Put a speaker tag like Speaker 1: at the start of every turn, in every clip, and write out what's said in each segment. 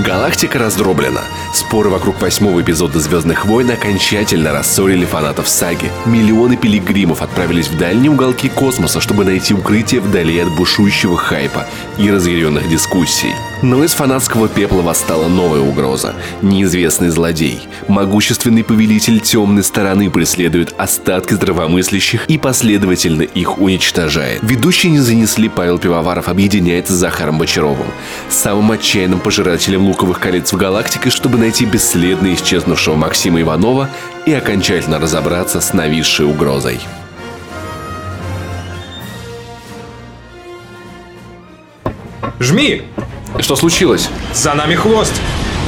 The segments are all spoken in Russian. Speaker 1: Галактика раздроблена. Споры вокруг восьмого эпизода «Звездных войн» окончательно рассорили фанатов саги. Миллионы пилигримов отправились в дальние уголки космоса, чтобы найти укрытие вдали от бушующего хайпа и разъяренных дискуссий. Но из фанатского пепла восстала новая угроза. Неизвестный злодей. Могущественный повелитель темной стороны преследует остатки здравомыслящих и последовательно их уничтожает. Ведущие не занесли Павел Пивоваров объединяется с Захаром Бочаровым, самым отчаянным пожирателем луковых колец в галактике, чтобы найти бесследно исчезнувшего Максима Иванова и окончательно разобраться с нависшей угрозой.
Speaker 2: Жми!
Speaker 1: Что случилось?
Speaker 2: За нами хвост!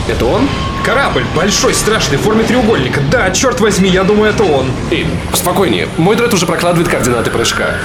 Speaker 1: Это он?
Speaker 2: Корабль большой, страшный, в форме треугольника. Да, черт возьми, я думаю, это он.
Speaker 1: Эй, спокойнее. Мой дред уже прокладывает координаты прыжка.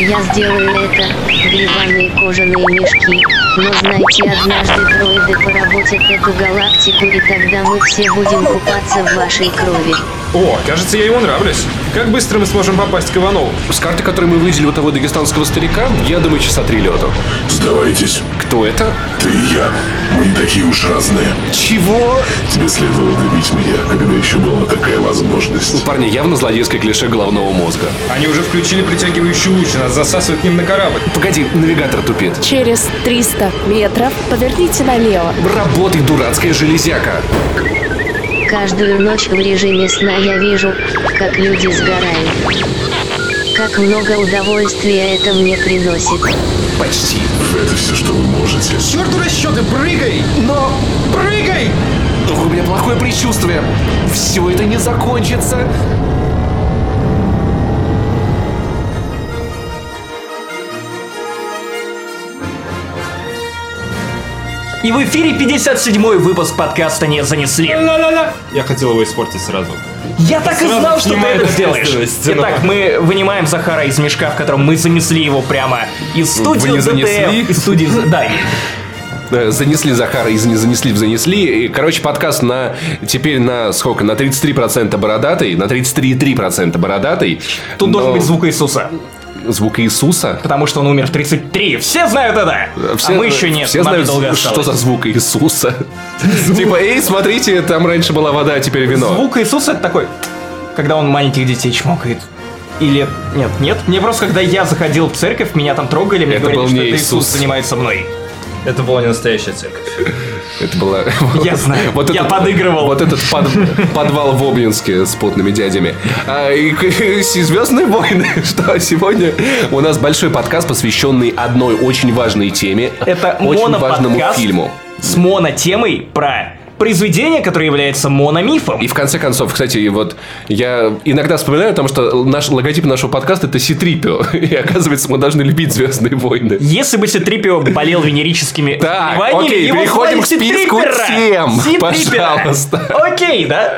Speaker 3: Я сделала это грибами и кожаные мешки. Но знайте, однажды дроиды поработят эту галактику, и тогда мы все будем купаться в вашей крови.
Speaker 2: О, кажется, я ему нравлюсь. Как быстро мы сможем попасть к Иванову?
Speaker 1: С карты, которую мы выделили у того дагестанского старика, я думаю, часа три лету.
Speaker 4: Сдавайтесь.
Speaker 1: Кто это?
Speaker 4: Ты и я. Мы не такие уж разные.
Speaker 1: Чего?
Speaker 4: Тебе следовало добить меня, а когда еще была такая
Speaker 1: У
Speaker 4: возможность.
Speaker 1: парня явно злодейское клише головного мозга.
Speaker 2: Они уже включили притягивающий луч, и нас засасывают к ним на корабль.
Speaker 1: Погоди, навигатор тупит.
Speaker 5: Через 300 метров поверните налево.
Speaker 1: Работай, дурацкая железяка.
Speaker 3: Каждую ночь в режиме сна я вижу, как люди сгорают. Как много удовольствия это мне приносит.
Speaker 1: Почти.
Speaker 4: Это все, что вы можете.
Speaker 2: Черт расчеты, прыгай! Но... Прыгай!
Speaker 1: Ох, у меня плохое предчувствие. Все это не закончится.
Speaker 6: И в эфире 57-й выпуск подкаста «Не занесли».
Speaker 2: Я хотел его испортить сразу.
Speaker 6: Я так и
Speaker 2: Сразу
Speaker 6: знал, что ты
Speaker 2: снимает
Speaker 6: это сделаешь.
Speaker 2: ответственность.
Speaker 6: Итак, мы вынимаем Захара из мешка, в котором мы занесли его прямо из студии
Speaker 1: не
Speaker 6: ЗТФ,
Speaker 1: занесли?
Speaker 6: Из студии... З- Да,
Speaker 1: Э, Занесли Захара из не занесли в занесли. И, короче, подкаст на теперь на сколько? На 33% бородатый, на 33,3% бородатый.
Speaker 6: тут
Speaker 1: Но
Speaker 6: должен быть звук Иисуса.
Speaker 1: звук Иисуса.
Speaker 6: Потому что он умер в 33. Все знают это! а мы еще нет,
Speaker 1: Все
Speaker 6: нам
Speaker 1: знают,
Speaker 6: недолго
Speaker 1: что
Speaker 6: осталось.
Speaker 1: за звук Иисуса. Типа, эй, смотрите, там раньше была вода, а теперь вино.
Speaker 6: Звук Иисуса это такой, когда он маленьких детей чмокает. Или нет, нет. Мне просто, когда я заходил в церковь, меня там трогали, мне
Speaker 1: Это
Speaker 6: говорили,
Speaker 1: был
Speaker 6: что
Speaker 1: не
Speaker 6: это
Speaker 1: Иисус.
Speaker 6: Иисус занимается мной.
Speaker 2: Это была не настоящая церковь.
Speaker 1: Это было...
Speaker 6: Я знаю, я подыгрывал.
Speaker 1: Вот этот под- подвал в Обнинске с потными дядями. А, и, и «Звездные войны», что сегодня у нас большой подкаст, посвященный одной очень важной теме.
Speaker 6: Это
Speaker 1: Очень важному
Speaker 6: моноподкаст
Speaker 1: фильму.
Speaker 6: с монотемой про произведение, которое является мономифом.
Speaker 1: И в конце концов, кстати, и вот я иногда вспоминаю о том, что наш логотип нашего подкаста это Ситрипио. И оказывается, мы должны любить Звездные войны.
Speaker 6: Если бы Ситрипио болел венерическими
Speaker 1: Так,
Speaker 6: заболеваниями,
Speaker 1: окей,
Speaker 6: его
Speaker 1: переходим
Speaker 6: звали
Speaker 1: к списку
Speaker 6: Ситрипера.
Speaker 1: тем,
Speaker 6: Ситрипера.
Speaker 1: пожалуйста.
Speaker 6: Окей, да?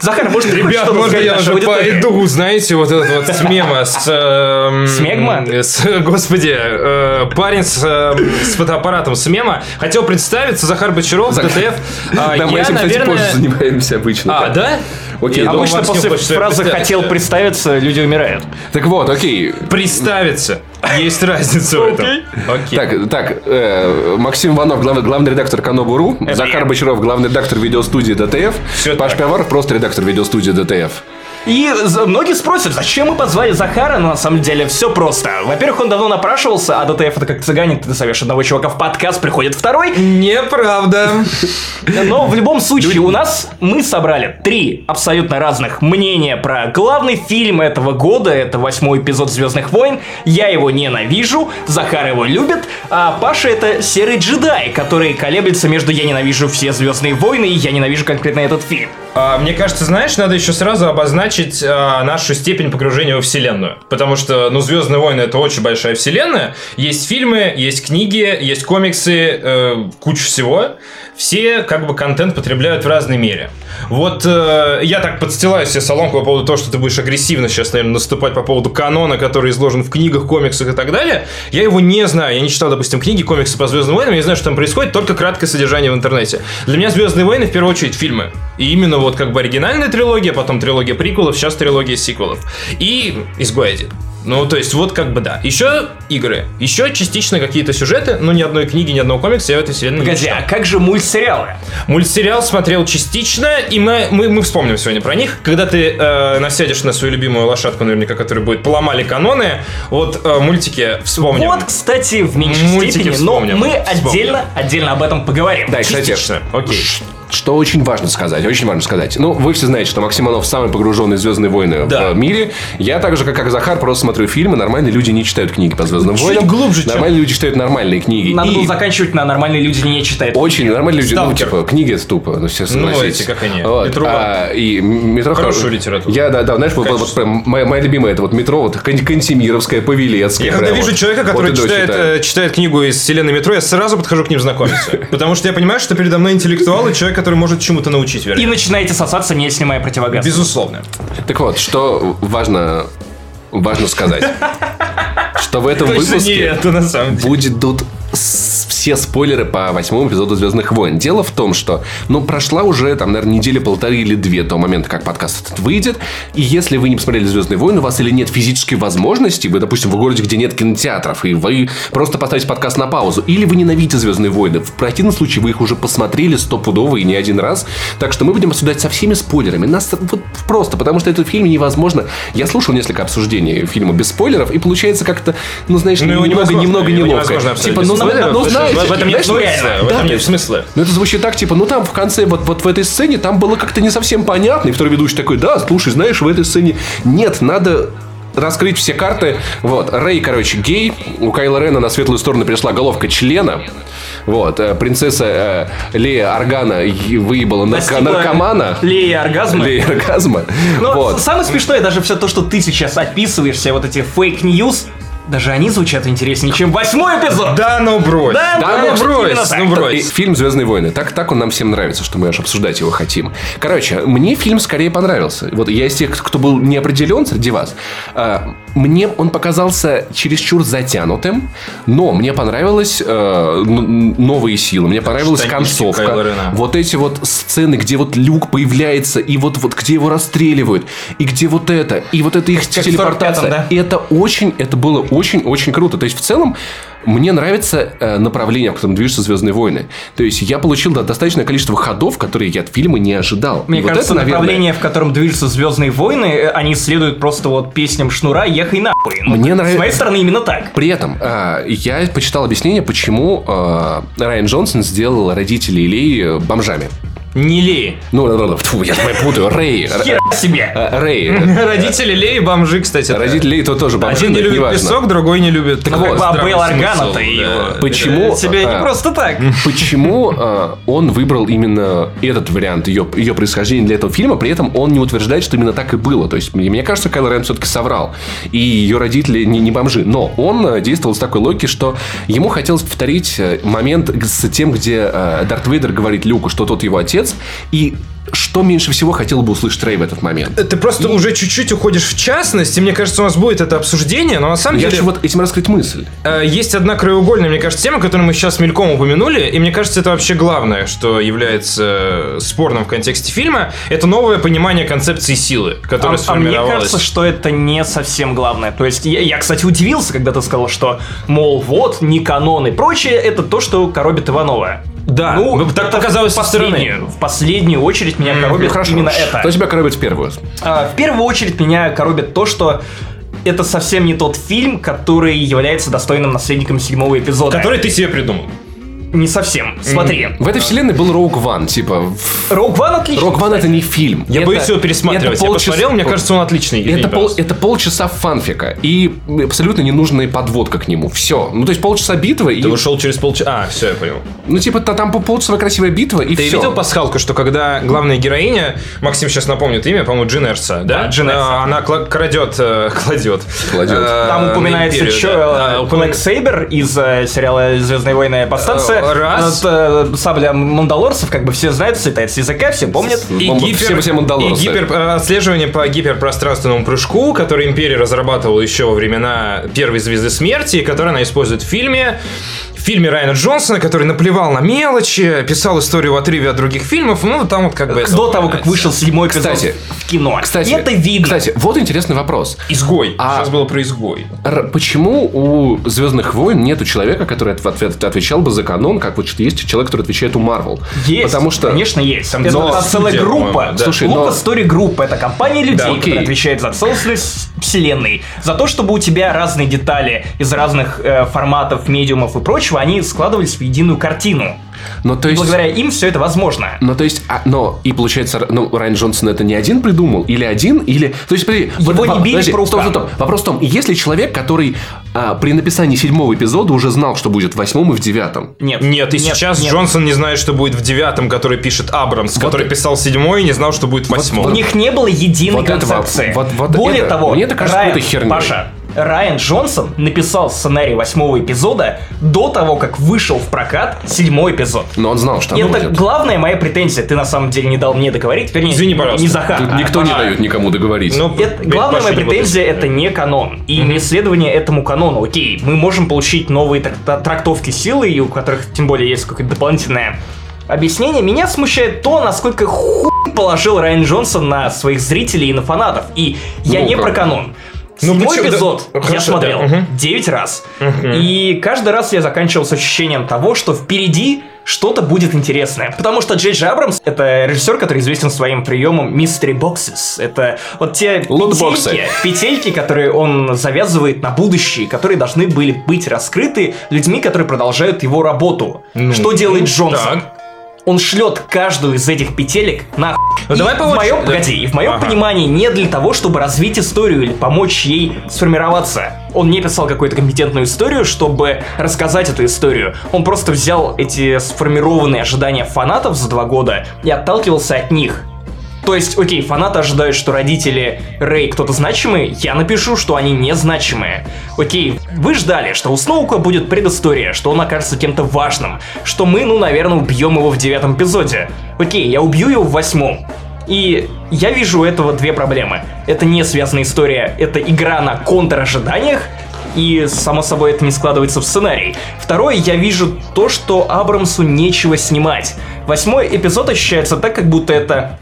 Speaker 6: Захар, может, ты
Speaker 2: Ребят,
Speaker 6: что-то
Speaker 2: можно
Speaker 6: сказать
Speaker 2: я
Speaker 6: нашей
Speaker 2: уже
Speaker 6: аудитории?
Speaker 2: пойду, знаете, вот этот вот с мема с... эм,
Speaker 6: С Мегма?
Speaker 2: с- господи, э, парень с, эм, с фотоаппаратом с мема хотел представиться, Захар Бочаров,
Speaker 1: Зах-
Speaker 2: ДТФ. А,
Speaker 1: Да, мы
Speaker 2: я,
Speaker 1: этим, кстати,
Speaker 2: наверное-
Speaker 1: позже занимаемся обычно.
Speaker 2: А, да?
Speaker 1: Окей,
Speaker 2: Я
Speaker 1: ну,
Speaker 2: думал,
Speaker 6: Обычно
Speaker 2: Максим
Speaker 6: после
Speaker 2: хочет, чтобы я
Speaker 6: фразы
Speaker 2: представил.
Speaker 6: «хотел представиться» люди умирают.
Speaker 1: Так вот, окей.
Speaker 2: Представиться. Есть разница в этом. Окей.
Speaker 1: Так, так, э, Максим Иванов, глав- главный редактор Канобу.ру, Захар
Speaker 6: я.
Speaker 1: Бочаров, главный редактор видеостудии ДТФ,
Speaker 2: Всё
Speaker 1: Паш Пиаваров, просто редактор видеостудии ДТФ.
Speaker 6: И за- многие спросят, зачем мы позвали Захара, но на самом деле все просто. Во-первых, он давно напрашивался, а ДТФ это как цыгане, ты зовешь одного чувака в подкаст, приходит второй.
Speaker 2: Неправда.
Speaker 6: Но в любом случае, у нас мы собрали три абсолютно разных мнения про главный фильм этого года. Это восьмой эпизод Звездных войн. Я его ненавижу, Захар его любит, а Паша это серый джедай, который колеблется между я ненавижу все Звездные войны и я ненавижу конкретно этот фильм.
Speaker 2: А, Мне кажется, знаешь, надо еще сразу обозначить а, нашу степень погружения во вселенную. Потому что, ну, Звездные войны это очень большая вселенная. Есть фильмы, есть книги, есть комиксы, э, куча всего. Все, как бы, контент потребляют в разной мере. Вот э, я так подстилаю себе соломку по поводу того, что ты будешь агрессивно сейчас, наверное, наступать по поводу канона, который изложен в книгах, комиксах и так далее. Я его не знаю. Я не читал, допустим, книги, комиксы по Звездным войнам. Я не знаю, что там происходит, только краткое содержание в интернете. Для меня Звездные войны в первую очередь фильмы. И именно вот как бы оригинальная трилогия, потом трилогия приколов, сейчас трилогия сиквелов. И изгой один. Ну, то есть, вот как бы да. Еще игры, еще частично какие-то сюжеты, но ни одной книги, ни одного комикса я в этой вселенной не
Speaker 6: Погоди,
Speaker 2: читал.
Speaker 6: а как же мультсериалы?
Speaker 2: Мультсериал смотрел частично, и мы, мы, мы вспомним сегодня про них. Когда ты э, насядешь на свою любимую лошадку, наверняка, которая будет «Поломали каноны», вот э, мультики вспомним.
Speaker 6: Вот, кстати, в меньшей
Speaker 2: Мультики
Speaker 6: степени,
Speaker 2: вспомним,
Speaker 6: но мы
Speaker 2: вспомним.
Speaker 6: отдельно, отдельно об этом поговорим.
Speaker 1: Да, и, кстати,
Speaker 2: Частично, окей.
Speaker 1: ш- что очень важно сказать, очень важно сказать. Ну, вы все знаете, что Максим Иванов самый погруженный в «Звездные войны»
Speaker 2: Да.
Speaker 1: в э, мире. Я так же, как, как Захар, просто смотрю фильмы. Нормальные люди не читают книги по «Звездным
Speaker 2: Чуть
Speaker 1: войнам».
Speaker 2: глубже, чем-
Speaker 1: Нормальные люди читают нормальные книги.
Speaker 6: Надо
Speaker 1: И
Speaker 6: было заканчивать на нормальные люди не читают.
Speaker 1: Очень нормальные люди, ну,
Speaker 2: Сталкер.
Speaker 1: типа, книги это тупо, ну, все согласитесь.
Speaker 2: эти, как они,
Speaker 1: Вот.
Speaker 2: «Метро».
Speaker 1: А, и м- «Метро»
Speaker 2: Хорошую
Speaker 1: хорош-
Speaker 2: литературу.
Speaker 1: Я, да, да, знаешь, вот, вот
Speaker 2: Качество.
Speaker 1: прям моя, моя любимая, это вот «Метро», вот Кан- Кантемировская, Павелецкая.
Speaker 2: Я когда
Speaker 1: прям
Speaker 2: вижу
Speaker 1: вот.
Speaker 2: человека,
Speaker 1: Вот
Speaker 2: который
Speaker 1: и до
Speaker 2: читает,
Speaker 1: читаю.
Speaker 2: э, читает книгу из вселенной метро, я сразу подхожу к ним знакомиться. Потому что я понимаю, что передо мной интеллектуал и человек, который может чему-то научить,
Speaker 6: И
Speaker 2: вероятно.
Speaker 6: начинаете сосаться, не снимая противогаз.
Speaker 2: Безусловно.
Speaker 1: Так вот, что важно, важно сказать, что в этом
Speaker 2: Точно не
Speaker 1: выпуске...
Speaker 2: это, на самом деле.
Speaker 1: будет тут с- все спойлеры по восьмому эпизоду «Звездных войн». Дело в том, что, ну, прошла уже, там, наверное, недели полторы или две до момента, как подкаст этот выйдет. И если вы не посмотрели «Звездные войны», у вас или нет физической возможности, вы, допустим, в городе, где нет кинотеатров, и вы просто поставите подкаст на паузу, или вы ненавидите «Звездные войны». В противном случае вы их уже посмотрели стопудово и не один раз. Так что мы будем обсуждать со всеми спойлерами. Нас вот просто, потому что этот фильм невозможно. Я слушал несколько обсуждений фильма без спойлеров, и получается как-то, ну, знаешь,
Speaker 2: Ну, его
Speaker 1: немного,
Speaker 2: невозможно,
Speaker 1: немного
Speaker 2: его
Speaker 1: неловко.
Speaker 2: невозможно обсудить
Speaker 1: Типа,
Speaker 2: без
Speaker 1: ну,
Speaker 2: спойлеров,
Speaker 1: ну,
Speaker 2: потому что
Speaker 1: знаете,
Speaker 2: в этом нет
Speaker 1: знаешь, ну,
Speaker 2: смысла, в
Speaker 1: да,
Speaker 2: этом
Speaker 1: то
Speaker 2: нет
Speaker 1: есть,
Speaker 2: смысла.
Speaker 1: Ну, это звучит так, типа, ну, там в конце, вот, вот в этой сцене, там было как-то не совсем понятно. И второй ведущий такой, да, слушай, знаешь, в этой сцене нет, надо раскрыть все карты. Вот, Рэй, короче, гей. У Кайла Рена на светлую сторону перешла головка члена. Вот, э, принцесса э, Лея Аргана е- выебала нарко-
Speaker 6: Достигла
Speaker 1: наркомана.
Speaker 6: Лея оргазма.
Speaker 1: Лея Оргазма.
Speaker 6: Но
Speaker 1: Вот.
Speaker 6: с- самое смешное, даже все то, что ты сейчас описываешь, все вот эти фейк-ньюс, даже они звучат интереснее, чем восьмой эпизод.
Speaker 2: Да, ну брось.
Speaker 6: Да,
Speaker 1: да,
Speaker 2: ну
Speaker 1: вот
Speaker 6: именно
Speaker 2: брось,
Speaker 6: так.
Speaker 2: ну
Speaker 1: И
Speaker 2: брось.
Speaker 1: фильм «Звездные войны». Так, так он нам всем нравится, что мы аж обсуждать его хотим. Короче, мне фильм скорее понравился. Вот я из тех, кто был неопределен среди вас. а, Мне он показался чересчур затянутым, но мне понравились э, н- новые силы, мне понравилась
Speaker 2: Штанишки Кайло
Speaker 1: концовка.
Speaker 2: Рена.
Speaker 1: Вот эти вот сцены, где вот Люк появляется, и вот, вот где его расстреливают, и где вот это, и вот это их
Speaker 6: как в 45-м,
Speaker 1: телепортация.
Speaker 6: да?
Speaker 1: И это очень, это было очень-очень круто. То есть, в целом, мне нравится э, направление, в котором движутся «Звездные войны». То есть, я получил да, достаточное количество ходов, которые я от фильма не ожидал.
Speaker 6: Мне
Speaker 1: И вот
Speaker 6: кажется,
Speaker 1: это, наверное,
Speaker 6: направление, в котором движутся Звездные войны, э, они следуют просто вот песням Шнура «Ехай нахуй». Ну,
Speaker 1: Мне
Speaker 6: С
Speaker 1: нравится-
Speaker 6: моей стороны, именно так.
Speaker 1: При этом э, я почитал объяснение, почему э, Райан Джонсон сделал родителей Леи э, бомжами.
Speaker 2: Не лей.
Speaker 1: Ну, ладно, фу, я путаю. Рэй.
Speaker 6: Хера
Speaker 1: Р-
Speaker 6: себе.
Speaker 1: э, Рэй.
Speaker 2: Родители лей и бомжи, кстати. это-
Speaker 1: Родители Леи то
Speaker 6: А
Speaker 1: тоже бомжи.
Speaker 2: Один не
Speaker 1: но это
Speaker 2: любит
Speaker 1: неважно.
Speaker 2: песок, другой не любит.
Speaker 1: Ну, вот.
Speaker 6: Как бы
Speaker 1: Здравый
Speaker 6: Абейл Органа-то
Speaker 2: смысл,
Speaker 6: его.
Speaker 2: да.
Speaker 1: Почему,
Speaker 6: Это Тебе не
Speaker 1: а,
Speaker 6: просто так.
Speaker 1: Почему э, он выбрал именно этот вариант ее, ее происхождения для этого фильма, при этом он не утверждает, что именно так и было. То есть, мне, мне кажется, Кайл Рен все-таки соврал. И ее родители не, не бомжи. Но он э, действовал с такой логики, что ему хотелось повторить э, момент с тем, где э, Дарт Вейдер говорит Люку, что тот его отец, и что меньше всего хотел бы услышать Рэй в этот момент.
Speaker 2: Э, Ты просто уже чуть-чуть уходишь в частность, и мне кажется, у нас будет это обсуждение, но на самом
Speaker 1: Я
Speaker 2: деле
Speaker 1: хочу вот этим раскрыть мысль.
Speaker 2: э, есть одна краеугольная, мне кажется, тема, которую мы сейчас мельком упомянули, и мне кажется, это вообще главное, что является э, спорным в контексте фильма, это новое понимание концепции силы,
Speaker 6: А-
Speaker 2: которая
Speaker 6: а мне
Speaker 2: сформировалась.
Speaker 6: кажется, что это не совсем главное. То есть, я, я, кстати, удивился, когда ты сказал, что, мол, вот, не канон и прочее, это то, что коробит Иванова.
Speaker 2: Да, ну, так
Speaker 6: это
Speaker 2: показалось
Speaker 6: в
Speaker 2: со стороны.
Speaker 6: последнюю, в последнюю очередь меня коробит именно это.
Speaker 1: Кто тебя коробит в первую?
Speaker 6: А, в первую очередь меня коробит то, что это совсем не тот фильм, который является достойным наследником седьмого эпизода.
Speaker 2: Который ты себе придумал.
Speaker 6: Не совсем. Смотри.
Speaker 1: В этой вселенной был Роуг Ван, типа... в-
Speaker 6: Роук Ван отлично.
Speaker 1: Рок Ван это не фильм.
Speaker 2: Я
Speaker 1: Это-
Speaker 2: боюсь его пересматривать.
Speaker 1: это
Speaker 2: Я
Speaker 1: полчаса-
Speaker 2: посмотрел, мне кажется, он отличный. Извини,
Speaker 1: Это, пол-
Speaker 2: пожалуйста.
Speaker 1: это полчаса фанфика и абсолютно ненужная подводка к нему. Все. Ну, то есть полчаса битвы и...
Speaker 2: Ты ушел через полчаса. А, все, я понял.
Speaker 1: Ну, типа, та- там по- полчаса красивая битва и
Speaker 2: Ты
Speaker 1: все.
Speaker 2: видел пасхалку, что когда главная героиня, Максим сейчас напомнит имя, по-моему, Джин Эрса, да?
Speaker 6: Да, Джин Эрса.
Speaker 2: Э, Она кла- крадет, э, кладет.
Speaker 1: Кладет.
Speaker 2: э,
Speaker 6: Там
Speaker 2: на
Speaker 6: упоминается э,
Speaker 2: империю,
Speaker 6: еще
Speaker 2: да. Да,
Speaker 6: Блэк Сейбер из э, сериала «Звездные войны. Повстанция».
Speaker 2: Э, раз.
Speaker 6: Этот, э, сабля мандалорцев, как бы все знают, слетает с языка, все помнят.
Speaker 1: И
Speaker 2: И
Speaker 1: Бомба-
Speaker 2: гипер,
Speaker 1: всем- всем
Speaker 2: и
Speaker 1: Мандалорцы.
Speaker 2: гипер- э, отслеживание по гиперпространственному прыжку, который Империя разрабатывала еще во времена Первой Звезды Смерти, и который она использует в фильме. фильме Райана Джонсона, который наплевал на мелочи, писал историю в отрыве от других фильмов, ну, там вот как бы... это
Speaker 6: До
Speaker 2: вот
Speaker 6: того, как
Speaker 2: нравится.
Speaker 6: вышел седьмой эпизод
Speaker 1: Кстати.
Speaker 6: в кино.
Speaker 1: Кстати,
Speaker 6: И это видно.
Speaker 1: Кстати, вот интересный вопрос.
Speaker 2: Изгой.
Speaker 1: А-
Speaker 2: Сейчас было про изгой.
Speaker 1: Р- Почему у Звездных войн нету человека, который от- в ответ отвечал бы за канон, как вот есть человек, который отвечает у Марвел?
Speaker 6: Есть,
Speaker 1: Потому что
Speaker 6: конечно, есть.
Speaker 2: Там
Speaker 6: это
Speaker 2: целая
Speaker 6: та целая
Speaker 2: студия,
Speaker 6: группа.
Speaker 2: по-моему, да.
Speaker 1: Слушай, но-
Speaker 6: Лука Стори Группа. Это компания людей,
Speaker 2: окей.
Speaker 6: которая отвечает за целостность вселенной. За то, чтобы у тебя разные детали из разных э, форматов, медиумов и прочего, они складывались в единую картину.
Speaker 1: Но ну, то
Speaker 6: И
Speaker 1: есть.
Speaker 6: благодаря им все это возможно.
Speaker 1: Ну, то есть, а, но, и получается, ну, Райан Джонсон это не один придумал, или один, или... То есть, смотри,
Speaker 6: Его
Speaker 1: вот-
Speaker 6: не
Speaker 1: во-
Speaker 6: били
Speaker 1: подожди,
Speaker 6: по
Speaker 1: стоп,
Speaker 6: рукам.
Speaker 1: стоп, стоп. Вопрос в том, есть ли человек, который а, при написании седьмого эпизода уже знал, что будет в восьмом и в девятом?
Speaker 6: Нет,
Speaker 2: Нет, и сейчас
Speaker 6: нет.
Speaker 2: Джонсон не знает, что будет в девятом, который пишет Абрамс, который
Speaker 1: и-
Speaker 2: писал седьмой и не знал, что будет в восьмом.
Speaker 6: У них не было единой
Speaker 1: Вот этого-
Speaker 6: концепции.
Speaker 1: вот- вот
Speaker 6: Более
Speaker 1: это-
Speaker 6: того,
Speaker 1: мне это кажется
Speaker 6: Райан,
Speaker 1: какой-то херней.
Speaker 6: Паша, Райан Джонсон написал сценарий восьмого эпизода до того, как вышел в прокат седьмой эпизод.
Speaker 1: Но он знал, что
Speaker 6: И
Speaker 1: оно
Speaker 6: это
Speaker 1: Ну, будет.
Speaker 6: главная моя претензия. Ты на самом деле не дал мне договорить. Вернее,
Speaker 2: Извини, пожалуйста.
Speaker 6: Не Захар.
Speaker 1: Тут
Speaker 6: а
Speaker 1: никто не
Speaker 6: Паша.
Speaker 1: дает никому договорить.
Speaker 2: Ну,
Speaker 6: Это-
Speaker 2: блин,
Speaker 6: главная
Speaker 2: Паша
Speaker 6: моя
Speaker 2: не будет.
Speaker 6: претензия это не канон. И не следование этому канону. Окей, мы можем получить новые трак- трактовки силы, и у которых тем более есть какое-то дополнительное объяснение. Меня смущает то, насколько хуй положил Райан Джонсон на своих зрителей и на фанатов. И я
Speaker 1: Ну,
Speaker 6: не
Speaker 1: как?
Speaker 6: про канон.
Speaker 2: Ну,
Speaker 6: Седьмой
Speaker 2: почему- да,
Speaker 6: эпизод я
Speaker 2: хорошо,
Speaker 6: смотрел
Speaker 2: да, мгм.
Speaker 6: 9 раз. И каждый раз я заканчивал с ощущением того, что впереди что-то будет интересное. Потому что Джей Джей Абрамс — это режиссер, который известен своим приемом mystery boxes. Это вот те
Speaker 1: Лутбоксы.
Speaker 6: петельки, петельки, которые он завязывает на будущее, которые должны были быть раскрыты людьми, которые продолжают его работу. что делает Джонсон?
Speaker 2: Ну, так.
Speaker 6: Он шлет каждую из этих петелек на
Speaker 2: Ну, давай по
Speaker 6: в моем,
Speaker 2: очереди.
Speaker 6: погоди, и в моем
Speaker 2: Ага.
Speaker 6: понимании не для того, чтобы развить историю или помочь ей сформироваться. Он не писал какую-то компетентную историю, чтобы рассказать эту историю. Он просто взял эти сформированные ожидания фанатов за два года и отталкивался от них. То есть, окей, фанаты ожидают, что родители Рэй кто-то значимый, я напишу, что они незначимые. Окей, вы ждали, что у Сноука будет предыстория, что он окажется кем-то важным, что мы, ну, наверное, убьем его в девятом эпизоде. Окей, я убью его в восьмом. И я вижу у этого две проблемы. Это не связанная история, это игра на контр-ожиданиях, и, само собой, это не складывается в сценарий. Второе, я вижу то, что Абрамсу нечего снимать. Восьмой эпизод ощущается так, как будто это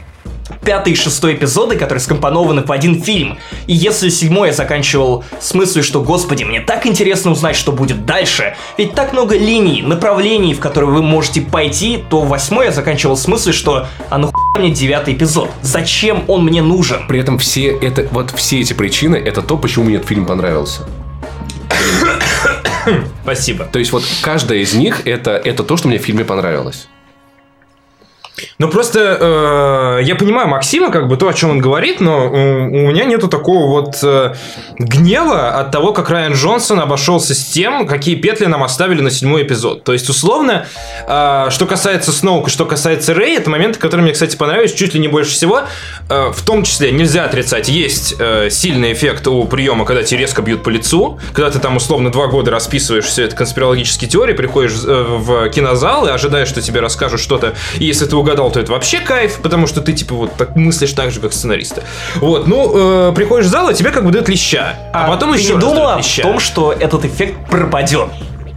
Speaker 6: пятый и шестой эпизоды, которые скомпонованы в один фильм. И если седьмой я заканчивал с мыслью, что, господи, мне так интересно узнать, что будет дальше, ведь так много линий, направлений, в которые вы можете пойти, то восьмой я заканчивал с мыслью, что, а ну хуй мне девятый эпизод, зачем он мне нужен?
Speaker 1: При этом все это, вот все эти причины, это то, почему мне этот фильм понравился.
Speaker 2: Спасибо.
Speaker 1: То есть вот каждая из них это, это то, что мне в фильме понравилось.
Speaker 2: Ну просто э, я понимаю Максима, как бы то, о чем он говорит, но э, у меня нету такого вот э, гнева от того, как Райан Джонсон обошелся с тем, какие петли нам оставили на седьмой эпизод. То есть, условно, э, что касается Сноука, что касается Рэй, это моменты, которые мне, кстати, понравились чуть ли не больше всего. Э, в том числе нельзя отрицать, есть э, сильный эффект у приема, когда тебе резко бьют по лицу, когда ты там условно два года расписываешь все это конспирологические теории, приходишь э, в кинозал и ожидаешь, что тебе расскажут что-то. И если ты угадал, то это вообще кайф, потому что ты типа вот так мыслишь так же, как сценаристы. Вот, ну э, приходишь в зал, и тебе как бы дают леща, а, потом
Speaker 6: ты
Speaker 2: еще
Speaker 6: не
Speaker 2: раз
Speaker 6: думала
Speaker 2: дают
Speaker 6: о
Speaker 2: леща.
Speaker 6: том, что этот эффект пропадет?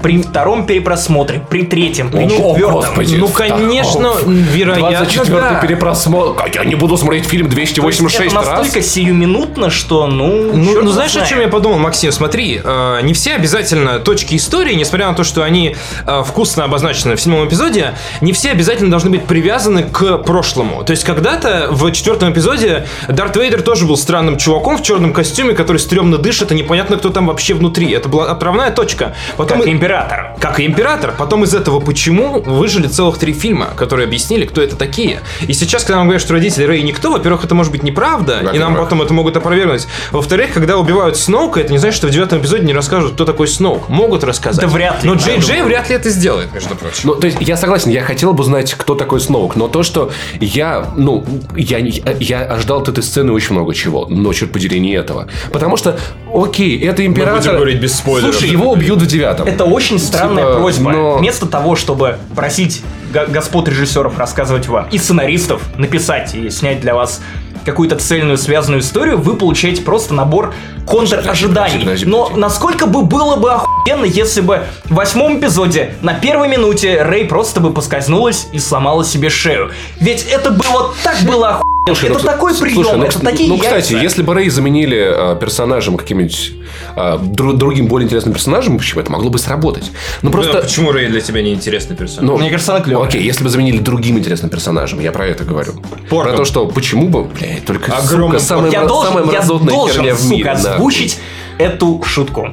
Speaker 6: При втором перепросмотре, при третьем, при
Speaker 1: Ну,
Speaker 6: четвертом.
Speaker 1: господи.
Speaker 2: ну, конечно, вероятно,
Speaker 1: 24
Speaker 2: да.
Speaker 1: перепросмотр. Как Я не буду смотреть фильм
Speaker 6: Это
Speaker 1: 286 раз.
Speaker 6: настолько сиюминутно, что, ну,
Speaker 2: Ну,
Speaker 6: чёрт
Speaker 2: ну,
Speaker 6: его
Speaker 2: знаешь, о
Speaker 6: знает.
Speaker 2: чем я подумал, Максим? Смотри, э, не все обязательно точки истории, несмотря на то, что они э, вкусно обозначены в седьмом эпизоде, не все обязательно должны быть привязаны к прошлому. То есть когда-то в четвертом эпизоде Дарт Вейдер тоже был странным чуваком в черном костюме, который стрёмно дышит, и непонятно, кто там вообще внутри. Это была отправная точка. Потом
Speaker 6: Как
Speaker 2: и-
Speaker 6: император.
Speaker 2: как и император. Потом из этого почему выжили целых три фильма, которые объяснили, кто это такие. И сейчас, когда нам говорят, что родители Рэй никто, во-первых, это может быть неправда, и нам
Speaker 1: Во-первых.
Speaker 2: потом это могут опровергнуть. Во-вторых, когда убивают Сноука, это не значит, что в девятом эпизоде не расскажут, кто такой Сноук. Могут рассказать.
Speaker 6: Да вряд ли,
Speaker 2: Но
Speaker 6: я
Speaker 2: Джей Джей вряд ли это сделает, между прочим.
Speaker 1: Ну, то есть, я согласен, я хотел бы знать, кто такой Сноук, но то, что я, ну, я, не- я ожидал от этой сцены очень много чего, но черт подери, не этого. Потому что, окей, это император...
Speaker 2: говорить без спойлеров.
Speaker 1: Слушай, его убьют в девятом.
Speaker 6: Это очень странная
Speaker 1: Типа,
Speaker 6: просьба.
Speaker 1: но-
Speaker 6: Вместо того, чтобы просить го- господ режиссеров рассказывать вам и сценаристов написать и снять для вас какую-то цельную связанную историю, вы получаете просто набор контр-ожиданий.
Speaker 1: подожди, подожди.
Speaker 6: Но насколько бы было бы охуенно, если бы в восьмом эпизоде на первой минуте Рэй просто бы поскользнулась и сломала себе шею. Ведь это было так было охуенно.
Speaker 1: Слушай,
Speaker 6: это
Speaker 1: ну,
Speaker 6: такой
Speaker 1: с-
Speaker 6: прием,
Speaker 1: слушай, ну,
Speaker 6: это
Speaker 1: кс-
Speaker 6: такие
Speaker 1: Ну, кстати,
Speaker 6: яйца.
Speaker 1: если бы Рэй заменили а, персонажем каким-нибудь а, дру- другим более интересным персонажем, почему это могло бы сработать? Ну,
Speaker 2: Просто...
Speaker 1: просто...
Speaker 2: почему Рэй для тебя не интересный персонаж?
Speaker 1: ну,
Speaker 6: Мне кажется, она клёвая.
Speaker 1: Окей, если бы заменили другим интересным персонажем, я про это говорю.
Speaker 2: Порком.
Speaker 1: Про то, что почему бы, блядь, только, сука,
Speaker 2: Огромным
Speaker 1: самая,
Speaker 6: я
Speaker 1: мра-
Speaker 6: должен,
Speaker 1: самая
Speaker 6: я
Speaker 1: мразотная
Speaker 6: должен,
Speaker 1: херня в
Speaker 6: сука,
Speaker 1: мире. да.
Speaker 6: озвучить эту шутку.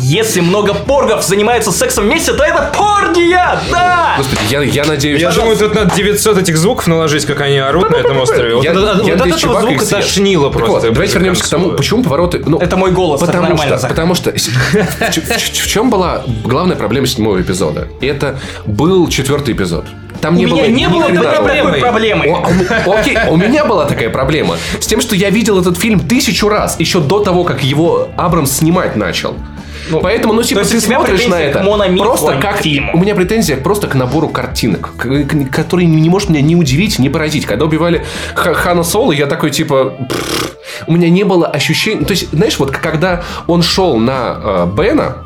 Speaker 6: Если много поргов занимаются сексом вместе, то это поргия! Да!
Speaker 1: Господи, я, я надеюсь...
Speaker 2: Я
Speaker 1: что-
Speaker 2: думаю, тут надо 900 этих звуков наложить, как они орут на этом острове. Вот
Speaker 1: Я-
Speaker 2: это- вот
Speaker 1: я
Speaker 2: от
Speaker 1: надеюсь,
Speaker 2: этого
Speaker 1: чувак их
Speaker 2: звука
Speaker 1: съест.
Speaker 2: тошнило
Speaker 1: Так вот,
Speaker 2: просто.
Speaker 1: давайте вернемся к тому, почему повороты... ну,
Speaker 6: Это мой голос, это
Speaker 1: потому
Speaker 6: нормально,
Speaker 1: что,
Speaker 6: Зак.
Speaker 1: Потому что в ч- в ч- в чем была главная проблема седьмого эпизода? Это был четвертый эпизод. Там
Speaker 6: У
Speaker 1: не было
Speaker 6: меня не
Speaker 1: ни
Speaker 6: было
Speaker 1: хрена
Speaker 6: такой проблемы.
Speaker 1: такого. О, а у- Окей, у меня была такая проблема. С тем, что я видел этот фильм тысячу раз, еще до того, как его Абрамс снимать начал. Поэтому, ну, типа,
Speaker 6: есть
Speaker 1: ты
Speaker 6: у тебя
Speaker 1: смотришь на
Speaker 6: претензии
Speaker 1: это
Speaker 6: к мономифу, а
Speaker 1: просто
Speaker 6: не к
Speaker 1: как...
Speaker 6: фильму.
Speaker 1: У меня претензия просто к набору картинок, к- к- который не может меня не удивить, не поразить. Когда убивали Ха- Хана Соло, я такой, типа... «Пф». У меня не было ощущений... То есть, знаешь, вот когда он шел на э, Бена,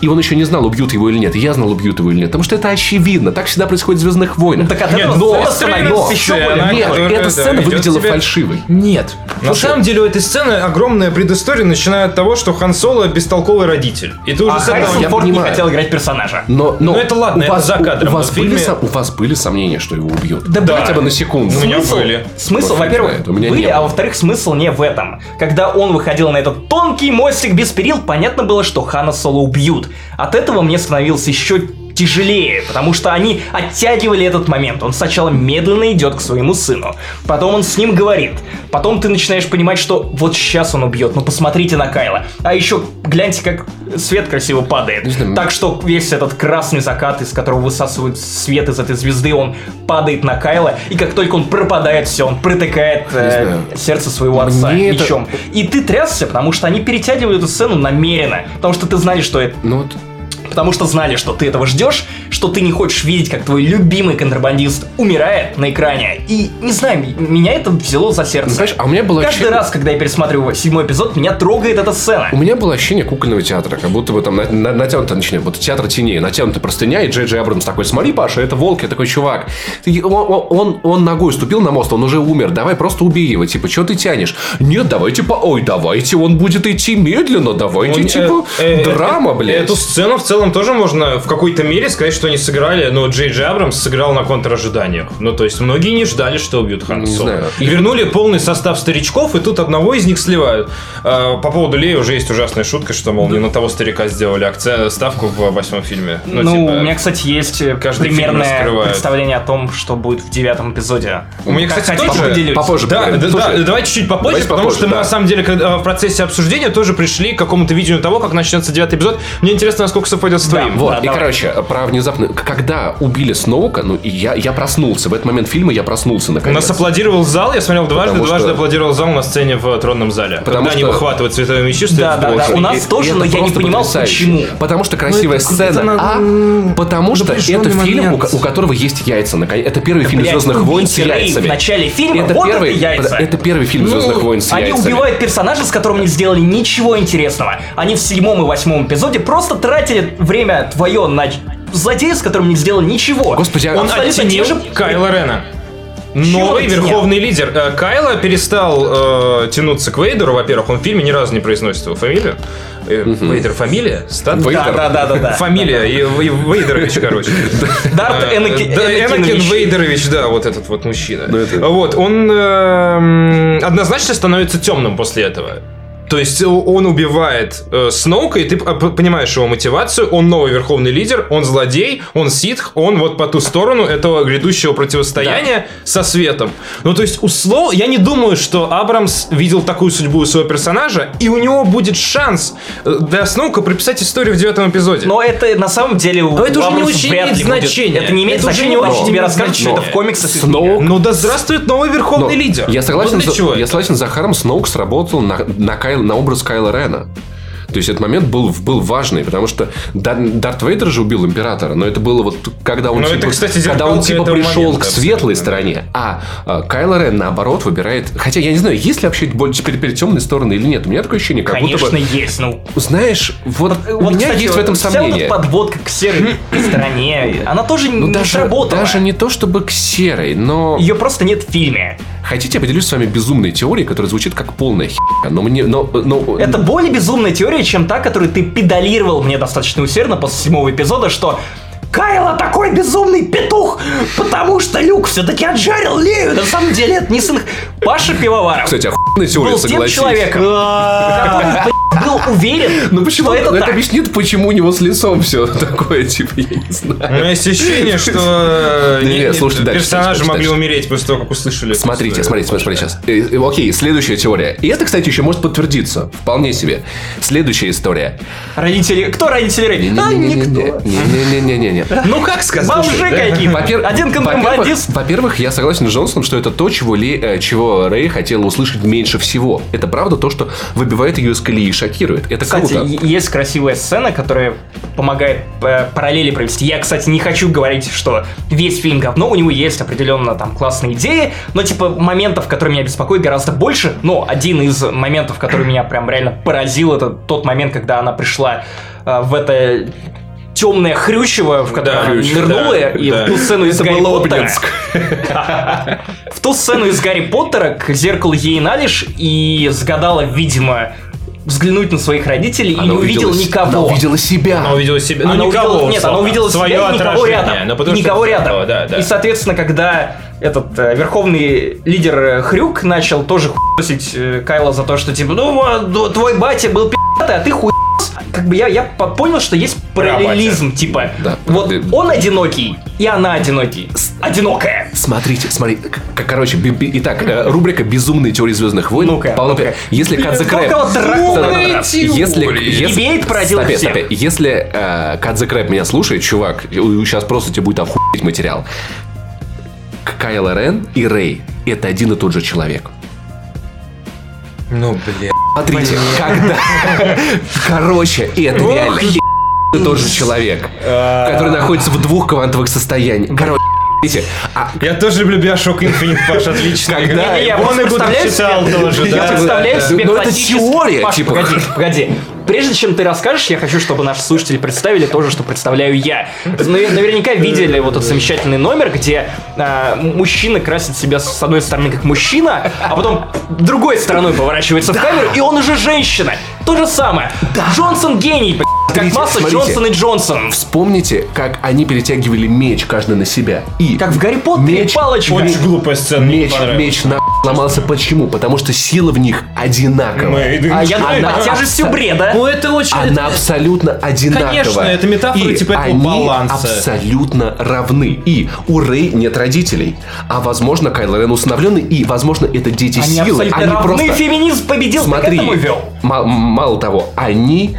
Speaker 1: и он еще не знал, убьют его или нет. Я знал, убьют его или нет. Потому что это очевидно. Так всегда происходит в «Звездных войнах».
Speaker 6: Так от
Speaker 2: Нет, ну,
Speaker 6: этого
Speaker 2: но-
Speaker 6: сцена становилась еще
Speaker 2: Сцена,
Speaker 6: более...
Speaker 1: Нет,
Speaker 2: которая, да,
Speaker 1: эта сцена
Speaker 2: идет
Speaker 1: выглядела
Speaker 2: тебе-
Speaker 1: фальшивой.
Speaker 2: Нет. На
Speaker 1: Слушай.
Speaker 2: самом деле у этой сцены огромная предыстория, начиная от того, что Хан Соло бестолковый родитель. И ты уже
Speaker 6: А
Speaker 2: с этого...
Speaker 6: Харрисон
Speaker 1: я
Speaker 6: Форд не
Speaker 1: понимаю.
Speaker 6: хотел играть персонажа.
Speaker 1: Но, но
Speaker 2: Ну, это ладно,
Speaker 1: у
Speaker 2: это
Speaker 1: вас,
Speaker 2: за
Speaker 1: у-
Speaker 2: кадром,
Speaker 1: У вас,
Speaker 2: но в фильме-
Speaker 1: были, сом- у вас были сомнения, что его убьют?
Speaker 6: Да
Speaker 1: Хотя бы на секунду.
Speaker 2: У меня
Speaker 6: Смысл-
Speaker 2: были.
Speaker 6: Смысл,
Speaker 1: Бог
Speaker 6: во-первых,
Speaker 1: знает, у меня не
Speaker 6: были,
Speaker 1: было.
Speaker 6: а во-вторых, смысл не в этом. Когда он выходил на этот тонкий мостик без перил, понятно было, что Хана Соло убьют. От этого мне становилось еще тяжелее, потому что они оттягивали этот момент. Он сначала медленно идет к своему сыну, потом он с ним говорит, потом ты начинаешь понимать, что вот сейчас он убьет, ну посмотрите на Кайла, а еще гляньте, как свет красиво падает.
Speaker 1: знаю,
Speaker 6: Так что весь этот красный закат, из которого высасывают свет из этой звезды, он падает на Кайла, и как только он пропадает, все, он протыкает э,
Speaker 1: знаю.
Speaker 6: сердце своего отца
Speaker 1: Мне это-
Speaker 6: мечом. И ты трясся, потому что они перетягивают эту сцену намеренно, потому что ты знали, что это,
Speaker 1: Ну вот,
Speaker 6: потому что знали, что ты этого ждешь, что ты не хочешь видеть, как твой любимый контрабандист умирает на экране. И не знаю, м- меня это взяло за
Speaker 1: ну,
Speaker 6: сердце.
Speaker 1: знаешь, а у меня было
Speaker 6: Каждый
Speaker 1: ощущение-
Speaker 6: раз, когда я пересматриваю седьмой эпизод, меня трогает эта сцена.
Speaker 1: У меня было ощущение кукольного театра, как будто бы там на- на- натянуто, точнее, вот театр теней, натянута простыня, и Джей Джей Абрамс такой, смотри, Паша, это волк, я такой, чувак, ты- он, он- он- он ногой ступил на мост, он уже умер, давай просто убей его, типа, что ты тянешь? Нет, давай, типа, ой, давайте, он будет идти медленно, давайте,
Speaker 2: Он, э,
Speaker 1: типа,
Speaker 2: э, э,
Speaker 1: драма,
Speaker 2: э,
Speaker 1: блядь.
Speaker 2: Эту сцену в целом тоже можно в какой-то мере сказать, что они сыграли, но Джей Джей Абрамс сыграл на контражиданиях. Ну, то есть, многие не ждали, что убьют Хан
Speaker 1: Не
Speaker 2: Соло.
Speaker 1: знаю.
Speaker 2: И вернули полный состав старичков, и тут одного из них сливают. А, по поводу Лея уже есть ужасная шутка, что, мол, не на того старика сделали акце- ставку в восьмом фильме.
Speaker 6: Ну,
Speaker 2: типа,
Speaker 6: у меня, кстати, есть э,
Speaker 2: каждый фильм
Speaker 6: примерное
Speaker 2: раскрывает.
Speaker 6: представление о том, что будет в девятом эпизоде.
Speaker 2: У меня, кстати,
Speaker 6: Хотите,
Speaker 2: тоже-
Speaker 6: поделюсь?
Speaker 1: попозже
Speaker 2: Да,
Speaker 1: поговорим.
Speaker 2: да,
Speaker 1: Слушай,
Speaker 2: да, давай чуть-чуть попозже,
Speaker 1: давайте
Speaker 2: потому
Speaker 1: попозже,
Speaker 2: что мы
Speaker 1: да.
Speaker 2: на самом деле когда, э, в процессе обсуждения тоже пришли к какому-то видению того, как начнется девятый эпизод. Мне интересно, насколько совпадет с твоим.
Speaker 1: Вот,
Speaker 6: Да,
Speaker 1: и,
Speaker 6: давай.
Speaker 1: короче, про внезапно... к- Когда убили Сноука, ну, и я, я проснулся. В этот момент фильма я проснулся,
Speaker 2: У нас
Speaker 1: наконец.
Speaker 2: аплодировал зал, я смотрел дважды,
Speaker 1: Потому
Speaker 2: дважды
Speaker 1: что-
Speaker 2: аплодировал зал на сцене в э, тронном зале.
Speaker 1: Потому
Speaker 2: когда они
Speaker 1: что-
Speaker 2: выхватывают цветовые мечи, что
Speaker 6: Да,
Speaker 2: это
Speaker 6: да, да.
Speaker 2: было.
Speaker 6: У нас
Speaker 1: И- и
Speaker 6: тоже,
Speaker 1: это
Speaker 6: но я не
Speaker 1: просто
Speaker 6: понимал,
Speaker 1: потрясающе.
Speaker 6: почему.
Speaker 1: Потому что красивая сцена, а потому что это фильм, у, ко- у которого есть яйца. наконец. Это первый фильм
Speaker 6: Блядь,
Speaker 1: Звездных войн с
Speaker 6: убейте Рэй
Speaker 1: яйцами.
Speaker 6: В начале фильма
Speaker 1: это
Speaker 6: вот
Speaker 1: первый,
Speaker 6: это яйца.
Speaker 1: это первый фильм Звездных
Speaker 6: Ну,
Speaker 1: войн с
Speaker 6: Они
Speaker 1: яйцами.
Speaker 6: убивают персонажа, с которым не сделали ничего интересного. Они в седьмом и восьмом эпизоде просто тратили время твое на злодея, с которым не сделали ничего.
Speaker 1: Господи, а-
Speaker 2: Он
Speaker 6: абсолютно
Speaker 2: оттенил
Speaker 6: те же-
Speaker 2: Кайла Рена. Новый
Speaker 6: оттенил?
Speaker 2: верховный лидер. Э, Кайла перестал э, тянуться к Вейдеру, во-первых, он в фильме ни разу не произносит его фамилию. Э, Вейдер фамилия? Стат?
Speaker 1: Вейдер.
Speaker 6: Да, да, да, да, да.
Speaker 2: Фамилия, и, и Вейдерович, короче.
Speaker 6: Дарт
Speaker 2: Э,
Speaker 6: Энаки-
Speaker 2: да, Энакин
Speaker 6: Энакинович.
Speaker 2: Вейдерович, да, вот этот вот мужчина.
Speaker 1: Ну, это-
Speaker 2: Вот, он эм, однозначно становится темным после этого. То есть о- он убивает э, Сноука, и ты п- п- понимаешь его мотивацию. Он новый верховный лидер, он злодей, он ситх, он вот по ту сторону этого грядущего противостояния со светом. Ну, то есть, услов... я не думаю, что Абрамс видел такую судьбу у своего персонажа, и у него будет шанс э, для Сноука прописать историю в девятом эпизоде.
Speaker 6: Но это на самом деле у
Speaker 2: Но это уже не
Speaker 6: Лавруса
Speaker 2: очень
Speaker 6: вряд ли
Speaker 2: имеет
Speaker 6: будет.
Speaker 2: значения.
Speaker 6: Это не имеет
Speaker 2: Это уже
Speaker 6: значения,
Speaker 2: не
Speaker 6: потому что
Speaker 2: очень
Speaker 6: тебе
Speaker 2: имеет
Speaker 6: расскажут, что это
Speaker 2: значения.
Speaker 6: в комиксах. и в
Speaker 1: Сноук
Speaker 2: Ну да здравствует новый верховный
Speaker 1: Но
Speaker 2: лидер.
Speaker 1: Я согласен,
Speaker 2: Вот для
Speaker 1: с-
Speaker 2: чего
Speaker 1: я
Speaker 2: это?
Speaker 1: согласен с Захаром, Сноук сработал на, на, Кайл- на образ Кайла Рена. То есть этот момент был, был важный, потому что Дар- Дарт Вейдер же убил Императора, но это было вот когда он
Speaker 2: Ну,
Speaker 1: типа,
Speaker 2: это, кстати,
Speaker 1: когда он,
Speaker 2: зеркалка
Speaker 1: типа
Speaker 2: этого
Speaker 1: пришел
Speaker 2: момента,
Speaker 1: к светлой
Speaker 2: абсолютно.
Speaker 1: стороне, а, э, Кайло Рен наоборот выбирает... Хотя я не знаю, есть ли вообще боль- теперь, теперь темные стороны или нет. У меня такое ощущение, как
Speaker 6: Конечно,
Speaker 1: будто бы...
Speaker 6: есть, ну.
Speaker 1: Знаешь, вот, у
Speaker 6: Вот,
Speaker 1: меня
Speaker 6: кстати,
Speaker 1: есть в этом
Speaker 6: вся
Speaker 1: сомнение.
Speaker 6: вот эта подводка к серой стороне, она тоже
Speaker 1: Ну,
Speaker 6: не
Speaker 1: даже,
Speaker 6: сработала.
Speaker 1: даже не то чтобы к серой, но...
Speaker 6: Ее просто нет в фильме.
Speaker 1: Хотите, я поделюсь с вами безумной теорией, которая звучит как полная хи**ка, но мне... Но, но,
Speaker 6: Это более безумная теория, чем та, которую ты педалировал мне достаточно усердно после седьмого эпизода, что Кайло такой безумный петух, потому что Люк все-таки отжарил Лею. На самом деле это не сын Паша Пивоваров.
Speaker 1: Кстати, охуенная теория,
Speaker 6: был тем
Speaker 1: согласись.
Speaker 6: человеком, который блядь, был уверен,
Speaker 1: Ну почему
Speaker 6: что
Speaker 1: это,
Speaker 6: это так.
Speaker 1: объяснит, почему у него с лицом все такое, типа, я не знаю.
Speaker 2: У меня есть ощущение, что э,
Speaker 1: Не,
Speaker 2: не-
Speaker 1: слушай, дальше,
Speaker 2: персонажи
Speaker 1: дальше,
Speaker 2: могли
Speaker 1: дальше.
Speaker 2: умереть после того, как услышали. эту
Speaker 1: Смотрите,
Speaker 2: историю.
Speaker 1: смотрите, смотрите, смотрите сейчас. Э, э, Окей, следующая теория. И это, кстати, еще может подтвердиться. Вполне себе. Следующая история.
Speaker 6: Родители... Кто родители Рэй? А, никто.
Speaker 1: Не-не-не-не-не.
Speaker 6: Ну как сказать? Бомжи какие-то.
Speaker 1: Во-пер-
Speaker 6: Один контрабандист.
Speaker 1: Во-первых, во-первых, я согласен с Джонсоном, что это то, чего, Ли, э, чего Рэй хотела услышать меньше всего. Это правда то, что выбивает ее из колеи и шокирует. Это
Speaker 6: Кстати,
Speaker 1: круто.
Speaker 6: е- есть красивая сцена, которая помогает э, параллели провести. Я, кстати, не хочу говорить, что весь фильм говно, у него есть определенно там классные идеи, но типа моментов, которые меня беспокоят, гораздо больше. Но один из моментов, который меня прям реально поразил, это тот момент, когда она пришла э, в это темное хрючево, в которое
Speaker 2: Да,
Speaker 6: она
Speaker 2: Хрющево,
Speaker 6: нырнула,
Speaker 2: да,
Speaker 6: и
Speaker 2: да.
Speaker 6: в ту сцену из Гарри
Speaker 1: было
Speaker 6: Поттера.
Speaker 1: Обнинск.
Speaker 6: В ту сцену из Гарри Поттера к зеркалу ей налишь и загадала, видимо, взглянуть на своих родителей и
Speaker 1: Она
Speaker 6: не увидела
Speaker 1: увидела с-
Speaker 6: никого.
Speaker 1: Она увидела себя.
Speaker 2: Она увидела себя. Ну,
Speaker 6: Она
Speaker 2: никого.
Speaker 6: увидела- нет, она
Speaker 2: условно.
Speaker 6: увидела
Speaker 2: свое
Speaker 6: себя и никого
Speaker 2: отражение.
Speaker 6: рядом.
Speaker 2: Ну, потому
Speaker 6: И
Speaker 2: что-
Speaker 6: никого рядом.
Speaker 2: Да, да.
Speaker 6: И, соответственно, когда этот э, верховный лидер э, Хрюк начал тоже хуесить э, Кайла за то, что типа, ну, а, ду- твой батя был пи***тый, а ты хуй как бы я, я по- понял, что есть параллелизм, типа,
Speaker 1: Да.
Speaker 6: вот
Speaker 1: Ты-
Speaker 6: он одинокий, и она одинокий. Одинокая.
Speaker 1: Смотрите, смотрите. К- к- Короче, би- би- итак, э, рубрика «Безумные теории Звездных войн».
Speaker 6: Ну-ка,
Speaker 1: Полно-
Speaker 6: ну-ка.
Speaker 1: Если Кадзе Крэп...
Speaker 6: Какого дракона
Speaker 1: Стоп,
Speaker 6: на этот раз?
Speaker 1: Если... если-
Speaker 6: Ебейт породил
Speaker 1: Стопе,
Speaker 6: всех.
Speaker 1: стопе. Если э, Кадзе Крэп меня слушает, чувак, сейчас просто тебе будет охуеть материал. К- Кайло Рен и Рэй — это один и тот же человек.
Speaker 2: Ну, блин.
Speaker 1: Смотрите, когда... Короче, и это реально и тот же человек,
Speaker 6: А.
Speaker 1: который находится в двух квантовых состояниях. Короче, видите, а
Speaker 2: Я тоже люблю Биошок Infinite, Паш, отлично.
Speaker 1: Когда?
Speaker 2: Я
Speaker 6: просто
Speaker 2: он и Гудов
Speaker 6: представляю
Speaker 2: читал
Speaker 6: себе-
Speaker 2: тоже,
Speaker 6: Я
Speaker 2: да.
Speaker 6: представляю
Speaker 1: да.
Speaker 6: себе
Speaker 1: Но это
Speaker 6: классический-
Speaker 1: теория,
Speaker 6: Паш,
Speaker 1: типа.
Speaker 6: погоди, погоди. Прежде чем ты расскажешь, я хочу, чтобы наши слушатели представили то же, что представляю я. Навер- Наверняка видели вот этот замечательный номер, где а, м- мужчина красит себя с одной стороны как мужчина, а потом другой стороной поворачивается в камеру, и он уже женщина. То же самое. Джонсон гений, блядь. как
Speaker 1: Смотрите,
Speaker 6: масса
Speaker 1: смотрите.
Speaker 6: Джонсон и Джонсон.
Speaker 1: Вспомните, как они перетягивали меч каждый на себя. И
Speaker 6: Как в Гарри Поттере
Speaker 1: меч-
Speaker 6: палочка.
Speaker 2: Очень глупая сцена, мне
Speaker 1: меч,
Speaker 2: понравилась.
Speaker 1: меч на сломался. Почему? Потому что сила в них одинаковая.
Speaker 2: Мы-
Speaker 6: А я думаю,
Speaker 1: Она-
Speaker 6: под тяжестью бреда.
Speaker 2: Ну, это очень...
Speaker 1: Она абсолютно одинаковая.
Speaker 2: Конечно, это метафора
Speaker 1: И
Speaker 2: типа этого
Speaker 1: они
Speaker 2: баланса.
Speaker 1: абсолютно равны. И у Рэй нет родителей. А возможно, Кайло Рен усыновленный. И, возможно, это дети
Speaker 6: Они
Speaker 1: силы.
Speaker 6: абсолютно
Speaker 1: они
Speaker 6: равны,
Speaker 1: просто...
Speaker 6: феминизм победил, ты к
Speaker 1: Смотри,
Speaker 6: этому вел.
Speaker 1: ма- мало того, они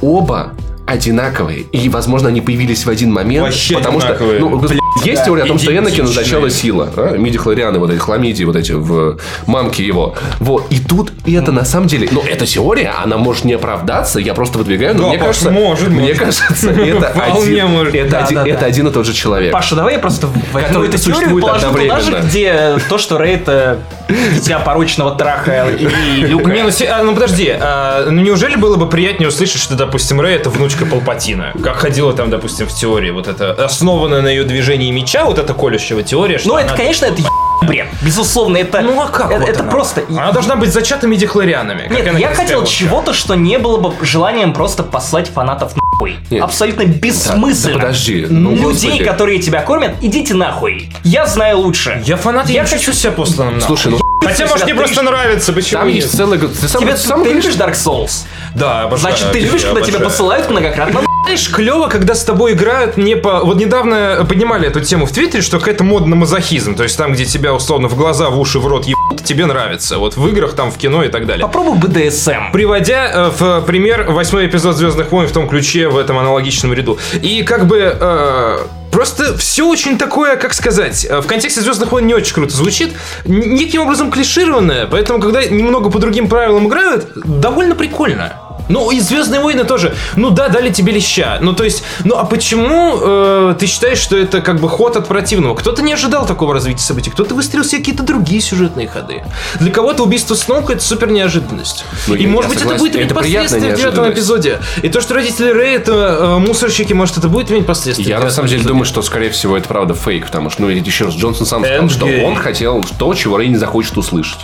Speaker 1: оба одинаковые. И, возможно, они появились в один момент.
Speaker 2: Вообще
Speaker 1: потому что,
Speaker 2: одинаковые.
Speaker 1: ну, господи, есть теория о том, что
Speaker 2: идентичные.
Speaker 1: Энакину зачало сила. А? Миди-хлорианы, вот эти хламидии, вот эти в мамки его. Вот. И тут и это на самом деле... Ну, это теория, она может не оправдаться, я просто выдвигаю, но
Speaker 2: Да,
Speaker 1: мне
Speaker 2: Паш,
Speaker 1: кажется...
Speaker 2: может,
Speaker 1: мне
Speaker 2: может.
Speaker 1: кажется, это
Speaker 2: Вполне
Speaker 1: один-
Speaker 2: может.
Speaker 1: это
Speaker 6: Да,
Speaker 1: один-
Speaker 6: да, да.
Speaker 1: это один и тот же человек.
Speaker 6: Паша, давай я просто возьму
Speaker 1: Которые
Speaker 6: эту теорию и
Speaker 1: существуют
Speaker 6: положу туда же,
Speaker 1: одновременно.
Speaker 6: где то, что Рэй это дитя порочного траха и Люка.
Speaker 2: Не, ну, се- а, ну, подожди, а, ну неужели было бы приятнее услышать, что, допустим, Рэй это внучка Палпатина? Как ходила там, допустим, в теории, вот это, основанная на ее движении меча, вот эта колющего теория, что
Speaker 6: Ну, это,
Speaker 2: она-
Speaker 6: конечно, это ебаный бред. Безусловно, это...
Speaker 2: Ну, а как
Speaker 6: Это,
Speaker 2: вот
Speaker 6: это
Speaker 2: она?
Speaker 6: просто...
Speaker 2: Она должна быть зачатыми дихлорианами.
Speaker 6: Нет, я хотел чего-то, что не было бы желанием просто послать фанатов нахуй.
Speaker 1: Нет.
Speaker 6: Абсолютно бессмысленно.
Speaker 1: да подожди, ну,
Speaker 6: Ну, Людей,
Speaker 1: господи.
Speaker 6: которые тебя кормят, идите нахуй. Я знаю лучше.
Speaker 2: Я фанат, я,
Speaker 6: Я
Speaker 2: не
Speaker 6: хочу-
Speaker 2: хочу себя посланным нахуй.
Speaker 1: Слушай, ну
Speaker 2: Хотя,
Speaker 6: себя
Speaker 2: может, мне
Speaker 6: трешь.
Speaker 2: просто нравится, почему
Speaker 1: там
Speaker 2: нет?
Speaker 1: есть целый... г- Ты сам,
Speaker 6: Тебя,
Speaker 1: сам
Speaker 6: ты
Speaker 1: говоришь,
Speaker 6: любишь Dark Souls?
Speaker 2: Да, обожаю,
Speaker 6: Значит, ты
Speaker 2: вообще,
Speaker 6: любишь, когда тебя
Speaker 2: обожаю.
Speaker 6: посылают многократно
Speaker 2: Знаешь, клево, когда с тобой играют не по... Вот недавно поднимали эту тему в Твиттере, что какая-то модный мазохизм. То есть там, где тебя условно в глаза, в уши, в рот ебут, тебе нравится. Вот в играх, там, в кино и так далее.
Speaker 6: Попробуй БДСМ.
Speaker 2: Приводя э, в пример восьмой эпизод Звездных войн в том ключе, в этом аналогичном ряду. И как бы э, просто все очень такое, как сказать, э, в контексте Звездных войн не очень круто звучит, н- неким образом клишированное, поэтому когда немного по другим правилам играют, довольно прикольно. Ну, и Звездные войны тоже. Ну да, дали тебе леща. Ну, то есть, ну а почему э, ты считаешь, что это как бы ход от противного? Кто-то не ожидал такого развития событий, кто-то выстрелил себе какие-то другие сюжетные ходы. Для кого-то убийство Сноука это супер неожиданность.
Speaker 1: Ну,
Speaker 2: и
Speaker 1: я-
Speaker 2: может
Speaker 1: я
Speaker 2: быть это
Speaker 1: согласен,
Speaker 2: будет иметь
Speaker 1: это приятная
Speaker 2: последствия в девятом
Speaker 1: неожиданность.
Speaker 2: эпизоде. И то, что родители Рэй это э, мусорщики, может это будет иметь последствия. в
Speaker 1: Я на
Speaker 2: девятом
Speaker 1: самом деле
Speaker 2: эпизоде.
Speaker 1: думаю, что, скорее всего, это правда фейк, потому что, ну, еще раз, Джонсон сам сказал, что
Speaker 2: Эндгейм.
Speaker 1: он хотел то, чего Рэй не захочет услышать.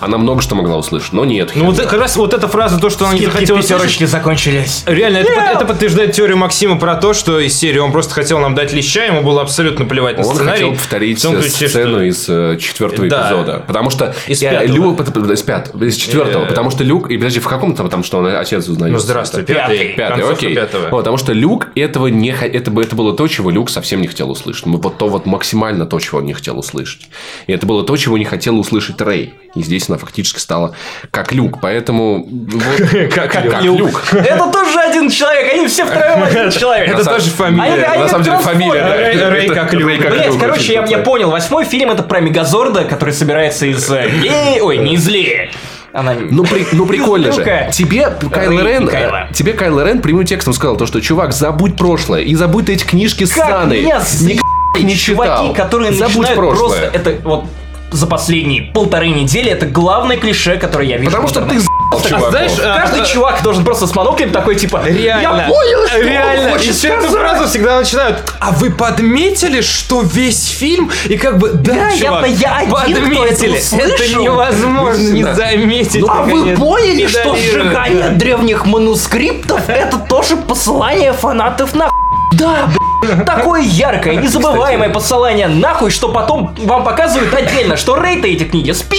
Speaker 1: Она много что могла услышать, но нет.
Speaker 2: Ну вот как раз вот эта фраза, то, что она не
Speaker 6: Скидки
Speaker 2: захотела
Speaker 6: в
Speaker 2: услышать,
Speaker 6: пятерочке закончились.
Speaker 2: Реально, это, под- это подтверждает теорию Максима про то, что из серии он просто хотел нам дать леща, ему было абсолютно плевать на
Speaker 1: он
Speaker 2: сценарий.
Speaker 1: хотел повторить
Speaker 2: В том
Speaker 1: э,
Speaker 2: ключе,
Speaker 1: сцену
Speaker 2: что-
Speaker 1: из э, четвертого
Speaker 2: Да.
Speaker 1: эпизода. Потому что...
Speaker 2: Из
Speaker 1: э,
Speaker 2: пятого.
Speaker 1: Люк- под- под- из пятого. Из четвертого.
Speaker 2: Э.
Speaker 1: Потому что Люк... И подожди, в каком там, там что он э, отец узнает?
Speaker 2: Ну, здравствуй, пятый.
Speaker 6: Пятый,
Speaker 1: Пятый,
Speaker 2: концовка
Speaker 1: окей.
Speaker 2: пятого.
Speaker 1: Вот, потому что Люк этого не хо- это, бы- это было то, чего Люк совсем не хотел услышать. Ну, Вот то вот максимально то, чего он не хотел услышать. И это было то, чего не хотел услышать Рэй. И здесь она фактически стала как Люк. Поэтому... вот-
Speaker 2: Как
Speaker 1: Как
Speaker 2: Люк.
Speaker 1: Люк.
Speaker 6: Это тоже один человек, они все втроем один человек.
Speaker 2: Это тоже фамилия.
Speaker 6: они
Speaker 1: На самом деле
Speaker 6: трансформеры.
Speaker 1: фамилия. да.
Speaker 2: Рэй- Рэй
Speaker 1: Это-
Speaker 2: как
Speaker 1: Рэй
Speaker 2: Люк.
Speaker 1: как
Speaker 6: Блять,
Speaker 1: Люк,
Speaker 6: короче, я,
Speaker 1: очень
Speaker 6: я
Speaker 1: круто.
Speaker 6: понял. Восьмой фильм это про Мегазорда, который собирается из... э, Леи- Ой, не из Леи. Она...
Speaker 1: Ну, при- ну, прикольно же.
Speaker 6: Люка.
Speaker 1: Тебе Кайло
Speaker 6: Рэй и
Speaker 1: Рен,
Speaker 6: Кайло.
Speaker 1: э, тебе Кайло Рен прямым текстом сказал то, что чувак, забудь прошлое и забудь эти книжки с
Speaker 6: Как
Speaker 1: Саной.
Speaker 6: меня
Speaker 1: Никто их не читал.
Speaker 6: чуваки, которые
Speaker 1: забудь
Speaker 6: начинают
Speaker 1: прошлое.
Speaker 6: просто... Это вот за последние полторы недели это главное клише, которое я вижу.
Speaker 1: Потому
Speaker 6: в
Speaker 1: что ты
Speaker 6: интернете.
Speaker 1: за***л, чувак.
Speaker 2: знаешь, а,
Speaker 6: Каждый
Speaker 2: а,
Speaker 6: чувак должен просто с моноклем такой, типа,
Speaker 2: Реально.
Speaker 6: я понял, что он
Speaker 2: Реально.
Speaker 6: хочет
Speaker 2: И все эту
Speaker 6: сказать».
Speaker 2: фразу всегда начинают. А вы подметили, что весь фильм и как бы да,
Speaker 6: Да,
Speaker 2: чувак,
Speaker 6: я- я один, кто это
Speaker 2: подметили.
Speaker 6: услышал.
Speaker 2: невозможно не заметить.
Speaker 1: Ну,
Speaker 6: А вы
Speaker 2: наконец.
Speaker 6: поняли, что
Speaker 2: Игнорировать.
Speaker 6: сжигание древних манускриптов это тоже посылание фанатов на Да, блядь, такое яркое, незабываемое посылание нахуй, что потом вам показывают отдельно, что Рейта эти книги спи.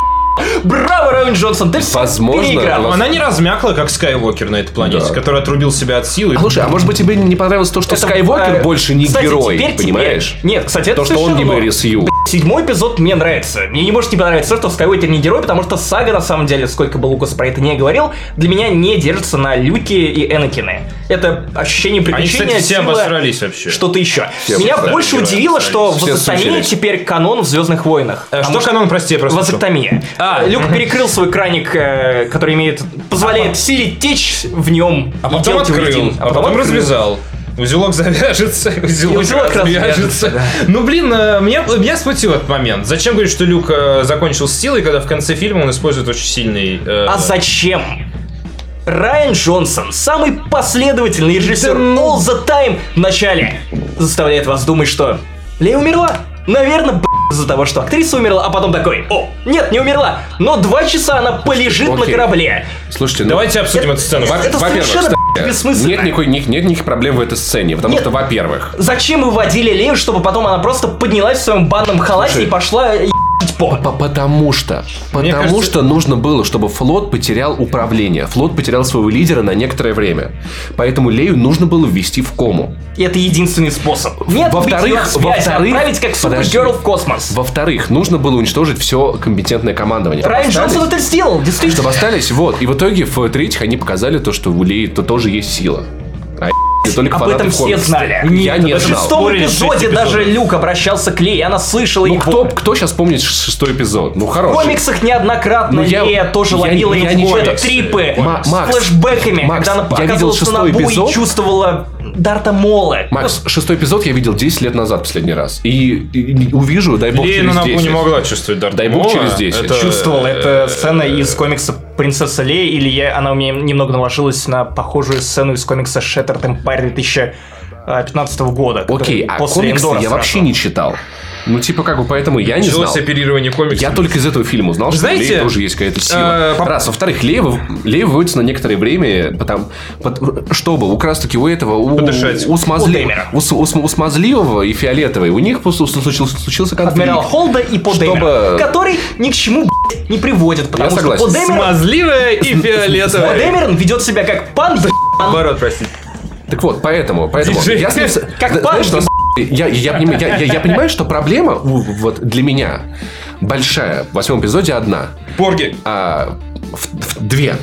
Speaker 6: Браво, Райан Джонсон, ты всё
Speaker 1: Возможно,
Speaker 6: переиграл.
Speaker 2: Она не размякла, как Скайуокер на этой планете, который отрубил себя от силы.
Speaker 1: А Слушай, а может быть тебе не понравилось то, что
Speaker 6: Это,
Speaker 1: Скайуокер
Speaker 6: э,
Speaker 1: больше не
Speaker 6: кстати, теперь
Speaker 1: герой,
Speaker 6: тебе-
Speaker 1: понимаешь?
Speaker 6: Нет, кстати, это
Speaker 1: То, что он
Speaker 6: совершенно
Speaker 1: не
Speaker 6: ново.
Speaker 1: Мэрис Ю.
Speaker 6: Седьмой эпизод мне нравится. Мне не может не понравиться то, что Скайуокер не герой, потому что сага, на самом деле, сколько бы Лукас про это не говорил, для меня не держится на Люке и Энакине. Это ощущение
Speaker 2: Они,
Speaker 6: приключения,
Speaker 2: кстати, все
Speaker 6: сила,
Speaker 2: обосрались вообще.
Speaker 6: что-то еще.
Speaker 1: Все
Speaker 6: меня
Speaker 1: обосрались,
Speaker 6: больше
Speaker 2: герои
Speaker 6: удивило, что
Speaker 1: обосрались. Все
Speaker 6: вазоктомия
Speaker 1: сучились.
Speaker 6: теперь канон в «Звездных войнах».
Speaker 2: Э, Что
Speaker 6: Потому
Speaker 2: канон, прости, я просто.
Speaker 6: Вазоктомия.
Speaker 2: А,
Speaker 6: Люк перекрыл свой краник, э, который имеет, позволяет силе течь в нем.
Speaker 2: А потом открыл, а потом развязал. Узелок завяжется, узелок,
Speaker 6: узелок развяжется,
Speaker 2: развяжется. Ну, блин, э, меня, меня смутил этот момент. Зачем говорить, что Люк э, закончил с силой, когда в конце фильма он использует очень сильный... э,
Speaker 6: А зачем? Райан Джонсон, самый последовательный режиссер
Speaker 2: Да ну.
Speaker 6: All the Time в начале, заставляет вас думать, что Лея умерла. Наверное, б***ь, из-за того, что актриса умерла, а потом такой, о, нет, не умерла, но два часа она полежит на
Speaker 1: Окей.
Speaker 6: корабле.
Speaker 1: Слушайте, ну,
Speaker 2: Давайте обсудим эту сцену.
Speaker 1: во-
Speaker 6: это
Speaker 1: во-первых,
Speaker 6: совершенно
Speaker 1: кстати,
Speaker 6: бессмысленно.
Speaker 1: нет никакой, ни- нет никаких проблем в этой сцене, потому
Speaker 6: Нет.
Speaker 1: что, во-первых,
Speaker 6: Зачем выводили Лею, чтобы потом она просто поднялась в своем банном халате
Speaker 1: Слушай,
Speaker 6: и пошла ебать по?
Speaker 1: По- Потому что.
Speaker 2: Мне
Speaker 1: Потому
Speaker 2: кажется-
Speaker 1: что нужно было, чтобы флот потерял управление. Флот потерял своего лидера на некоторое время. Поэтому Лею нужно было ввести в кому.
Speaker 6: И это единственный способ. Нет,
Speaker 1: Во-вторых,
Speaker 6: бить её от связи,
Speaker 1: во-вторых,
Speaker 6: отправить как
Speaker 1: подожди.
Speaker 6: Супергерл в космос.
Speaker 1: Во-вторых, нужно было уничтожить все компетентное командование.
Speaker 6: Райан
Speaker 1: Остались-
Speaker 6: Джонсон это сделал, действительно.
Speaker 1: Чтобы остались, вот. И в итоге, в-третьих, они показали то, что у Леи то тоже есть сила. А и только
Speaker 6: Об
Speaker 1: фанаты
Speaker 6: этом
Speaker 1: в
Speaker 6: все
Speaker 1: комиксах.
Speaker 6: знали.
Speaker 1: Я не
Speaker 6: В
Speaker 1: знал.
Speaker 6: шестом
Speaker 2: Спорили в шесть
Speaker 6: эпизоде
Speaker 2: эпизодов.
Speaker 6: даже Люк обращался к Лее, она слышала
Speaker 1: Ну
Speaker 6: его.
Speaker 1: кто, кто сейчас помнит ш- шестой эпизод? Ну
Speaker 6: В
Speaker 1: хороший.
Speaker 6: комиксах неоднократно
Speaker 1: Ну, я-
Speaker 6: Лея тоже
Speaker 1: я-
Speaker 6: ловила
Speaker 1: я
Speaker 6: его
Speaker 1: ничего-
Speaker 6: это трипы
Speaker 1: Ма-
Speaker 6: с
Speaker 1: Макс,
Speaker 6: флешбэками,
Speaker 1: Макс,
Speaker 6: когда она
Speaker 1: я видел
Speaker 6: оказывалась на
Speaker 1: шестой
Speaker 6: Набу и
Speaker 1: эпизод.
Speaker 6: чувствовала Дарта Мола.
Speaker 1: Макс, шестой эпизод я видел 10 лет назад последний раз. И, и- и увижу, дай бог,
Speaker 2: Лея
Speaker 1: через
Speaker 2: на Набу
Speaker 1: 10.
Speaker 2: не могла чувствовать Дарт
Speaker 1: Дай бог,
Speaker 2: Мола.
Speaker 1: через 10.
Speaker 6: чувствовал.
Speaker 2: э,
Speaker 6: Это сцена из комикса «Принцесса Лея», или я, она у меня немного наложилась на похожую сцену из комикса «Shattered Empire» 2015 э, года. который
Speaker 1: Окей, а
Speaker 6: после
Speaker 1: комиксы
Speaker 6: Эндора
Speaker 1: я
Speaker 6: сразу.
Speaker 1: вообще не читал. Ну, типа, как бы, поэтому я не
Speaker 2: Началось
Speaker 1: знал.
Speaker 2: оперирование комиксов.
Speaker 1: Я только из этого фильма узнал, что
Speaker 2: Знаете,
Speaker 1: у Леи тоже есть какая-то
Speaker 2: э,
Speaker 1: сила.
Speaker 2: по-
Speaker 1: Раз. Во-вторых, Лея, вы- Лея выводится на некоторое время, потом, пот- чтобы у как таки у этого, у,
Speaker 2: Подышать.
Speaker 1: у, смазли-
Speaker 6: У Дэмера.
Speaker 1: у с- у см- у смазливого и фиолетовой, у них просто су- случился, случился конфликт.
Speaker 6: Адмирал Холда и Подемера,
Speaker 1: Чтобы-
Speaker 6: который ни к чему блядь, не приводит, потому что
Speaker 1: согласен.
Speaker 6: Подемер
Speaker 2: Смазливая и фиолетовая.
Speaker 6: Подемерон ведет себя как пан, ебан.
Speaker 2: Наоборот, простите.
Speaker 1: Так вот, поэтому, поэтому
Speaker 2: Диджей.
Speaker 1: я с ним с-
Speaker 6: Как
Speaker 1: зна-
Speaker 6: панк,
Speaker 1: знаешь, на с- я, я, понимаю- я- я- я понимаю, что проблема у- вот для меня большая в восьмом эпизоде одна,
Speaker 2: Порги.
Speaker 1: а в- в- две.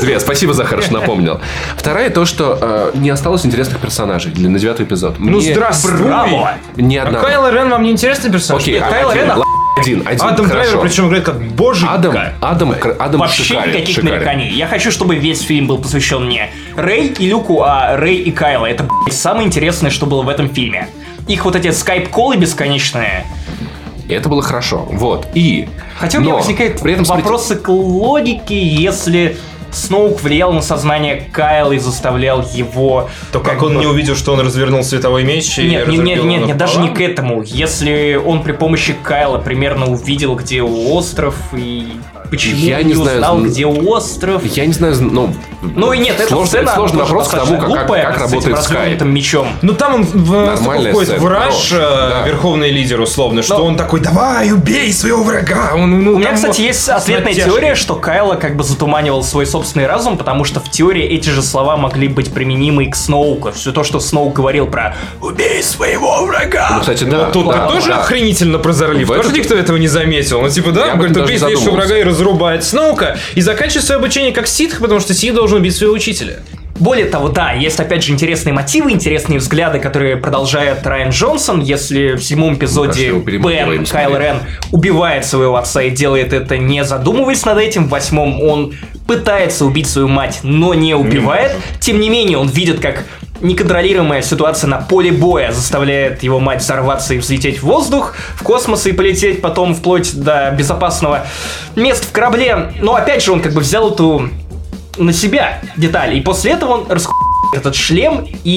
Speaker 1: Две. Спасибо, Захар, что напомнил. Вторая то, что э, не осталось интересных персонажей для на девятый эпизод.
Speaker 2: Ну,
Speaker 1: Мне
Speaker 2: здравствуй.
Speaker 6: Браво!
Speaker 1: Ни
Speaker 2: А
Speaker 1: одного.
Speaker 2: Кайло Рен вам не интересный персонаж?
Speaker 1: Окей,
Speaker 2: Нет,
Speaker 1: а
Speaker 2: Кайло
Speaker 1: Кайло
Speaker 2: Рен
Speaker 1: Рен
Speaker 2: охуенный
Speaker 1: Один, один,
Speaker 2: Адам Драйвер
Speaker 1: хорошо.
Speaker 2: причем играет как божий.
Speaker 1: Адам, Адам, кр- Адам
Speaker 6: Вообще
Speaker 1: шикарен,
Speaker 6: никаких
Speaker 1: шикарен.
Speaker 6: нареканий. Я хочу, чтобы весь фильм был посвящен мне Рэй и Люку, а Рэй и Кайла. Это, блядь, самое интересное, что было в этом фильме. Их вот эти скайп-колы бесконечные.
Speaker 1: И Это было хорошо. Вот. И...
Speaker 6: Хотя у меня
Speaker 1: но
Speaker 6: возникают
Speaker 1: при этом, смотрите,
Speaker 6: вопросы к логике, если Сноук влиял на сознание Кайла и заставлял его...
Speaker 2: То как он
Speaker 6: бы-
Speaker 2: не увидел, что он развернул световой меч и
Speaker 6: А, Нет, нет, нет,
Speaker 2: разрубил
Speaker 6: нет,
Speaker 2: его
Speaker 6: нет, даже не
Speaker 2: пополам?
Speaker 6: к этому. Если он при помощи Кайла примерно увидел, где остров и почему
Speaker 1: Я
Speaker 6: не,
Speaker 1: не знаю,
Speaker 6: узнал,
Speaker 1: ну,
Speaker 6: где остров.
Speaker 1: Я не знаю, ну...
Speaker 6: Ну и нет, это
Speaker 1: сложный,
Speaker 6: сцена,
Speaker 1: сложный
Speaker 6: она тоже
Speaker 1: вопрос к тому,
Speaker 6: достаточно
Speaker 1: как, как,
Speaker 6: глупая,
Speaker 1: как
Speaker 6: с этим
Speaker 1: работает Skype.
Speaker 6: развернутым мечом.
Speaker 2: Ну там он в,
Speaker 1: Нормальная
Speaker 2: входит в
Speaker 1: сцена,
Speaker 2: раж,
Speaker 1: хорош,
Speaker 2: э,
Speaker 1: да.
Speaker 2: верховный лидер условно, что
Speaker 6: Но-
Speaker 2: он такой, давай, убей своего врага. Он, ну,
Speaker 6: У меня,
Speaker 2: там
Speaker 6: кстати,
Speaker 2: вот
Speaker 6: есть
Speaker 2: с
Speaker 6: ответная
Speaker 2: натяжкой.
Speaker 6: теория, что Кайла как бы затуманивал свой собственный разум, потому что в теории эти же слова могли быть применимы и к Сноуку. Все то, что Сноук говорил про «убей своего врага».
Speaker 1: Ну, Кстати, да.
Speaker 2: Тут
Speaker 1: да,
Speaker 2: он тоже
Speaker 1: да.
Speaker 2: охренительно
Speaker 1: В
Speaker 2: прозорлив. Тоже
Speaker 1: этот-
Speaker 2: никто этого не заметил. Ну, типа, да,
Speaker 1: Я
Speaker 2: он
Speaker 1: об этом
Speaker 2: говорит,
Speaker 1: даже
Speaker 2: убей слишком
Speaker 1: задумался.
Speaker 2: врага и разрубает Сноука. И заканчивает свое обучение как ситх, потому что ситх должен убить своего учителя.
Speaker 6: Более того, да, есть опять же интересные мотивы, интересные взгляды, которые продолжает Райан Джонсон, если в седьмом эпизоде
Speaker 1: Ну, мы перематываем,
Speaker 6: Бен, Кайл
Speaker 1: смотри.
Speaker 6: Рен, убивает своего отца и делает это не задумываясь над этим. В восьмом он пытается убить свою мать, но не
Speaker 1: Ну,
Speaker 6: убивает. Тем не менее, он видит, как неконтролируемая ситуация на поле боя заставляет его мать взорваться и взлететь в воздух, в космос и полететь потом вплоть до безопасного места в корабле. Но опять же, он как бы взял эту на себя деталь. И после этого он расху- этот шлем и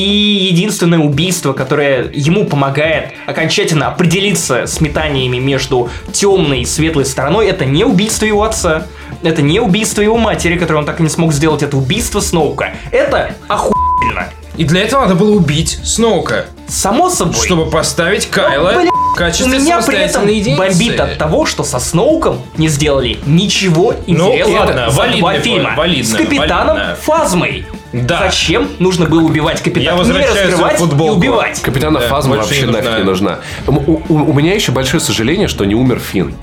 Speaker 6: единственное убийство, которое ему помогает окончательно определиться с метаниями между темной и светлой стороной, это не убийство его отца, это не убийство его матери, которое он так и не смог сделать, это убийство Сноука. Это охуенно.
Speaker 2: И для этого надо было убить Сноука,
Speaker 6: Само собой.
Speaker 2: чтобы поставить Кайла
Speaker 6: блин,
Speaker 2: в качестве
Speaker 6: Ну, у меня при этом
Speaker 2: самостоятельной единицы.
Speaker 6: бомбит от того, что со Сноуком не сделали ничего интересного
Speaker 2: ладно,
Speaker 6: за
Speaker 2: валидный
Speaker 6: два
Speaker 2: пой-
Speaker 6: фильма.
Speaker 2: валидно,
Speaker 6: С капитаном
Speaker 2: валидно.
Speaker 6: Фазмой.
Speaker 2: Да.
Speaker 6: Зачем нужно было убивать
Speaker 2: Я
Speaker 6: капитана? Не
Speaker 2: возвращаюсь в
Speaker 6: раскрывать и
Speaker 2: футболку.
Speaker 6: убивать.
Speaker 1: Капитана
Speaker 2: Да,
Speaker 1: Фазма
Speaker 2: больше
Speaker 1: вообще
Speaker 2: не нужна.
Speaker 1: нафиг не нужна. У, у- у меня еще большое сожаление, что не умер Финн.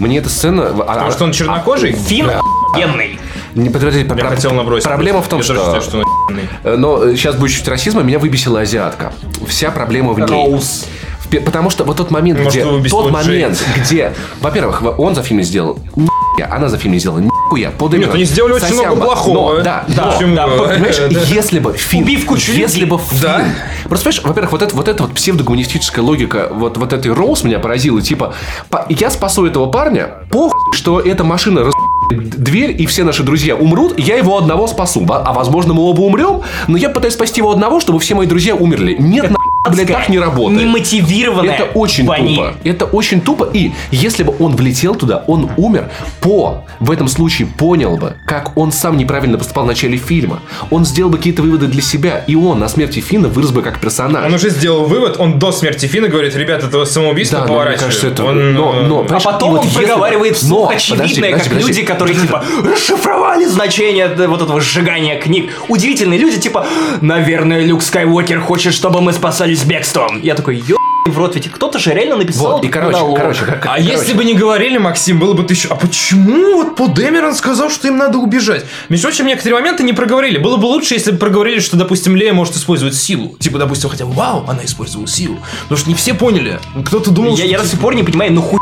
Speaker 1: Мне эта сцена... а,
Speaker 2: Потому что он чернокожий?
Speaker 6: Финн охуенный.
Speaker 1: Не подождите, про-
Speaker 2: Я
Speaker 1: про-
Speaker 2: хотел набросить.
Speaker 1: Проблема в том,
Speaker 2: Я тоже
Speaker 1: что...
Speaker 2: считаю, что он охуенный.
Speaker 1: э, Но сейчас будет чуть расизма, меня выбесила азиатка. Вся проблема в ней.
Speaker 6: Роуз.
Speaker 1: В пе- Потому что вот тот момент,
Speaker 2: Может,
Speaker 1: где...
Speaker 2: его выбесила
Speaker 1: Тот
Speaker 2: Джейн.
Speaker 1: момент, где... Во-первых, во- он за фильм сделал нихуя, она за фильм не сделала нихуя. Подыграла.
Speaker 2: Нет, они сделали очень много
Speaker 1: Сосямба.
Speaker 2: плохого.
Speaker 1: Но, да,
Speaker 2: Да,
Speaker 1: но,
Speaker 2: почему?
Speaker 1: да, понимаешь,
Speaker 2: Да.
Speaker 1: если бы фильм...
Speaker 6: Убив кучу
Speaker 1: Если
Speaker 6: людей.
Speaker 1: бы фильм...
Speaker 2: Да.
Speaker 1: Просто, понимаешь, во-первых, вот, это, вот эта вот псевдогуманистическая логика вот, вот этой Роуз меня поразила. Типа, по- я спасу этого парня, похуй, что эта машина раз дверь, и все наши друзья умрут, я его одного спасу. Во- А возможно, мы оба умрем, но я пытаюсь спасти его одного, чтобы все мои друзья умерли. Нет, на, блядь, так не работает.
Speaker 6: Немотивированная.
Speaker 1: Это очень
Speaker 6: Бани.
Speaker 1: тупо. Это очень тупо. И если бы он влетел туда, он умер, по в этом случае понял бы, как он сам неправильно поступал в начале фильма. Он сделал бы какие-то выводы для себя, и он на смерти Фина вырос бы как персонаж.
Speaker 2: Он уже сделал вывод, он до смерти Фина говорит, ребят, это самоубийство
Speaker 1: Да, но мне
Speaker 2: поворачивает.
Speaker 1: кажется, это-
Speaker 2: Он,
Speaker 1: но-
Speaker 2: э,
Speaker 1: но-
Speaker 6: А
Speaker 1: Понимаешь,
Speaker 6: потом
Speaker 1: и вот
Speaker 6: он
Speaker 1: если-
Speaker 6: проговаривает
Speaker 1: Но,
Speaker 6: вслух
Speaker 1: подожди,
Speaker 6: очевидное, как
Speaker 1: подожди, подожди.
Speaker 6: люди, которые типа расшифровали значение д- вот этого сжигания книг. Удивительные люди, типа, наверное, Люк Скайуокер хочет, чтобы мы спасались бегством. Я такой, ё в рот, ведь кто-то же реально написал
Speaker 1: Вот, и
Speaker 6: этот
Speaker 1: короче,
Speaker 6: монолог.
Speaker 1: короче, как-
Speaker 2: А
Speaker 1: короче.
Speaker 2: если бы не говорили, Максим, было бы тысяча... А почему вот Пол Дэмерон сказал, что им надо убежать? Между прочим, некоторые моменты не проговорили. Было бы лучше, если бы проговорили, что, допустим, Лея может использовать силу. Типа, допустим, хотя бы, вау, она использовала силу. Потому что не все поняли. Кто-то думал,
Speaker 6: Ну, Я, я до
Speaker 2: что... типа,
Speaker 6: сих пор не понимаю, ну хуя,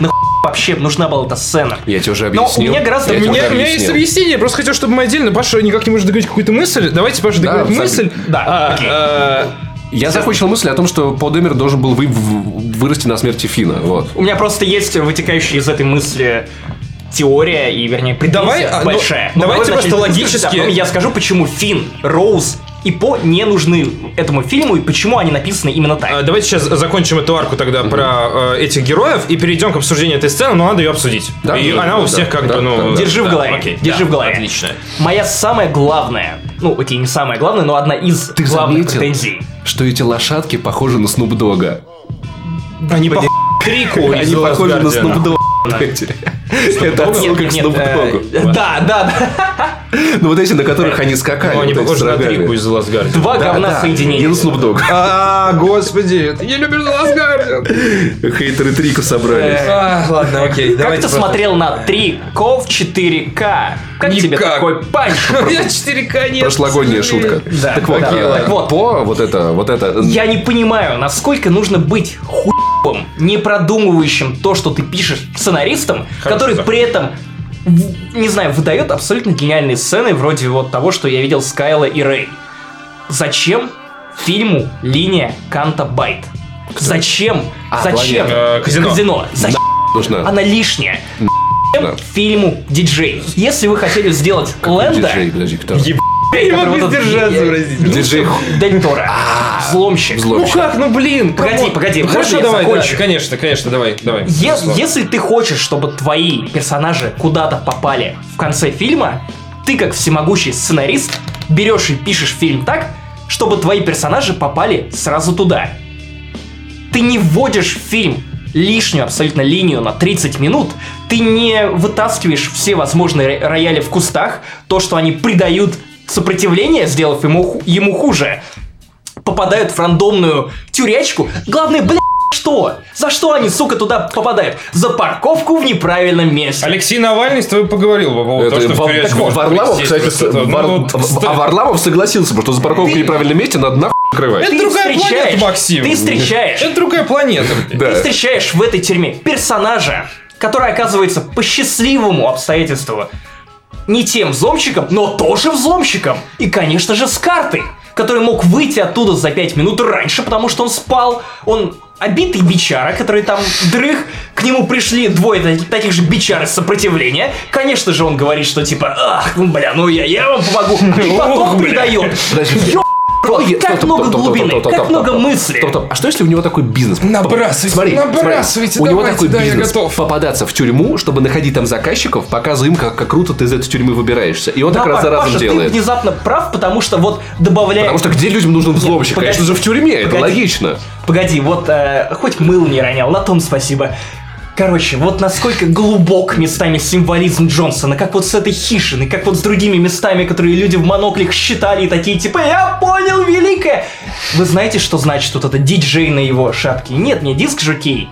Speaker 6: ну хуя вообще нужна была эта сцена.
Speaker 1: Я тебе уже
Speaker 6: Но у
Speaker 1: объяснил.
Speaker 6: меня гораздо...
Speaker 1: Я тебе
Speaker 2: У меня,
Speaker 1: уже
Speaker 2: у меня есть
Speaker 1: объяснил.
Speaker 2: объяснение, я просто хотел, чтобы мы отдельно, Паша никак не может договорить какую-то мысль. Давайте, Паша,
Speaker 1: Да,
Speaker 2: договорит
Speaker 1: сам-
Speaker 2: мысль.
Speaker 6: Да,
Speaker 2: А,
Speaker 6: окей.
Speaker 2: а,
Speaker 1: Я закончил мысль о том, что Пол Дэмер должен был вы- в- вырасти на смерти Фина. Вот.
Speaker 6: У меня просто есть вытекающая из этой мысли теория и, вернее, претензия
Speaker 2: Давай, а, ну,
Speaker 6: большая.
Speaker 2: давайте
Speaker 6: Но давай
Speaker 2: просто
Speaker 6: начать
Speaker 2: логически.
Speaker 6: слушать, а потом я скажу, почему Финн, Роуз и По не нужны этому фильму и почему они написаны именно так.
Speaker 2: а, Давайте сейчас закончим эту арку тогда про э, этих героев и перейдем к обсуждению этой сцены, но надо ее обсудить.
Speaker 1: Да,
Speaker 2: и
Speaker 1: да,
Speaker 2: она
Speaker 1: да,
Speaker 2: у всех как
Speaker 1: да,
Speaker 2: бы, ну...
Speaker 1: да.
Speaker 6: Держи в
Speaker 2: да,
Speaker 6: голове.
Speaker 2: окей,
Speaker 6: держи
Speaker 2: да,
Speaker 6: в голове.
Speaker 2: Отлично.
Speaker 6: Моя самая главная, ну, окей, не самая главная, но одна из
Speaker 1: Ты
Speaker 6: главных
Speaker 1: заметил,
Speaker 6: претензий.
Speaker 1: что эти лошадки похожи на Снуп Дога?
Speaker 2: Они по крику из
Speaker 1: Они
Speaker 2: «Лас
Speaker 1: похожи на
Speaker 2: Гардиана».
Speaker 1: Снуп Дога. Это отсылка к
Speaker 6: Нет, нет,
Speaker 1: Снуп
Speaker 6: э,
Speaker 1: Догу.
Speaker 6: Да, да, да.
Speaker 1: Ну вот эти, на которых они скакали.
Speaker 2: Ну, они
Speaker 1: вот эти с
Speaker 2: похожи на
Speaker 1: рогами.
Speaker 2: крику из «Лас Гардиана».
Speaker 6: Два
Speaker 1: Да,
Speaker 6: говна
Speaker 1: да. И
Speaker 6: соединения.
Speaker 1: на Снуп Дога.
Speaker 2: А, господи, ты не любишь «Лас Гардиан».
Speaker 1: Хейтеры Трико собрались.
Speaker 2: А, Ладно, окей,
Speaker 6: Э, Как
Speaker 2: давайте
Speaker 6: ты
Speaker 2: просто-
Speaker 6: смотрел на 3К в 4К? Как тебе
Speaker 2: Никак.
Speaker 6: такой панч?
Speaker 2: Я 4К нет.
Speaker 1: Прошлогодняя шутка.
Speaker 6: Да,
Speaker 1: Так вот,
Speaker 6: да,
Speaker 1: э,
Speaker 6: да. Вот.
Speaker 1: По, вот это, э, вот это.
Speaker 6: Я не понимаю, насколько нужно быть хуй тупым, не продумывающим то, что ты пишешь сценаристом,
Speaker 2: Хорошо,
Speaker 6: который
Speaker 2: да.
Speaker 6: при этом в- не знаю, выдает абсолютно гениальные сцены, вроде вот того, что я видел с Кайла и Рэй. Зачем фильму линия Канта Байт? Зачем? Зачем?
Speaker 2: линия, э, казино.
Speaker 6: Зачем?
Speaker 1: Нужно.
Speaker 6: Она лишняя. Зачем Фильму диджей. Если вы хотели сделать Лэнда,
Speaker 1: Диджей, подожди, кто?
Speaker 6: я не могу сдержаться,
Speaker 1: Диджей.
Speaker 6: Дель Торо. Взломщик.
Speaker 2: Ну как, ну блин,
Speaker 6: Погоди,
Speaker 2: камон.
Speaker 6: погоди, можно
Speaker 2: Хорошо,
Speaker 6: я
Speaker 2: давай, да,
Speaker 6: закончу?
Speaker 2: конечно, конечно, давай, давай.
Speaker 6: Е-
Speaker 2: Руслан.
Speaker 6: если ты хочешь, чтобы твои персонажи куда-то попали в конце фильма, ты как всемогущий сценарист берешь и пишешь фильм так, чтобы твои персонажи попали сразу туда. Ты не вводишь в фильм лишнюю абсолютно линию на 30 минут, ты не вытаскиваешь все возможные ро- рояли в кустах, то, что они придают сопротивление, сделав ему, ху- ему хуже, попадают в рандомную тюрячку. Главное, блядь, что? За что они, сука, туда попадают? За парковку в неправильном месте.
Speaker 2: Алексей Навальный с тобой поговорил по поводу
Speaker 1: Это
Speaker 2: того, что в
Speaker 1: Вар-
Speaker 2: тюрячку
Speaker 1: так
Speaker 2: можно
Speaker 1: Варламов,
Speaker 2: присесть
Speaker 1: кстати,
Speaker 2: просто.
Speaker 1: с-
Speaker 2: Ну,
Speaker 1: Вар-
Speaker 2: вот ст-
Speaker 1: В- а Варламов согласился, потому что за парковку в неправильном месте надо нахуй закрывать.
Speaker 2: Это
Speaker 6: Ты
Speaker 2: другая
Speaker 6: встречаешь-
Speaker 2: планета, Максим.
Speaker 6: ты встречаешь.
Speaker 2: Это другая планета. блин.
Speaker 6: Ты встречаешь в этой тюрьме персонажа, который оказывается по счастливому обстоятельству не тем взломщиком, но тоже взломщиком. И, конечно же, с карты, который мог выйти оттуда за 5 минут раньше, потому что он спал. Он обитый бичара, который там дрых. К нему пришли двое та- таких же бичар из сопротивления. Конечно же, он говорит, что типа, ах, ну, бля, ну я, я вам помогу. И потом предает. Ёб рот,
Speaker 1: Ой,
Speaker 6: Как
Speaker 1: стоп,
Speaker 6: много
Speaker 1: стоп, стоп, стоп,
Speaker 6: глубины,
Speaker 1: стоп, стоп,
Speaker 6: как
Speaker 1: стоп,
Speaker 6: много
Speaker 1: стоп, стоп.
Speaker 6: мыслей.
Speaker 1: Стоп, стоп. А что если у него такой бизнес?
Speaker 2: Набрасывайте,
Speaker 1: Смотри,
Speaker 2: набрасывайте,
Speaker 1: смотри. У него
Speaker 2: давайте,
Speaker 1: такой
Speaker 2: да, я
Speaker 1: бизнес.
Speaker 2: готов.
Speaker 1: Попадаться в тюрьму, чтобы находить там заказчиков, показывая им, как, как круто ты из этой тюрьмы выбираешься. И он
Speaker 6: Да,
Speaker 1: так раз за
Speaker 6: Паша,
Speaker 1: разом
Speaker 6: ты
Speaker 1: делает.
Speaker 6: внезапно прав, потому что вот добавляя...
Speaker 1: Потому что где людям нужен взломщик?
Speaker 6: погоди,
Speaker 1: Конечно же, в тюрьме, это
Speaker 6: погоди.
Speaker 1: логично.
Speaker 6: Погоди, вот э, хоть мыл не ронял, на том спасибо. Короче, вот насколько глубок местами символизм Джонсона, как вот с этой хишиной, как вот с другими местами, которые люди в моноклях считали и такие типа «Я понял, великое!» Вы знаете, что значит вот это диджей на его шапке? Нет, не диск жокей,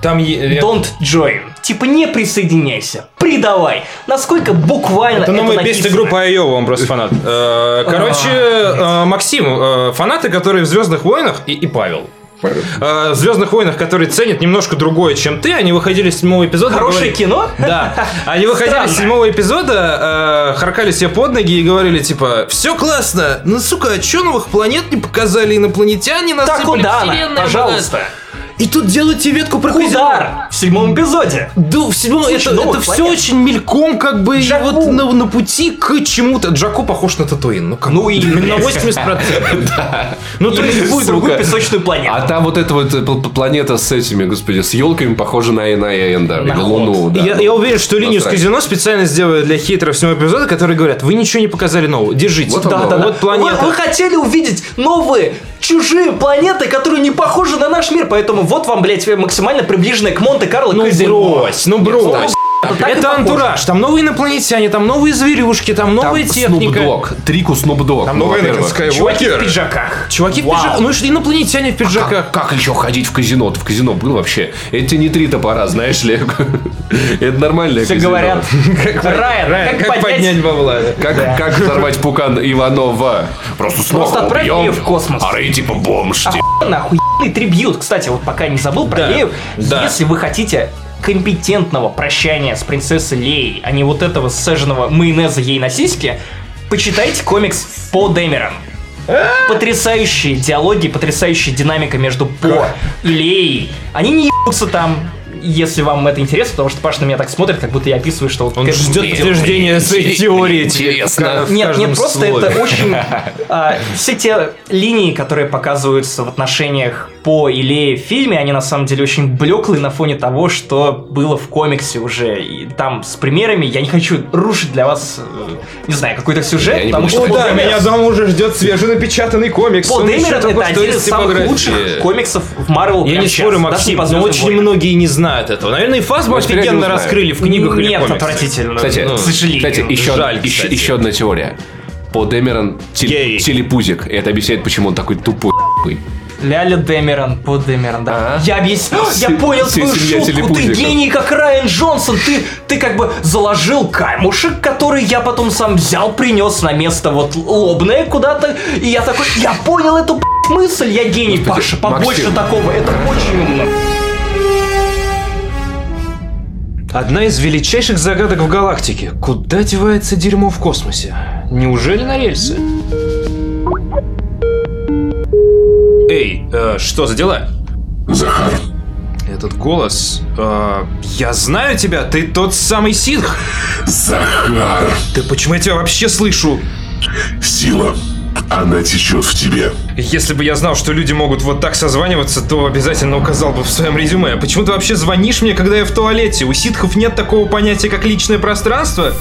Speaker 2: Там е- я-
Speaker 6: don't join. Типа не присоединяйся, придавай. Насколько буквально
Speaker 2: Это
Speaker 6: это
Speaker 2: новая песня
Speaker 6: написано.
Speaker 2: группы «А». Айова, он просто фанат. Э, Короче,
Speaker 6: А.
Speaker 2: э, Максим, э, фанаты, которые в Звездных войнах, и, и Павел. Э, В Звездных войнах, которые ценят немножко другое, чем ты, они выходили с седьмого эпизода. и
Speaker 6: Хорошее
Speaker 2: говорили-
Speaker 6: кино?
Speaker 2: Да. Они выходили с
Speaker 6: Странно.
Speaker 2: седьмого эпизода, э, харкали себе под ноги и говорили, типа, все классно, ну, сука, а чё новых планет не показали инопланетяне нас
Speaker 6: Так, куда она? Пожалуйста.
Speaker 2: И тут делайте ветку про казино.
Speaker 6: Удар в седьмом эпизоде.
Speaker 2: Да, в седьмом-
Speaker 6: Слушай,
Speaker 2: это,
Speaker 6: новых
Speaker 2: все
Speaker 6: планет.
Speaker 2: очень мельком, как бы, и
Speaker 6: Джаку.
Speaker 2: вот на, на пути к чему-то. Джаку похож на Татуин. Ну, как
Speaker 6: Ну и-
Speaker 2: на 80%. Ну, то есть,
Speaker 6: Любую
Speaker 2: будет
Speaker 6: другую
Speaker 1: Сука.
Speaker 6: песочную планету.
Speaker 1: А там вот эта вот э, пл- планета с этими, господи, с елками похожа на, на Энда.
Speaker 6: На
Speaker 1: или
Speaker 6: ход.
Speaker 1: Луну, да.
Speaker 2: Я, я уверен, что линию с
Speaker 1: Насрать.
Speaker 2: казино специально сделали для хейтеров седьмого эпизода, которые говорят, вы ничего не показали нового, держите.
Speaker 1: Вот оно.
Speaker 2: Вот
Speaker 6: Вы,
Speaker 2: планета.
Speaker 6: вы хотели увидеть новые, чужие планеты, которые не похожи на наш мир, поэтому вот вам, блядь, максимально приближенное к Монте-Карло
Speaker 2: Ну
Speaker 6: казино.
Speaker 2: брось, ну брось.
Speaker 6: это так и
Speaker 2: Это
Speaker 6: похоже.
Speaker 2: антураж, там новые инопланетяне, там новые зверюшки,
Speaker 1: Там
Speaker 2: там новая техника.
Speaker 1: Снупдог, трику ну, Снупдог.
Speaker 2: Там новая
Speaker 6: Чуваки в пиджаках.
Speaker 2: Чуваки в
Speaker 6: Вау.
Speaker 2: пиджаках, ну и что, инопланетяне в пиджаках.
Speaker 1: А Как, как еще ходить в казино? Ты в казино был вообще? Это тебе не три топора, знаешь ли. Это нормальное
Speaker 6: Все
Speaker 1: казино.
Speaker 6: говорят, Райан, как поднять...
Speaker 2: бабла?
Speaker 1: Как, как взорвать пукан Иванова? Просто снова
Speaker 6: Просто отправь
Speaker 1: убьем,
Speaker 6: ее в космос.
Speaker 1: А Рэй типа бомж. типа.
Speaker 6: Нахуйный трибьют. Кстати, вот пока не забыл про
Speaker 2: Да,
Speaker 6: Лею.
Speaker 2: да.
Speaker 6: Если вы хотите компетентного прощания с принцессой Леей, а не вот этого сцеженного майонеза ей на сиське, почитайте комикс по Дэмерон. Потрясающие диалоги, потрясающая динамика между По и Леей. Они не ебутся там, если вам это интересно, потому что Паша на меня так смотрит, как будто я описываю, что вот
Speaker 2: Он
Speaker 6: к этому
Speaker 2: ждет
Speaker 6: делу.
Speaker 2: подтверждения своей теории.
Speaker 1: Интересно.
Speaker 2: В
Speaker 6: Э, Нет,
Speaker 2: каждом
Speaker 6: нет, просто
Speaker 2: слове.
Speaker 6: это очень... а, все те линии, которые показываются в отношениях по или в фильме, они на самом деле очень блеклые на фоне того, что было в комиксе уже. И там с примерами я не хочу рушить для вас, э, не знаю, какой-то сюжет,
Speaker 1: Я не
Speaker 6: потому
Speaker 1: буду
Speaker 6: что
Speaker 2: О,
Speaker 6: Пол
Speaker 2: да,
Speaker 6: Дэмерон-
Speaker 2: меня дома уже ждет свеженапечатанный комикс.
Speaker 6: Пол
Speaker 2: Он еще
Speaker 6: Дэмерон
Speaker 2: только
Speaker 6: это
Speaker 2: что
Speaker 6: один из самых
Speaker 2: типографии.
Speaker 6: лучших комиксов в Марвел.
Speaker 2: Я
Speaker 6: прямо
Speaker 2: не
Speaker 6: щас,
Speaker 2: спорю,
Speaker 6: даже не
Speaker 2: Максим,
Speaker 6: по
Speaker 2: но
Speaker 6: «Звездным
Speaker 2: очень
Speaker 6: войнам».
Speaker 2: многие не знают этого. Наверное, и Фазбу
Speaker 1: Вот теперь
Speaker 2: офигенно
Speaker 1: они узнают.
Speaker 2: раскрыли в книгах или
Speaker 6: Нет,
Speaker 2: комиксах.
Speaker 6: отвратительно.
Speaker 1: Кстати,
Speaker 6: Ну, к сожалению.
Speaker 1: Кстати, еще,
Speaker 2: жаль,
Speaker 1: еще,
Speaker 2: кстати.
Speaker 1: еще одна теория. По Дэмерон теле-
Speaker 2: Гей.
Speaker 1: телепузик. И это объясняет, почему он такой тупой. хуй.
Speaker 6: Ляля Дэмерон, под Дэмерон, да.
Speaker 1: Ага.
Speaker 6: Я объясню,
Speaker 1: Се-
Speaker 6: я понял
Speaker 1: се-
Speaker 6: твою
Speaker 1: семья
Speaker 6: шутку, ты
Speaker 1: телепузиков.
Speaker 6: гений, как Райан Джонсон, ты, ты как бы заложил камушек, который я потом сам взял, принес на место вот лобное куда-то, и я такой, я понял эту блядь, мысль, я гений, Паша, побольше
Speaker 1: Максим.
Speaker 6: такого, это очень умно.
Speaker 2: Одна из величайших загадок в галактике. Куда девается дерьмо в космосе? Неужели на рельсы? Эй, э, что за дела?
Speaker 4: Захар,
Speaker 2: Этот голос... э, я знаю тебя, ты тот самый ситх.
Speaker 4: Захар,
Speaker 2: Да почему я тебя вообще слышу?
Speaker 4: сила, она течет в тебе.
Speaker 2: Если бы я знал, что люди могут вот так созваниваться, то обязательно указал бы в своем резюме. Почему ты вообще звонишь мне, когда я в туалете? У ситхов нет такого понятия, как личное пространство?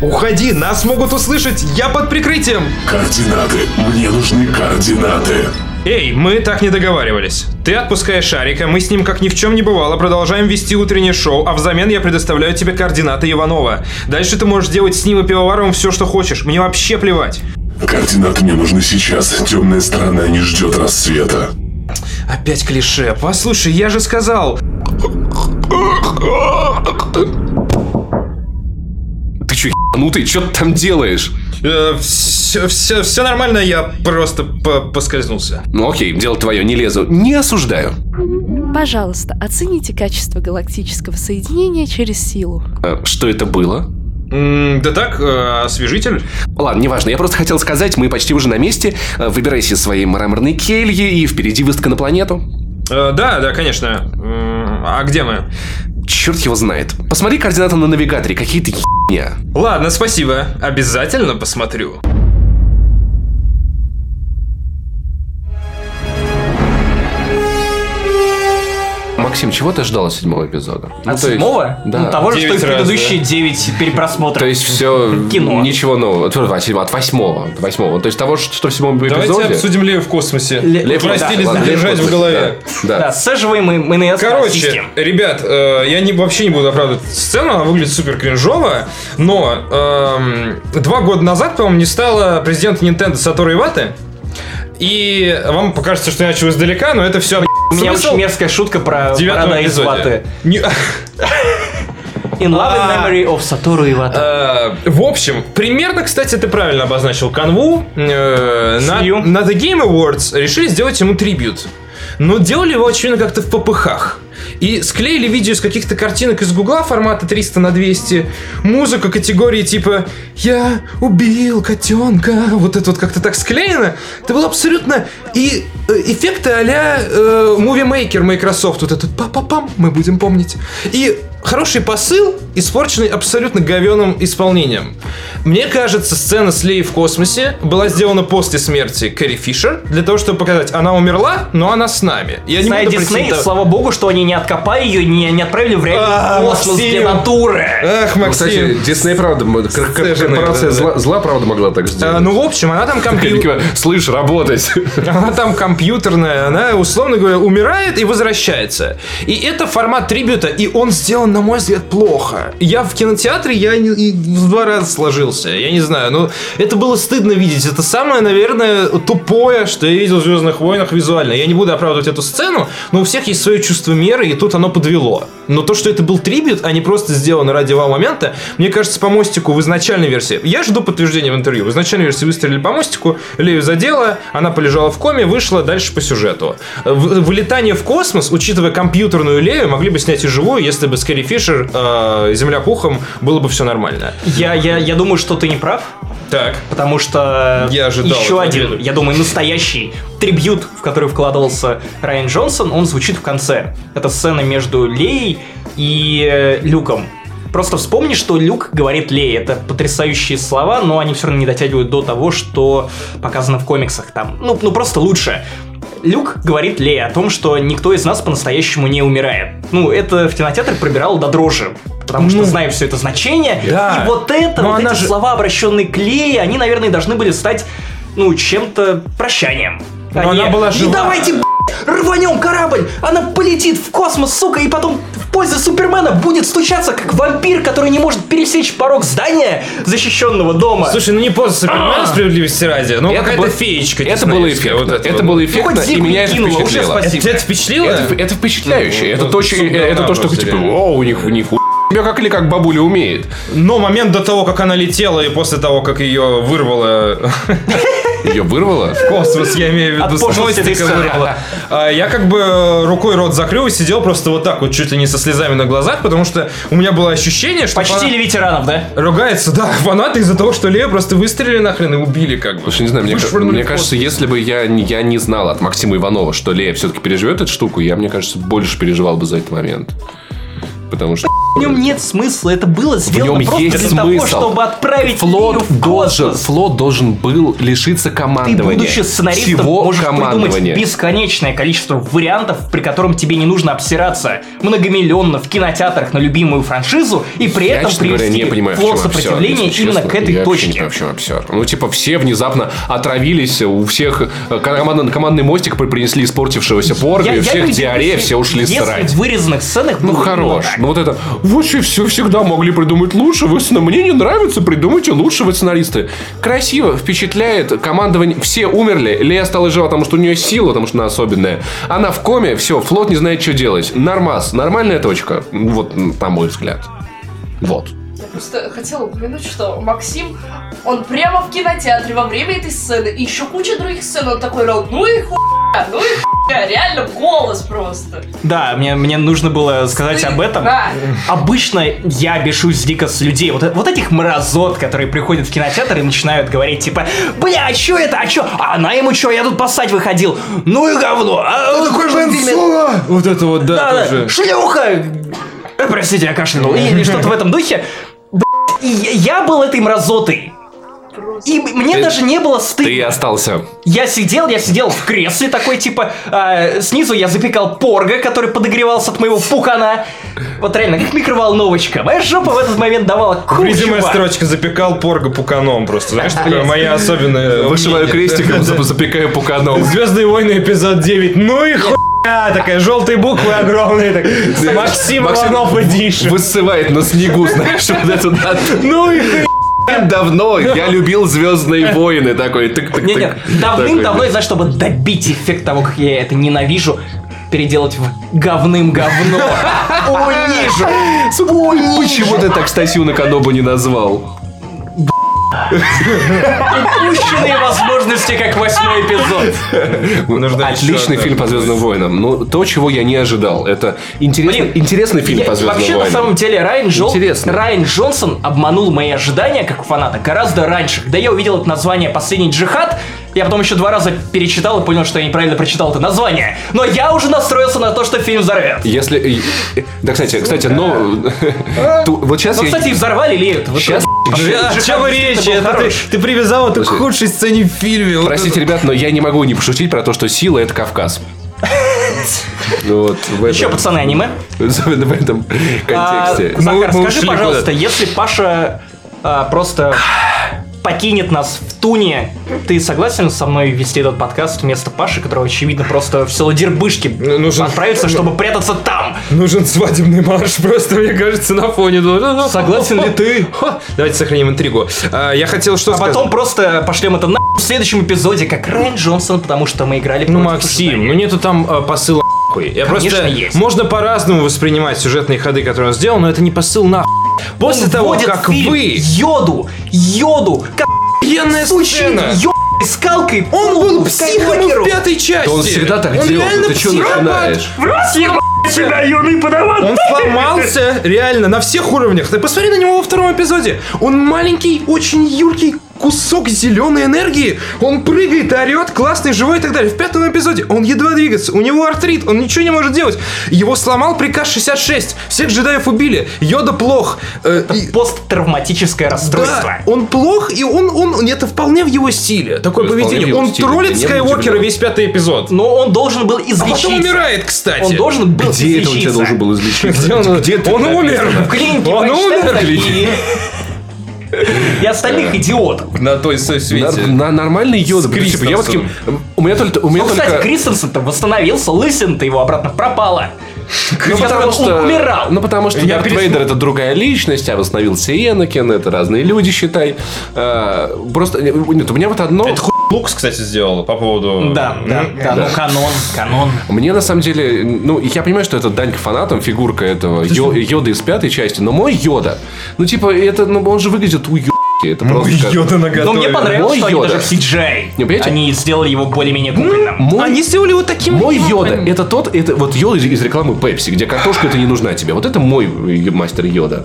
Speaker 2: Уходи, нас могут услышать, я под прикрытием!
Speaker 4: Координаты, мне нужны координаты.
Speaker 2: Эй, мы так не договаривались. Ты отпускаешь Шарика, мы с ним как ни в чем не бывало продолжаем вести утреннее шоу, а взамен я предоставляю тебе координаты Иванова. Дальше ты можешь делать с ним и пивоваром все, что хочешь. Мне вообще плевать.
Speaker 4: Координаты мне нужны сейчас. Темная сторона не ждет рассвета.
Speaker 2: Опять клише. Послушай, я же сказал.
Speaker 1: Ты чё, ебанутый? Чё ты там делаешь?
Speaker 2: Э, все, все, все нормально, я просто по- поскользнулся.
Speaker 1: Ну окей, дело твое, не лезу. Не осуждаю.
Speaker 5: Пожалуйста, оцените качество галактического соединения через силу.
Speaker 1: Э, Что это было?
Speaker 2: М, да так, э, освежитель.
Speaker 1: Ладно, неважно, я просто хотел сказать, мы почти уже на месте. Э, Выбирайся из своей мраморной кельи, и впереди выставка на планету.
Speaker 2: Э, да, да, конечно. М, а где мы?
Speaker 1: Черт его знает. Посмотри координаты на навигаторе, какие-то ебня.
Speaker 2: Ладно, спасибо. Обязательно посмотрю.
Speaker 1: Максим, чего ты ждал от седьмого эпизода? Ну, то
Speaker 6: От
Speaker 1: есть-
Speaker 6: седьмого?
Speaker 1: Да.
Speaker 6: Ну, того же, что и
Speaker 2: Девять раз,
Speaker 6: предыдущие девять перепросмотров.
Speaker 1: То есть все...
Speaker 6: Кино.
Speaker 1: Ничего нового. От восьмого. От восьмого. От восьмого. То есть того, что в седьмом эпизоде...
Speaker 2: Давайте обсудим Лею в космосе.
Speaker 6: Ле-
Speaker 1: Лев-
Speaker 2: Упростили
Speaker 1: да, ладно,
Speaker 2: держать
Speaker 1: Лев-
Speaker 2: в голове.
Speaker 1: Да.
Speaker 6: Да,
Speaker 1: да.
Speaker 6: сцеживаем мы, мы на
Speaker 2: Короче, ребят, э, я не, вообще не буду оправдывать сцену, она выглядит супер кринжово, но эм, два года назад, по-моему, не стало президента Nintendo Сатору Иваты, и вам покажется, что я начал издалека, но это все
Speaker 6: У меня очень мерзкая шутка про Парада
Speaker 2: девятом
Speaker 6: из
Speaker 2: эпизоде.
Speaker 6: Ваты.
Speaker 2: Не-
Speaker 6: In love and
Speaker 2: А.
Speaker 6: memory of Satoru Iwata.
Speaker 2: Э, В общем, примерно, кстати, ты правильно обозначил канву. Э, На,
Speaker 6: Сью.
Speaker 2: на The Game Awards решили сделать ему трибют. Но делали его, очевидно, как-то в попыхах. И склеили видео из каких-то картинок из Гугла формата 300 на 200, музыка категории типа «Я убил котенка», вот это вот как-то так склеено. Это было абсолютно и э, эффекты а-ля э, Movie Maker Microsoft, вот этот па-па-пам, мы будем помнить. И хороший посыл, испорченный абсолютно говеным исполнением. Мне кажется, сцена с Леей в космосе была сделана после смерти Кэрри Фишер для того, чтобы показать, она умерла, но она с нами. Я не
Speaker 6: Зная
Speaker 2: буду
Speaker 6: Дисней,
Speaker 2: претендовать-
Speaker 6: слава богу, что они не откопали ее, не, не отправили в
Speaker 2: А,
Speaker 6: реальный космос
Speaker 2: Максим.
Speaker 6: для натуры.
Speaker 2: Ах,
Speaker 1: Ну, кстати,
Speaker 2: Максим.
Speaker 1: Дисней, правда, м- кор- кор-
Speaker 2: Сцеженные,
Speaker 1: корпорация
Speaker 2: да-да.
Speaker 1: зла, зла, правда, могла так
Speaker 2: Э,
Speaker 1: сделать.
Speaker 2: ну, в общем, она там
Speaker 1: Или
Speaker 2: компьютер...
Speaker 1: типа, Слышь, работать.
Speaker 2: Она там компьютерная, она, условно говоря, умирает и возвращается. И это формат трибюта, и он сделан, на мой взгляд, плохо. Я в кинотеатре, я не- и в два раза сложился, я не знаю, но это было стыдно видеть. Это самое, наверное, тупое, что я видел в «Звездных войнах» визуально. Я не буду оправдывать эту сцену, но у всех есть свое чувство меры, и тут оно подвело. Но то, что это был трибют, а не просто сделано ради вау момента, мне кажется, по мостику в изначальной версии. Я жду подтверждения в интервью. В изначальной версии выстрелили по мостику, Лею задело, она полежала в коме, вышла дальше по сюжету. В- вылетание в космос, учитывая компьютерную Лею, могли бы снять и живую, если бы с Кэрри Фишер э, земля пухом было бы все нормально.
Speaker 6: Я, я, я думаю, что ты не прав,
Speaker 2: Так.
Speaker 6: потому что
Speaker 2: Я ожидал
Speaker 6: еще
Speaker 2: этого
Speaker 6: один,
Speaker 2: ответа.
Speaker 6: я думаю, настоящий трибьют, в который вкладывался Райан Джонсон, он звучит в конце. Это сцена между Леей и э, Люком. Просто вспомни, что Люк говорит Лей. Это потрясающие слова, но они все равно не дотягивают до того, что показано в комиксах. Там, ну, ну просто лучше. Люк говорит Лее о том, что никто из нас по-настоящему не умирает. Ну, это в кинотеатр пробирало до дрожи. Потому что
Speaker 2: Ну.
Speaker 6: знаем все это значение.
Speaker 2: Да.
Speaker 6: И вот это,
Speaker 2: Но
Speaker 6: вот
Speaker 2: она
Speaker 6: эти
Speaker 2: же-
Speaker 6: слова, обращенные к Лее, они, наверное, должны были стать, ну, чем-то прощанием.
Speaker 2: Но
Speaker 6: А не,
Speaker 2: она была жива».
Speaker 6: И давайте, б***ь, рванем корабль! Она полетит в космос, сука, и потом в пользу Супермена будет стучаться, как вампир, который не может пересечь порог здания защищенного дома.
Speaker 2: Слушай, ну не поздно Супермен, справедливости ради, но какая-то
Speaker 1: было-
Speaker 2: феечка.
Speaker 1: Это было
Speaker 2: диснеевская,
Speaker 1: эффектно.
Speaker 2: вот это
Speaker 1: Это
Speaker 2: вот.
Speaker 1: было
Speaker 6: Ну,
Speaker 1: эффектно,
Speaker 6: хоть
Speaker 1: и
Speaker 6: Зигму
Speaker 1: меня это
Speaker 6: кинула, уже
Speaker 1: впечатлило.
Speaker 6: спасибо.
Speaker 2: Это тебя впечатлило?
Speaker 1: Это, это впечатляюще.
Speaker 2: Ну,
Speaker 1: это
Speaker 2: ну,
Speaker 1: то, чё-
Speaker 2: ну, да,
Speaker 1: это то, что
Speaker 2: просто
Speaker 1: типа,
Speaker 2: реально.
Speaker 1: о, у них, у них у тебя как или как бабуля умеет.
Speaker 2: Но момент до того, как она летела, и после того, как ее вырвало...
Speaker 1: Ее вырвало?
Speaker 2: Космос, я имею в
Speaker 6: От
Speaker 2: виду, с
Speaker 6: пошлости
Speaker 2: мостика
Speaker 6: лица.
Speaker 2: вырвало. А, Я как бы рукой рот закрыл и сидел просто вот так вот, чуть ли не со слезами на глазах, потому что у меня было ощущение, что
Speaker 6: Почти
Speaker 2: фанат-
Speaker 6: ли ветеранов, да?
Speaker 2: ругаются, да, фанаты из-за того, что Лея просто выстрелили нахрен и убили как бы.
Speaker 1: Слушай, не знаю, мне, ка-
Speaker 2: Вышвырнули
Speaker 1: мне
Speaker 2: в
Speaker 1: кажется,
Speaker 2: космос.
Speaker 1: если бы я, не- я не знал от Максима Иванова, что Лея все-таки переживет эту штуку, я, мне кажется, больше переживал бы за этот момент. Потому что...
Speaker 6: В нем нет смысла, это было сделано
Speaker 1: нем
Speaker 6: просто
Speaker 1: есть
Speaker 6: для
Speaker 1: смысл.
Speaker 6: того, чтобы отправить Лию
Speaker 1: Флот
Speaker 6: в
Speaker 1: должен,
Speaker 6: космос.
Speaker 1: флот должен был лишиться
Speaker 6: Ты,
Speaker 1: командования.
Speaker 6: будучи сценаристом,
Speaker 1: Всего
Speaker 6: можешь
Speaker 1: командования.
Speaker 6: придумать бесконечное количество вариантов, при котором тебе не нужно обсираться многомиллионно в кинотеатрах на любимую франшизу и при
Speaker 1: Я,
Speaker 6: этом
Speaker 1: честно говоря,
Speaker 6: привести
Speaker 1: не понимаю,
Speaker 6: флот
Speaker 1: в чем обсер,
Speaker 6: сопротивления
Speaker 1: если
Speaker 6: именно
Speaker 1: честно.
Speaker 6: к этой
Speaker 1: я вообще не
Speaker 6: точке.
Speaker 1: понимаю, в чем обсер. Ну, типа, все внезапно отравились, у всех э, командный, командный мостик при- принесли испортившегося порга, и у всех
Speaker 6: видел,
Speaker 1: диарея,
Speaker 6: если-
Speaker 1: все ушли
Speaker 6: если
Speaker 1: срать.
Speaker 6: в вырезанных сценах
Speaker 1: Ну
Speaker 6: было именно
Speaker 1: хорош.
Speaker 6: так.
Speaker 1: Ну вот это. Вы же все всегда могли придумать лучше. Вы сцена- мне не нравится, придумайте лучше вы сценаристы. Красиво, впечатляет. Командование. Все умерли. Лея стала жива, потому что у нее сила, потому что она особенная. Она в коме, все, флот не знает, что делать. Нормас, нормальная точка. Вот, м, на мой взгляд. Вот.
Speaker 7: Я просто хотела упомянуть, что Максим, он прямо в кинотеатре во время этой сцены, и еще куча других сцен, он такой орал, ну и хуя, ну и хуя, реально голос просто.
Speaker 6: Да, мне, мне нужно было сказать
Speaker 7: Ты-
Speaker 6: об этом.
Speaker 7: Да.
Speaker 6: Обычно я бешусь дико с людей. Вот, э- вот этих мразот, которые приходят в кинотеатр и начинают говорить, типа, бля, а чё это, а чё? А она ему чё, я тут поссать выходил. Ну и говно. А, вот такой
Speaker 2: Вот это вот, да,
Speaker 6: Да, да,
Speaker 2: тоже.
Speaker 6: шлюха! Э, Простите, я кашлянул. Или что-то в этом духе. Блядь, и я я был этой мразотой. И мне
Speaker 1: Ты-
Speaker 6: даже не было стыдно.
Speaker 1: Ты остался.
Speaker 6: Я сидел, я сидел в кресле такой, типа, а, снизу я запекал порга, который подогревался от моего пухана. Вот реально, как микроволновочка. Моя жопа в этот момент давала кучу
Speaker 2: Видимая
Speaker 6: ват.
Speaker 2: строчка запекал порга пуканом просто. Знаешь, такое моя особенная.
Speaker 1: Вышиваю
Speaker 2: мнение.
Speaker 1: крестиком, зап- запекаю пуканом.
Speaker 2: Звездные войны, эпизод 9. Ну и хуя! Такая желтые буквы огромные. Так. Максим
Speaker 1: Максим-
Speaker 2: Иванов Эдишн.
Speaker 1: Высывает на снегу, знаешь, вот это да.
Speaker 2: Ну и хуя!
Speaker 1: Давно я любил Звездные войны. Такой тык тык
Speaker 6: Не, не, давным-давно, и знаешь, чтобы добить эффект того, как я это ненавижу, переделать в говным говно. Унижу.
Speaker 1: Почему ты так Стасию Наканобу не назвал?
Speaker 6: Упущенные возможности, как восьмой эпизод.
Speaker 2: Нужно
Speaker 1: Отличный фильм по Звездным войнам. Ну, то, чего я не ожидал. Это интересный,
Speaker 6: Блин,
Speaker 1: интересный фильм
Speaker 6: Я-
Speaker 1: по Звездным
Speaker 6: Вообще,
Speaker 1: войнам.
Speaker 6: на самом деле, Райан, Джон-
Speaker 1: Интересно.
Speaker 6: Райан Джонсон обманул мои ожидания как фаната гораздо раньше. Когда я увидел это название «Последний джихад», я потом еще два раза перечитал и понял, что я неправильно прочитал это название. Но я уже настроился на то, что фильм взорвет.
Speaker 1: Если... э, Да, кстати, кстати, но... Ту- Вот сейчас
Speaker 6: Ну,
Speaker 1: я...
Speaker 6: кстати, и взорвали ли это? Вот
Speaker 1: Сейчас...
Speaker 2: О чем речь? Это ты, ты привязал это к
Speaker 1: Слушай,
Speaker 2: худшей сцене в фильме. Вот
Speaker 1: Простите, ребят, но я не могу не пошутить про то, что сила — это Кавказ. Ну Вот, в
Speaker 6: Еще,
Speaker 1: этом,
Speaker 6: пацаны, аниме.
Speaker 1: особенно в этом
Speaker 6: А,
Speaker 1: контексте. Ну,
Speaker 6: Захар,
Speaker 2: Ну,
Speaker 1: Мы- мы
Speaker 6: скажи,
Speaker 1: ушли
Speaker 6: пожалуйста,
Speaker 1: куда-то.
Speaker 6: если Паша а, просто покинет нас в Туне, ты согласен со мной вести этот подкаст вместо Паши, которого, очевидно, просто в село Дербышки
Speaker 2: Ну, нужен-
Speaker 6: отправится, чтобы прятаться там?
Speaker 2: Нужен свадебный марш, просто, мне кажется, на фоне должен.
Speaker 6: Согласен ли ты?
Speaker 2: Ха, Давайте сохраним интригу. А, Я хотел что
Speaker 6: А
Speaker 2: сказать.
Speaker 6: потом просто пошлем это на в следующем эпизоде, как Райан Джонсон, потому что мы играли
Speaker 2: Ну,
Speaker 6: против
Speaker 2: Максим,
Speaker 6: ожиданий.
Speaker 2: ну нету там э, посыла нахуй. Я
Speaker 6: Конечно,
Speaker 2: просто...
Speaker 6: есть.
Speaker 2: Можно по-разному воспринимать сюжетные ходы, которые он сделал, но это не посыл нахуй. После
Speaker 6: Он
Speaker 2: того,
Speaker 6: вводит
Speaker 2: как
Speaker 6: в фильм
Speaker 2: вы...
Speaker 6: Йоду, Йоду, как
Speaker 2: Охуенная сцена!
Speaker 6: сучий, ёбаный скалкой,
Speaker 2: Он был психом
Speaker 6: психокеру.
Speaker 2: в пятой части!
Speaker 1: Да он всегда так
Speaker 2: Он
Speaker 1: делал,
Speaker 2: реально
Speaker 1: ты что
Speaker 2: психопат.
Speaker 1: начинаешь?
Speaker 2: Он сломался реально на всех уровнях. Ты посмотри на него во втором эпизоде. Он маленький, очень юркий кусок зеленой энергии. Он прыгает, орет, классный, живой и так далее. В пятом эпизоде он едва двигается, у него артрит, он ничего не может делать. Его сломал приказ 66. Всех джедаев убили. Йода плох. Э, и-
Speaker 6: Посттравматическое расстройство.
Speaker 2: да, он плох, и он, он, это вполне в его стиле. Такое
Speaker 1: Это вполне в
Speaker 2: поведение.
Speaker 1: его
Speaker 2: Он
Speaker 1: стиле,
Speaker 2: троллит
Speaker 1: это не
Speaker 2: Скайуокера
Speaker 1: удивлен.
Speaker 2: весь пятый эпизод.
Speaker 6: Но ну, он должен был излечиться.
Speaker 2: А потом умирает, кстати.
Speaker 6: Он должен был
Speaker 1: Где это у тебя
Speaker 6: излечиться.
Speaker 1: должен был излечиться?
Speaker 2: Где он, он умер.
Speaker 6: В клинике
Speaker 2: Он
Speaker 6: Вайнштейна
Speaker 2: умер.
Speaker 6: и- И остальных идиотов.
Speaker 2: На той со-
Speaker 1: Нар-
Speaker 2: свете.
Speaker 1: на- Нормальный йод.
Speaker 2: С
Speaker 1: Типа, я вот таким- У меня только... У меня
Speaker 6: Ну, кстати,
Speaker 1: только...
Speaker 6: Кристенсен-то восстановился, Лысин-то его обратно пропала.
Speaker 1: Ну, потому что,
Speaker 6: он умирал.
Speaker 1: ну, потому что
Speaker 2: Я
Speaker 1: Дарт
Speaker 2: перес-
Speaker 1: Вейдер это другая личность, а восстановился Энакин, это разные люди, считай. А, просто, э, нет, у меня вот одно...
Speaker 2: Это хуй Лукс, кстати, сделал по поводу...
Speaker 6: Да, да,
Speaker 2: М,
Speaker 6: да, ну канон, канон.
Speaker 1: Мне на самом деле, ну, я понимаю, что это дань к фанатам, фигурка этого Йо- Йода из пятой части, но мой Йода, ну, типа, это, ну, он ну, же выглядит у практически. Это
Speaker 2: Ну,
Speaker 1: просто... как-
Speaker 2: Йода
Speaker 6: Но
Speaker 2: наготове.
Speaker 6: мне понравилось,
Speaker 1: Мой
Speaker 6: что
Speaker 1: Йода.
Speaker 6: они даже в CGI.
Speaker 1: Не, понимаете?
Speaker 6: Они сделали его более-менее кукольным.
Speaker 1: Мой-
Speaker 2: Они сделали его таким...
Speaker 1: Мой йода, это тот, это вот йода из, из рекламы Пепси, где картошка это не нужна тебе. Вот это мой э, мастер йода.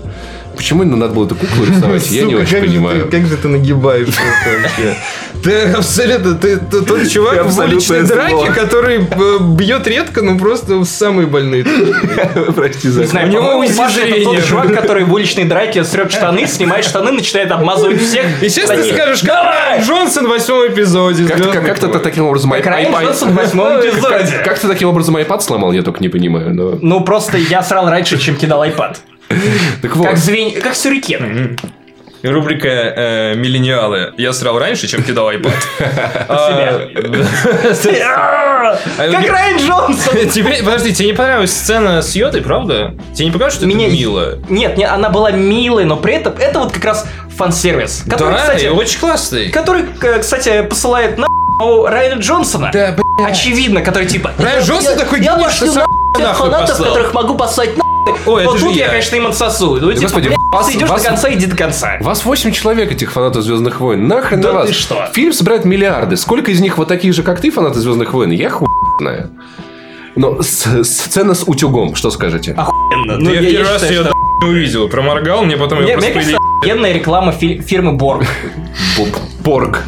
Speaker 1: Почему надо было эту куклу рисовать, я не
Speaker 2: Сука,
Speaker 1: очень
Speaker 2: как же
Speaker 1: понимаю.
Speaker 2: ты- Как же ты нагибаешься вообще? Ты абсолютно... Ты ты тот чувак в
Speaker 1: абсолютное
Speaker 2: уличной
Speaker 1: зло.
Speaker 2: драке, который э, бьет редко, но просто в самые больные.
Speaker 1: Прости за
Speaker 6: Не знаю,
Speaker 2: У него
Speaker 6: по-моему, Паша это
Speaker 2: изъязвление.
Speaker 6: тот чувак, который в уличной драке срет штаны, снимает штаны, начинает обмазывать всех.
Speaker 2: И сейчас ты
Speaker 6: Такие,
Speaker 2: скажешь, как Райан Джонсон в восьмом эпизоде.
Speaker 1: Как-то, как- как-то ты таким образом
Speaker 6: «Как Райан
Speaker 1: iPad-
Speaker 6: Джонсон в
Speaker 2: Ну,
Speaker 6: восьмом эпизоде».
Speaker 1: Как, как ты таким образом iPad сломал, я только не понимаю. но-
Speaker 6: Ну, просто я срал раньше, чем кидал iPad.
Speaker 1: Так вот.
Speaker 6: Как звень... Как сюрикен.
Speaker 2: Рубрика э, «Миллениалы». Я срал раньше, чем кидал iPad. А,
Speaker 6: а, Как
Speaker 2: я-
Speaker 6: Райан Джонсон.
Speaker 2: Тебе, Э, подожди, тебе не понравилась сцена с Йодой, правда? Тебе не показалось, что это
Speaker 6: Меня-
Speaker 2: мило?
Speaker 6: Нет, не, она была милой, но при этом это вот как раз фан-сервис. Который,
Speaker 2: Да,
Speaker 6: кстати,
Speaker 2: и очень классный.
Speaker 6: который, к- кстати, посылает на Райана Джонсона.
Speaker 2: Да,
Speaker 6: Очевидно, который типа...
Speaker 2: Райан
Speaker 6: «Я-
Speaker 2: Джонсон
Speaker 6: я-
Speaker 2: такой
Speaker 6: Я
Speaker 2: гений,
Speaker 6: пошлю
Speaker 2: что
Speaker 6: на всех
Speaker 2: нахуй
Speaker 6: фанатов,
Speaker 2: послал».
Speaker 6: которых могу послать на
Speaker 2: Ой, это
Speaker 6: Вот
Speaker 2: же
Speaker 6: тут я,
Speaker 2: я.
Speaker 6: конечно, им отсосую. Ну, типа,
Speaker 1: господи,
Speaker 6: блядь,
Speaker 1: вас-
Speaker 6: ты идешь
Speaker 1: вас-
Speaker 6: до конца, иди до конца.
Speaker 1: Вас 8 человек, этих фанатов Звездных войн. Нахрен
Speaker 6: Да
Speaker 1: на вас.
Speaker 6: ты что?
Speaker 1: Фильм собирает миллиарды. Сколько из них вот таких же, как ты, фанаты Звездных войн? Я хуй знаю. Но с- сцена с утюгом, что скажете?
Speaker 6: Ну,
Speaker 2: я, первый раз
Speaker 6: считаю,
Speaker 2: ее
Speaker 6: что-
Speaker 2: не увидел, проморгал, мне потом ее
Speaker 6: Мне, мне
Speaker 2: просто
Speaker 6: кажется, охуенная реклама фи- фирмы Борг.
Speaker 1: Боб Порк.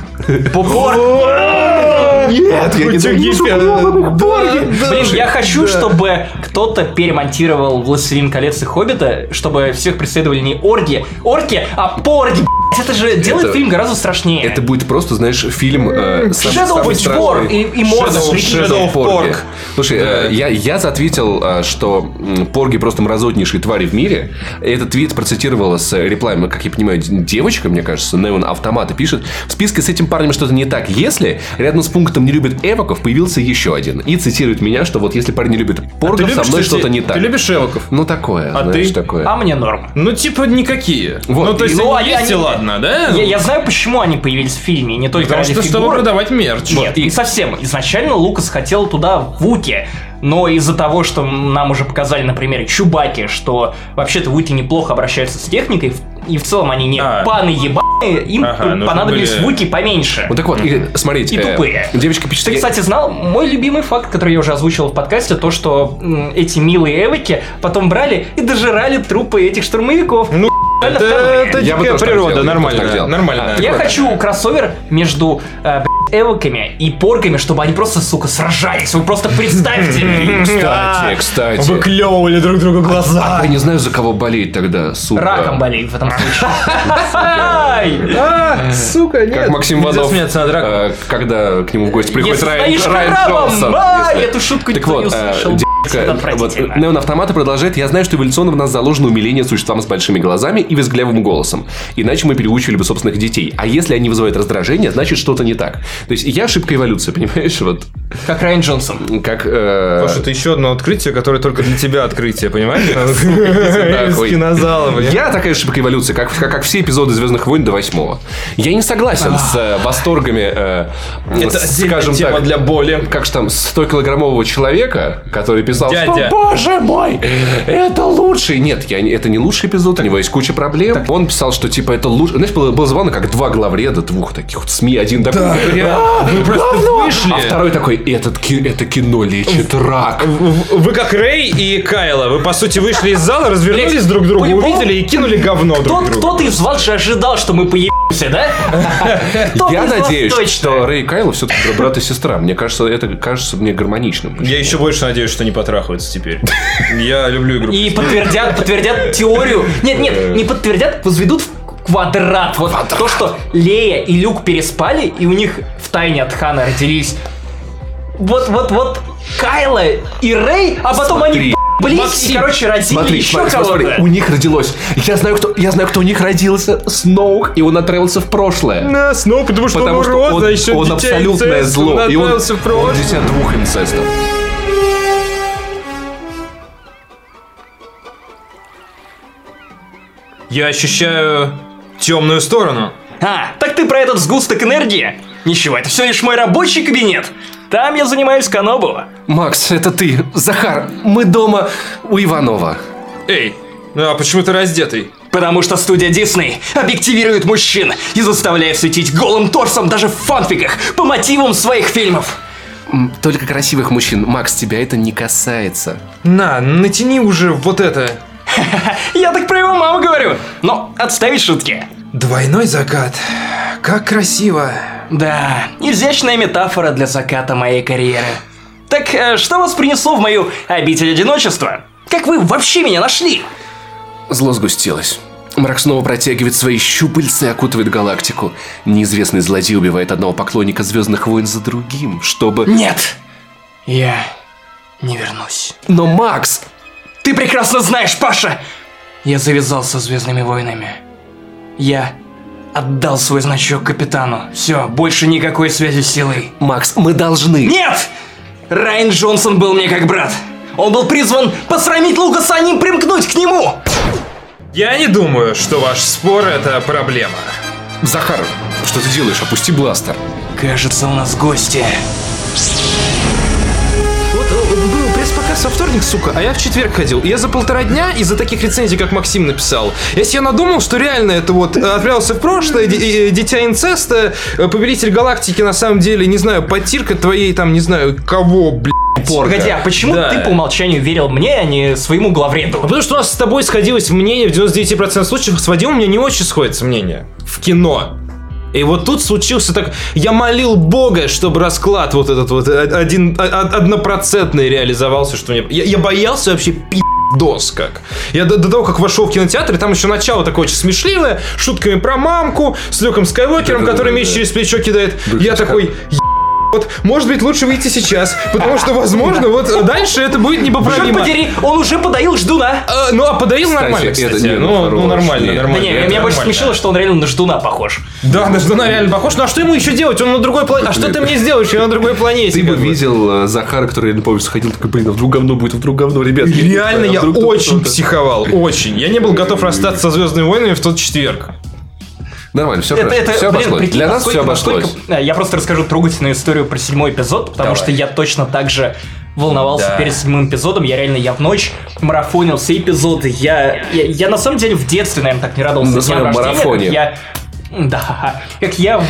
Speaker 6: Борг.
Speaker 1: Нет, я не Ну, а
Speaker 6: Блин, я хочу, чтобы кто-то перемонтировал «Властелин колец» и «Хоббита», чтобы всех преследовали не орги, орки, а порги, блядь. Это же делает
Speaker 1: Это-
Speaker 6: фильм гораздо страшнее.
Speaker 1: Это будет просто, знаешь, фильм э, сам-
Speaker 6: Shadow
Speaker 1: самый
Speaker 6: of
Speaker 1: страшный.
Speaker 6: War и- и Морда.
Speaker 1: Shadow,
Speaker 6: Shadow
Speaker 1: Shadow
Speaker 6: of
Speaker 1: of Porgy.
Speaker 6: Porg.
Speaker 1: Слушай, э, я, я заответил, э, что м, порги просто мразотнейшие твари в мире. Этот твит процитировала с э, реплайм, как я понимаю, д- девочка, мне кажется, Неон Автомата пишет. В списке с этим парнем что-то не так. Если рядом с пунктом «не любит эвоков» появился еще один. И цитирует меня, что вот если парень не
Speaker 6: А
Speaker 1: любит поргов, со мной что-то не так.
Speaker 2: Ты любишь Эвоков?
Speaker 1: Ну такое,
Speaker 2: А
Speaker 1: знаешь,
Speaker 2: ты?
Speaker 1: такое.
Speaker 6: А мне норм.
Speaker 2: Ну, типа, никакие.
Speaker 1: Вот,
Speaker 2: Ну, то
Speaker 1: и-
Speaker 2: есть,
Speaker 6: ну,
Speaker 2: они
Speaker 6: они-
Speaker 2: есть и
Speaker 6: они-
Speaker 2: ладно, да? ну.
Speaker 6: Я, я знаю, почему они появились в фильме, не только
Speaker 2: Потому
Speaker 6: ради
Speaker 2: что, чтобы
Speaker 6: фигур.
Speaker 2: продавать мерч.
Speaker 6: Нет, не совсем. Изначально Лукас хотел туда Вуки, но из-за того, что нам уже показали на примере Чубаки, что вообще-то Вуки неплохо обращаются с техникой, и в целом они не
Speaker 2: А.
Speaker 6: паны ебаные, им
Speaker 2: Ага, нужны
Speaker 6: понадобились
Speaker 2: были-
Speaker 6: Вуки поменьше.
Speaker 1: Вот так вот, и, смотрите.
Speaker 6: И
Speaker 1: э,
Speaker 6: тупые.
Speaker 1: Девочка пишет,
Speaker 6: Ты,
Speaker 1: я-
Speaker 6: кстати, знал мой любимый факт, который я уже озвучил в подкасте, то, что м, эти милые эвоки потом брали и дожирали трупы этих штурмовиков.
Speaker 2: Ну,
Speaker 6: Реально
Speaker 2: это-
Speaker 6: вторые.
Speaker 2: это
Speaker 1: Я бы
Speaker 2: дикая
Speaker 1: тоже так
Speaker 2: природа,
Speaker 1: делал, я бы тоже
Speaker 2: нормально,
Speaker 1: так делал.
Speaker 2: нормально.
Speaker 6: Я хочу кроссовер между э, блядь, эвоками и поргами, чтобы они просто, сука, сражались. Вы просто представьте.
Speaker 1: Кстати, кстати.
Speaker 2: Выклевывали друг другу глаза.
Speaker 1: Я не знаю, за кого болеть тогда, сука.
Speaker 6: А.
Speaker 1: Э,
Speaker 6: Раком болею в этом случае. Ай!
Speaker 2: А, сука, нет.
Speaker 1: Как Максим
Speaker 2: Нельзя
Speaker 1: Вазов,
Speaker 2: смеяться над раком.
Speaker 1: э, когда к нему в гости приходит
Speaker 6: Если
Speaker 1: Райан,
Speaker 6: стоишь
Speaker 1: Райан Джонсон.
Speaker 6: крабом, а,
Speaker 1: Если-
Speaker 6: эту шутку
Speaker 1: Так
Speaker 6: никто
Speaker 1: вот,
Speaker 6: не
Speaker 1: э,
Speaker 6: услышал.
Speaker 1: девочка,
Speaker 6: Это
Speaker 1: вот, ну,
Speaker 6: отвратительно.
Speaker 1: Неон Автомата продолжает. Я знаю, что эволюционно в нас заложено умиление существам с большими глазами и визглявым голосом. Иначе мы переучивали бы собственных детей. А если они вызывают раздражение, значит что-то не так. То есть я ошибка эволюции, понимаешь? Вот
Speaker 6: Как Райан Джонсон.
Speaker 1: как... э,
Speaker 2: Паша, это еще одно открытие, которое только для тебя открытие, понимаешь? Из
Speaker 1: такой.
Speaker 2: кинозала, понимаешь?
Speaker 1: Я такая же ошибка эволюции, как, как, как все эпизоды Звездных войн до восьмого. Я не согласен с э, восторгами, э,
Speaker 2: Это
Speaker 1: с-
Speaker 2: отдельная
Speaker 1: скажем
Speaker 2: тема
Speaker 1: так,
Speaker 2: для боли.
Speaker 1: Как же там 100-килограммового человека, который писал,
Speaker 2: Дядя.
Speaker 1: что «Боже мой, это лучший!» Нет, я, не- это не лучший эпизод, у него есть куча проблем. Он писал, что типа это лучше... Знаешь, было, было забавно, как два главреда двух таких вот СМИ, один такой... «А, говно!»
Speaker 2: вышли.
Speaker 1: А второй такой, этот, ки- это кино лечит рак.
Speaker 2: В- Вы как Рэй и Кайла, вы по сути вышли из зала, развернулись друг к другу,
Speaker 6: по-любому
Speaker 2: увидели и кинули говно друг
Speaker 6: Тот,
Speaker 2: другу.
Speaker 6: кто-то из вас же ожидал, что мы поебемся, да? Кто-то
Speaker 1: Я
Speaker 6: из вас
Speaker 1: надеюсь,
Speaker 6: точно.
Speaker 1: что Рэй и Кайло все-таки брат и сестра. Мне кажется, это кажется мне гармоничным.
Speaker 2: Я еще больше надеюсь, что не потрахаются теперь. Я люблю игру.
Speaker 6: И подтвердят, подтвердят теорию. Нет,
Speaker 1: Э.
Speaker 6: нет, не подтвердят, возведут в квадрат. Вот то, что Лея и Люк переспали, и у них в тайне от Хана родились. Вот, вот, вот Кайла и Рэй, а потом
Speaker 1: Смотри.
Speaker 6: они блин, и, короче, родили
Speaker 1: Смотри,
Speaker 6: еще
Speaker 1: смотри, смотри,
Speaker 6: кого-то.
Speaker 1: у них родилось. Я знаю, кто, я знаю, кто у них родился. Сноук, и он отправился в прошлое.
Speaker 2: На, снова, ну, потому что
Speaker 1: Потому
Speaker 2: он
Speaker 1: что
Speaker 2: урод,
Speaker 1: он,
Speaker 2: а еще
Speaker 1: он
Speaker 2: дитя
Speaker 1: абсолютное
Speaker 2: инцеста,
Speaker 1: зло. И он,
Speaker 2: отправился в прошлое.
Speaker 1: он дитя двух инцестов.
Speaker 2: Я ощущаю темную сторону.
Speaker 6: А, так ты про этот сгусток энергии? Ничего, это все лишь мой рабочий кабинет. Там я занимаюсь канобу.
Speaker 1: Макс, это ты. Захар, мы дома у Иванова.
Speaker 2: Эй, ну а почему ты раздетый?
Speaker 6: Потому что студия Дисней объективирует мужчин и заставляет светить голым торсом даже в фанфиках по мотивам своих фильмов.
Speaker 1: М, Только красивых мужчин. Макс, тебя это не касается.
Speaker 2: На, натяни уже вот это.
Speaker 6: Я так про его маму говорю. Но отставить шутки.
Speaker 2: Двойной закат. Как красиво.
Speaker 6: Да, изящная метафора для заката моей карьеры. Так э, что вас принесло в мою обитель одиночества? Как вы вообще меня нашли?
Speaker 1: Зло сгустилось. Мрак снова протягивает свои щупальца и окутывает галактику. Неизвестный злодей убивает одного поклонника Звездных войн за другим, чтобы...
Speaker 6: Нет, я не вернусь.
Speaker 1: Но Макс!
Speaker 6: Ты прекрасно знаешь, Паша! Я завязал со Звездными войнами. Я отдал свой значок капитану. Все, больше никакой связи с силой.
Speaker 1: Макс, мы должны!
Speaker 6: Нет! Райан Джонсон был мне как брат. Он был призван посрамить Лукаса, а не примкнуть к нему!
Speaker 2: Я не думаю, что ваш спор это проблема.
Speaker 1: Захар, что ты делаешь? Опусти бластер.
Speaker 6: Кажется, у нас гости.
Speaker 2: Вот э, был пресс-показ во вторник, сука, а я в четверг ходил. Я за полтора дня из-за таких рецензий, как Максим написал. Я себе надумал, что реально это вот э, отправился в прошлое, ди- э, дитя инцеста, э, победитель галактики, на самом деле, не знаю, потирка твоей, там, не знаю, кого, блядь. порка.
Speaker 6: Погоди, а почему
Speaker 2: Да.
Speaker 6: ты по умолчанию верил мне, а не своему
Speaker 2: А
Speaker 6: главреду?
Speaker 2: Потому что у нас с тобой сходилось мнение в 99% случаев, с Вадимом у меня не очень сходится мнение. В кино. И вот тут случился так... Я молил Бога, чтобы расклад вот этот вот о- один, о- о- однопроцентный реализовался, что мне... Я, я боялся вообще пи***дос как. Я до, до того, как вошел в кинотеатр, и там еще начало такое очень смешливое, шутками про мамку, с Люком Скайуокером,
Speaker 1: Да-да-да-да.
Speaker 2: который меч через плечо кидает.
Speaker 1: Люк
Speaker 2: Я
Speaker 1: Скай-
Speaker 2: такой... Вот, может быть, лучше выйти сейчас, потому что, возможно, вот дальше это будет
Speaker 6: Ну, Черт
Speaker 2: непоправимо.
Speaker 6: подери, он уже подоил ждуна!
Speaker 2: А, Ну, а подоил
Speaker 1: Кстати,
Speaker 2: нормально,
Speaker 1: это
Speaker 2: кстати.
Speaker 1: не
Speaker 2: ну,
Speaker 1: хорош,
Speaker 2: ну, нормально,
Speaker 1: нет.
Speaker 6: Да
Speaker 2: нормально.
Speaker 6: не,
Speaker 2: это
Speaker 6: меня больше
Speaker 2: нормально.
Speaker 6: смешило, что он реально на ждуна похож.
Speaker 2: Да, на Ждуна реально похож. Ну, а что ему еще делать? Он на другой планете. А что ты мне сделаешь? Я на другой планете.
Speaker 1: Ты бы
Speaker 2: как бы.
Speaker 1: видел э, Захара, который, я напомню, сходил, такой, блин, а вдруг говно будет, а вдруг говно, ребят. не
Speaker 2: Реально,
Speaker 1: знаю, а
Speaker 2: я
Speaker 1: вдруг тут
Speaker 2: очень
Speaker 1: кто-то».
Speaker 2: психовал, очень. Я не был готов расстаться со Звездными войнами в тот четверг.
Speaker 1: Нормально, все хорошо, все
Speaker 6: блин,
Speaker 1: обошлось.
Speaker 6: прикинь,
Speaker 1: Для нас
Speaker 6: насколько-
Speaker 1: все обошлось.
Speaker 6: насколько- Да, Я просто расскажу трогательную историю про седьмой эпизод, потому
Speaker 2: Давай.
Speaker 6: что я точно так же волновался
Speaker 2: Да.
Speaker 6: перед седьмым эпизодом. Я реально, я в ночь марафонил все эпизоды. Я, я, я на самом деле в детстве, наверное, так не радовался
Speaker 1: На
Speaker 6: дням
Speaker 1: своем
Speaker 6: рождения, как
Speaker 1: марафоне.
Speaker 6: Я, да, как я, в-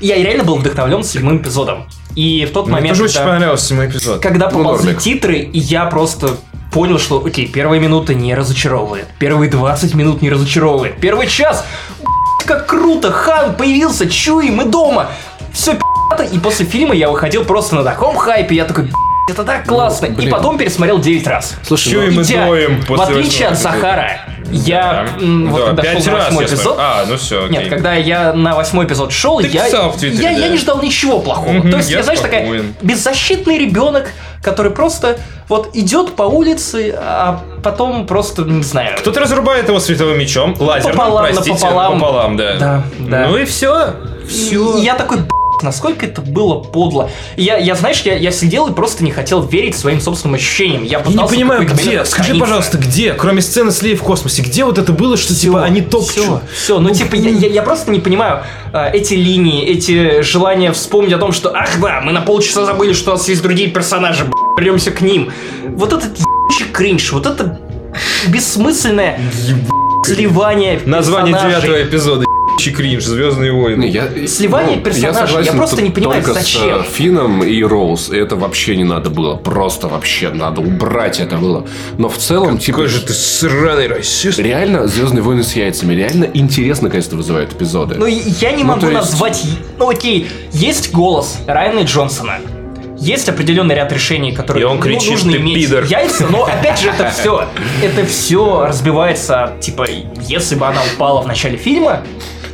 Speaker 6: я реально был вдохновлен седьмым эпизодом. И в тот
Speaker 1: Ну,
Speaker 2: Мне
Speaker 6: момент,
Speaker 2: тоже очень
Speaker 6: когда,
Speaker 2: понравился седьмой эпизод.
Speaker 6: когда поползли
Speaker 1: нормик.
Speaker 6: титры, и я просто понял, что, окей, первая минута не разочаровывает, первые 20 минут не разочаровывает, первый час, «Б***ь, как круто, Хан появился, Чуи, мы дома, все пи***то, и после фильма я выходил просто на таком хайпе, я такой, «Б***ь, это так классно, и
Speaker 1: блин.
Speaker 6: потом пересмотрел 9 раз.
Speaker 1: Слушай,
Speaker 2: Чё
Speaker 1: ну,
Speaker 2: им- Ну, Мы
Speaker 6: Идя,
Speaker 2: доем
Speaker 6: в
Speaker 2: после
Speaker 6: отличие от
Speaker 2: восьмого эпизода.
Speaker 6: Захара, я м, вот когда шел на восьмой эпизод,
Speaker 2: А, ну все,
Speaker 6: нет, когда я на восьмой эпизод шел,
Speaker 2: Ты
Speaker 6: я,
Speaker 2: писал в Твиттере,
Speaker 6: я, я
Speaker 2: да.
Speaker 6: не ждал ничего плохого.
Speaker 2: Мгм,
Speaker 6: То есть,
Speaker 2: я
Speaker 6: я, знаешь,
Speaker 2: спокоен.
Speaker 6: такая беззащитный ребенок, который просто вот идет по улице, а потом просто, не знаю.
Speaker 2: Кто-то разрубает его световым мечом, лазерным,
Speaker 6: Пополам,
Speaker 2: простите,
Speaker 6: напополам.
Speaker 2: пополам, да.
Speaker 6: Да, да.
Speaker 2: Ну и все. Все.
Speaker 6: И я такой, «Б***ь, насколько это было подло. И Я, я знаешь, я, я сидел и просто не хотел верить своим собственным ощущениям. Я,
Speaker 2: Я не
Speaker 6: пытался
Speaker 2: понимаю,
Speaker 6: какой-то
Speaker 2: где?
Speaker 6: момент
Speaker 2: Скажи,
Speaker 6: отстраниться.
Speaker 2: пожалуйста, где? Кроме сцены с Леей в космосе, где вот это было, что типа они
Speaker 6: Все,
Speaker 2: топчут?
Speaker 6: все, ну типа я, я- я просто не понимаю а, эти линии, эти желания вспомнить о том, что ах да, мы на полчаса забыли, что у нас есть другие персонажи, вернемся к ним. Вот этот ебучий кринж, вот это бессмысленное сливание
Speaker 2: Название
Speaker 6: персонажей.
Speaker 2: девятого эпизода. ебучий Кринж, Звездные войны.
Speaker 1: не, Ну, я-
Speaker 6: Сливание персонажей, я
Speaker 1: согласен
Speaker 6: просто
Speaker 1: тут
Speaker 6: не понимаю,
Speaker 1: только
Speaker 6: зачем.
Speaker 1: с э, Финном и Роуз. Это вообще не надо было. Просто вообще надо убрать это было. Но в целом, типа...
Speaker 2: Какой же ты сраный расист.
Speaker 1: Реально, Звездные войны с яйцами. Реально интересно, конечно, вызывают эпизоды.
Speaker 6: Ну, и я не
Speaker 1: Ну,
Speaker 6: могу
Speaker 1: то есть-
Speaker 6: назвать... е- Ну, окей, есть голос Райана и Джонсона. Есть определенный ряд решений, которые
Speaker 2: И он
Speaker 6: ну,
Speaker 2: кричит,
Speaker 6: нужно
Speaker 2: «Ты
Speaker 6: иметь
Speaker 2: пидор».
Speaker 6: яйца, но опять же это все, это все разбивается, от, типа, если бы она упала в начале фильма,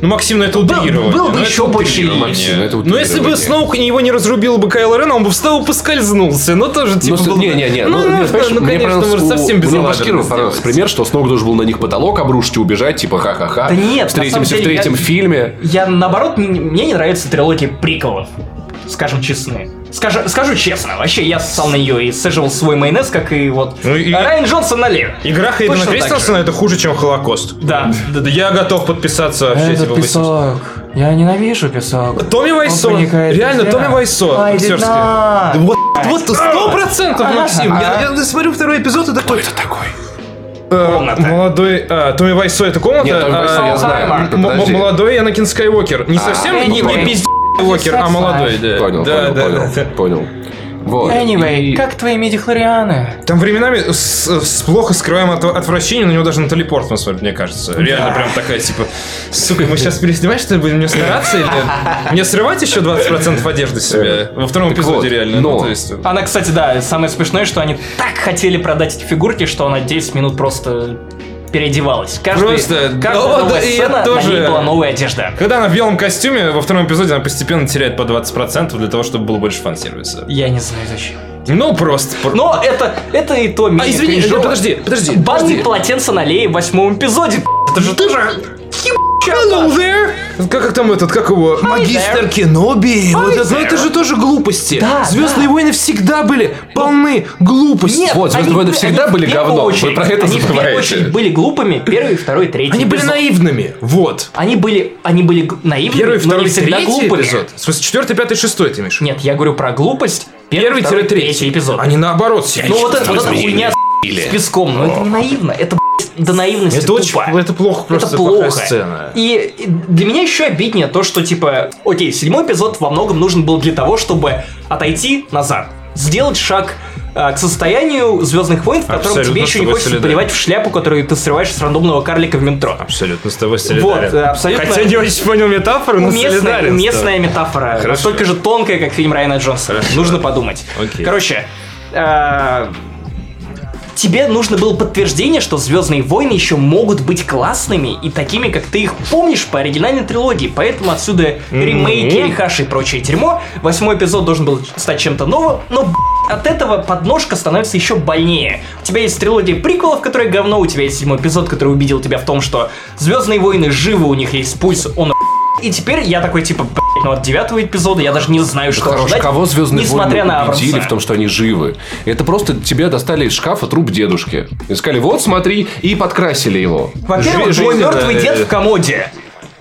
Speaker 2: Ну, Максим, ну это утрирование.
Speaker 6: был бы
Speaker 2: ну, это
Speaker 6: еще больше
Speaker 2: утрирование.
Speaker 1: Максим, ну, это
Speaker 2: Ну, если бы
Speaker 1: утрирование.
Speaker 2: Сноук его не разрубил бы Кайло Рен, он бы встал и поскользнулся. Ну, тоже, типа,
Speaker 1: Ну,
Speaker 2: было бы-
Speaker 1: не, не, не.
Speaker 2: Ну,
Speaker 1: ну,
Speaker 2: можно,
Speaker 1: нет, понимаешь,
Speaker 2: ну,
Speaker 1: мне
Speaker 2: конечно,
Speaker 1: понравилось
Speaker 2: можно
Speaker 1: у-
Speaker 2: совсем без
Speaker 1: Мне Башкиру понравился
Speaker 2: ладерности.
Speaker 1: пример, что Снок должен был на них потолок обрушить и убежать, типа ха-ха-ха.
Speaker 6: Да нет, на самом
Speaker 1: Встретимся
Speaker 6: деле,
Speaker 1: в третьем
Speaker 6: я-
Speaker 1: фильме.
Speaker 6: я наоборот, м- мне не нравятся трилогии приколов, скажем честны. Скажу, скажу честно, вообще я ссал на нее и сэживал свой майонез, как и вот
Speaker 2: Ну и-
Speaker 6: Райан Джонсон налево.
Speaker 2: Игра Хейдена
Speaker 6: Точно так же.
Speaker 2: Кристенсена это хуже, чем Холокост.
Speaker 6: Да, да,
Speaker 2: Да я готов подписаться вообще, типа, 800.
Speaker 6: Я ненавижу песок.
Speaker 2: Томми Вайсо,
Speaker 6: проникает
Speaker 2: реально,
Speaker 6: везде.
Speaker 2: Томми Вайсо,
Speaker 6: I did
Speaker 2: актерская.
Speaker 6: not.
Speaker 2: Да А, Вот, вот, сто процентов, Максим. Я, я смотрю второй эпизод и
Speaker 1: Кто
Speaker 2: такой...
Speaker 1: это А? такой?
Speaker 6: Комната.
Speaker 2: Э, Молодой... А, Томи Вайсо это комната?
Speaker 1: Нет, Томи
Speaker 2: А,
Speaker 1: Вайсо я знаю.
Speaker 2: м-
Speaker 1: Подожди.
Speaker 2: м- Молодой Энакин Скайуокер. Не совсем
Speaker 1: ну,
Speaker 2: не, не
Speaker 1: понял.
Speaker 2: пиздец Скайуокер, а молодой, да.
Speaker 1: Понял,
Speaker 2: да,
Speaker 1: понял,
Speaker 2: да,
Speaker 1: понял,
Speaker 2: да.
Speaker 1: понял. Вот.
Speaker 6: Anyway, как твои медихлорианы?
Speaker 2: Там временами с, с плохо скрываем от, отвращение, на него даже Натали Портман смотрит, мне кажется. Реально прям такая, типа, сука, мы сейчас переснимать, что ли, будем мне стараться? Или мне срывать еще 20% одежды себе? Во втором
Speaker 1: Так
Speaker 2: эпизоде
Speaker 1: вот,
Speaker 2: реально.
Speaker 1: но-
Speaker 2: ну, то есть,
Speaker 6: Она, кстати, да, самое смешное, что они так хотели продать эти фигурки, что она 10 минут просто переодевалась. Каждый,
Speaker 2: Просто,
Speaker 6: каждая
Speaker 2: да,
Speaker 6: новая
Speaker 2: да, и
Speaker 6: сцена,
Speaker 2: я тоже-
Speaker 6: на ней была новая одежда.
Speaker 2: Когда она в белом костюме, во втором эпизоде она постепенно теряет по 20% для того, чтобы было больше фан-сервиса.
Speaker 6: Я не знаю зачем.
Speaker 2: Ну, просто. пр-
Speaker 6: Но это, это и то мини
Speaker 2: а, извини,
Speaker 6: кринжово.
Speaker 2: подожди, подожди.
Speaker 6: Банные полотенца на Лее в восьмом эпизоде. Это же ты же...
Speaker 2: Hello there! Как, как там этот, как его? Магистр Кеноби! Вот это, ну это же тоже глупости.
Speaker 6: Да,
Speaker 2: Звездные войны всегда были полны глупостей.
Speaker 6: Нет,
Speaker 1: Вот, «Звездные
Speaker 6: они-
Speaker 1: войны» всегда
Speaker 6: они в
Speaker 1: были
Speaker 6: первую
Speaker 1: говном. Вы
Speaker 6: очередь-
Speaker 1: про это
Speaker 6: они в первую
Speaker 1: забываете.
Speaker 6: очередь были глупыми. Первый, второй, третий.
Speaker 2: Они были
Speaker 6: эпизод.
Speaker 2: наивными. Вот.
Speaker 6: Они были, они были г- наивными,
Speaker 2: Первый,
Speaker 6: но
Speaker 2: второй,
Speaker 6: не всегда
Speaker 2: третий
Speaker 6: глупыми.
Speaker 2: эпизод. В смысле, четвертый, пятый, шестой, ты имеешь?
Speaker 6: Нет, я говорю про глупость.
Speaker 2: Первый,
Speaker 6: второй,
Speaker 2: тире, третий
Speaker 6: эпизод.
Speaker 2: Они наоборот сидят.
Speaker 6: Ну вот это, вот эта хуйня с песком, ну это не наивно, это блядь, до наивности
Speaker 2: Это очень
Speaker 6: тупо.
Speaker 2: это плохо просто
Speaker 6: это
Speaker 2: плохая
Speaker 6: плохо.
Speaker 2: сцена.
Speaker 6: И и для меня еще обиднее то, что типа, окей, седьмой эпизод во многом нужен был для того, чтобы отойти назад, сделать шаг э, к состоянию Звездных войн, в котором
Speaker 2: Абсолютно
Speaker 6: тебе
Speaker 2: с
Speaker 6: еще не
Speaker 2: тобой
Speaker 6: хочется
Speaker 2: солидарен.
Speaker 6: поливать в шляпу, которую ты срываешь с рандомного карлика в метро.
Speaker 2: Абсолютно с тобой
Speaker 6: Вот, э, абсолютно.
Speaker 2: Хотя не очень понял метафору, но
Speaker 6: Уместная,
Speaker 2: солидарен с
Speaker 6: уместная
Speaker 2: тобой.
Speaker 6: метафора.
Speaker 2: Хорошо.
Speaker 6: Настолько же тонкая, как фильм Райана Джонса. Нужно подумать.
Speaker 2: Окей.
Speaker 6: Короче, э, тебе нужно было подтверждение, что Звездные войны еще могут быть классными и такими, как ты их помнишь по оригинальной трилогии. Поэтому отсюда ремейки, рехаши и прочее дерьмо. Восьмой эпизод должен был стать чем-то новым, но б***ь, от этого подножка становится еще больнее. У тебя есть трилогия приколов, которые говно, у тебя есть седьмой эпизод, который убедил тебя в том, что Звездные войны живы, у них есть пульс, он и теперь я такой, типа, «Блядь, ну от девятого эпизода я даже не знаю, что
Speaker 1: Хорош,
Speaker 6: ожидать,
Speaker 1: кого звездные
Speaker 6: несмотря
Speaker 1: войны
Speaker 6: на
Speaker 1: убедили
Speaker 6: Абрамса.
Speaker 1: в том, что они живы? Это просто тебя достали из шкафа труп дедушки. И сказали, вот смотри, и подкрасили его.
Speaker 6: Во-первых,
Speaker 2: Жизнь,
Speaker 6: мой
Speaker 2: да,
Speaker 6: мертвый
Speaker 2: да,
Speaker 6: дед
Speaker 2: да.
Speaker 6: в комоде.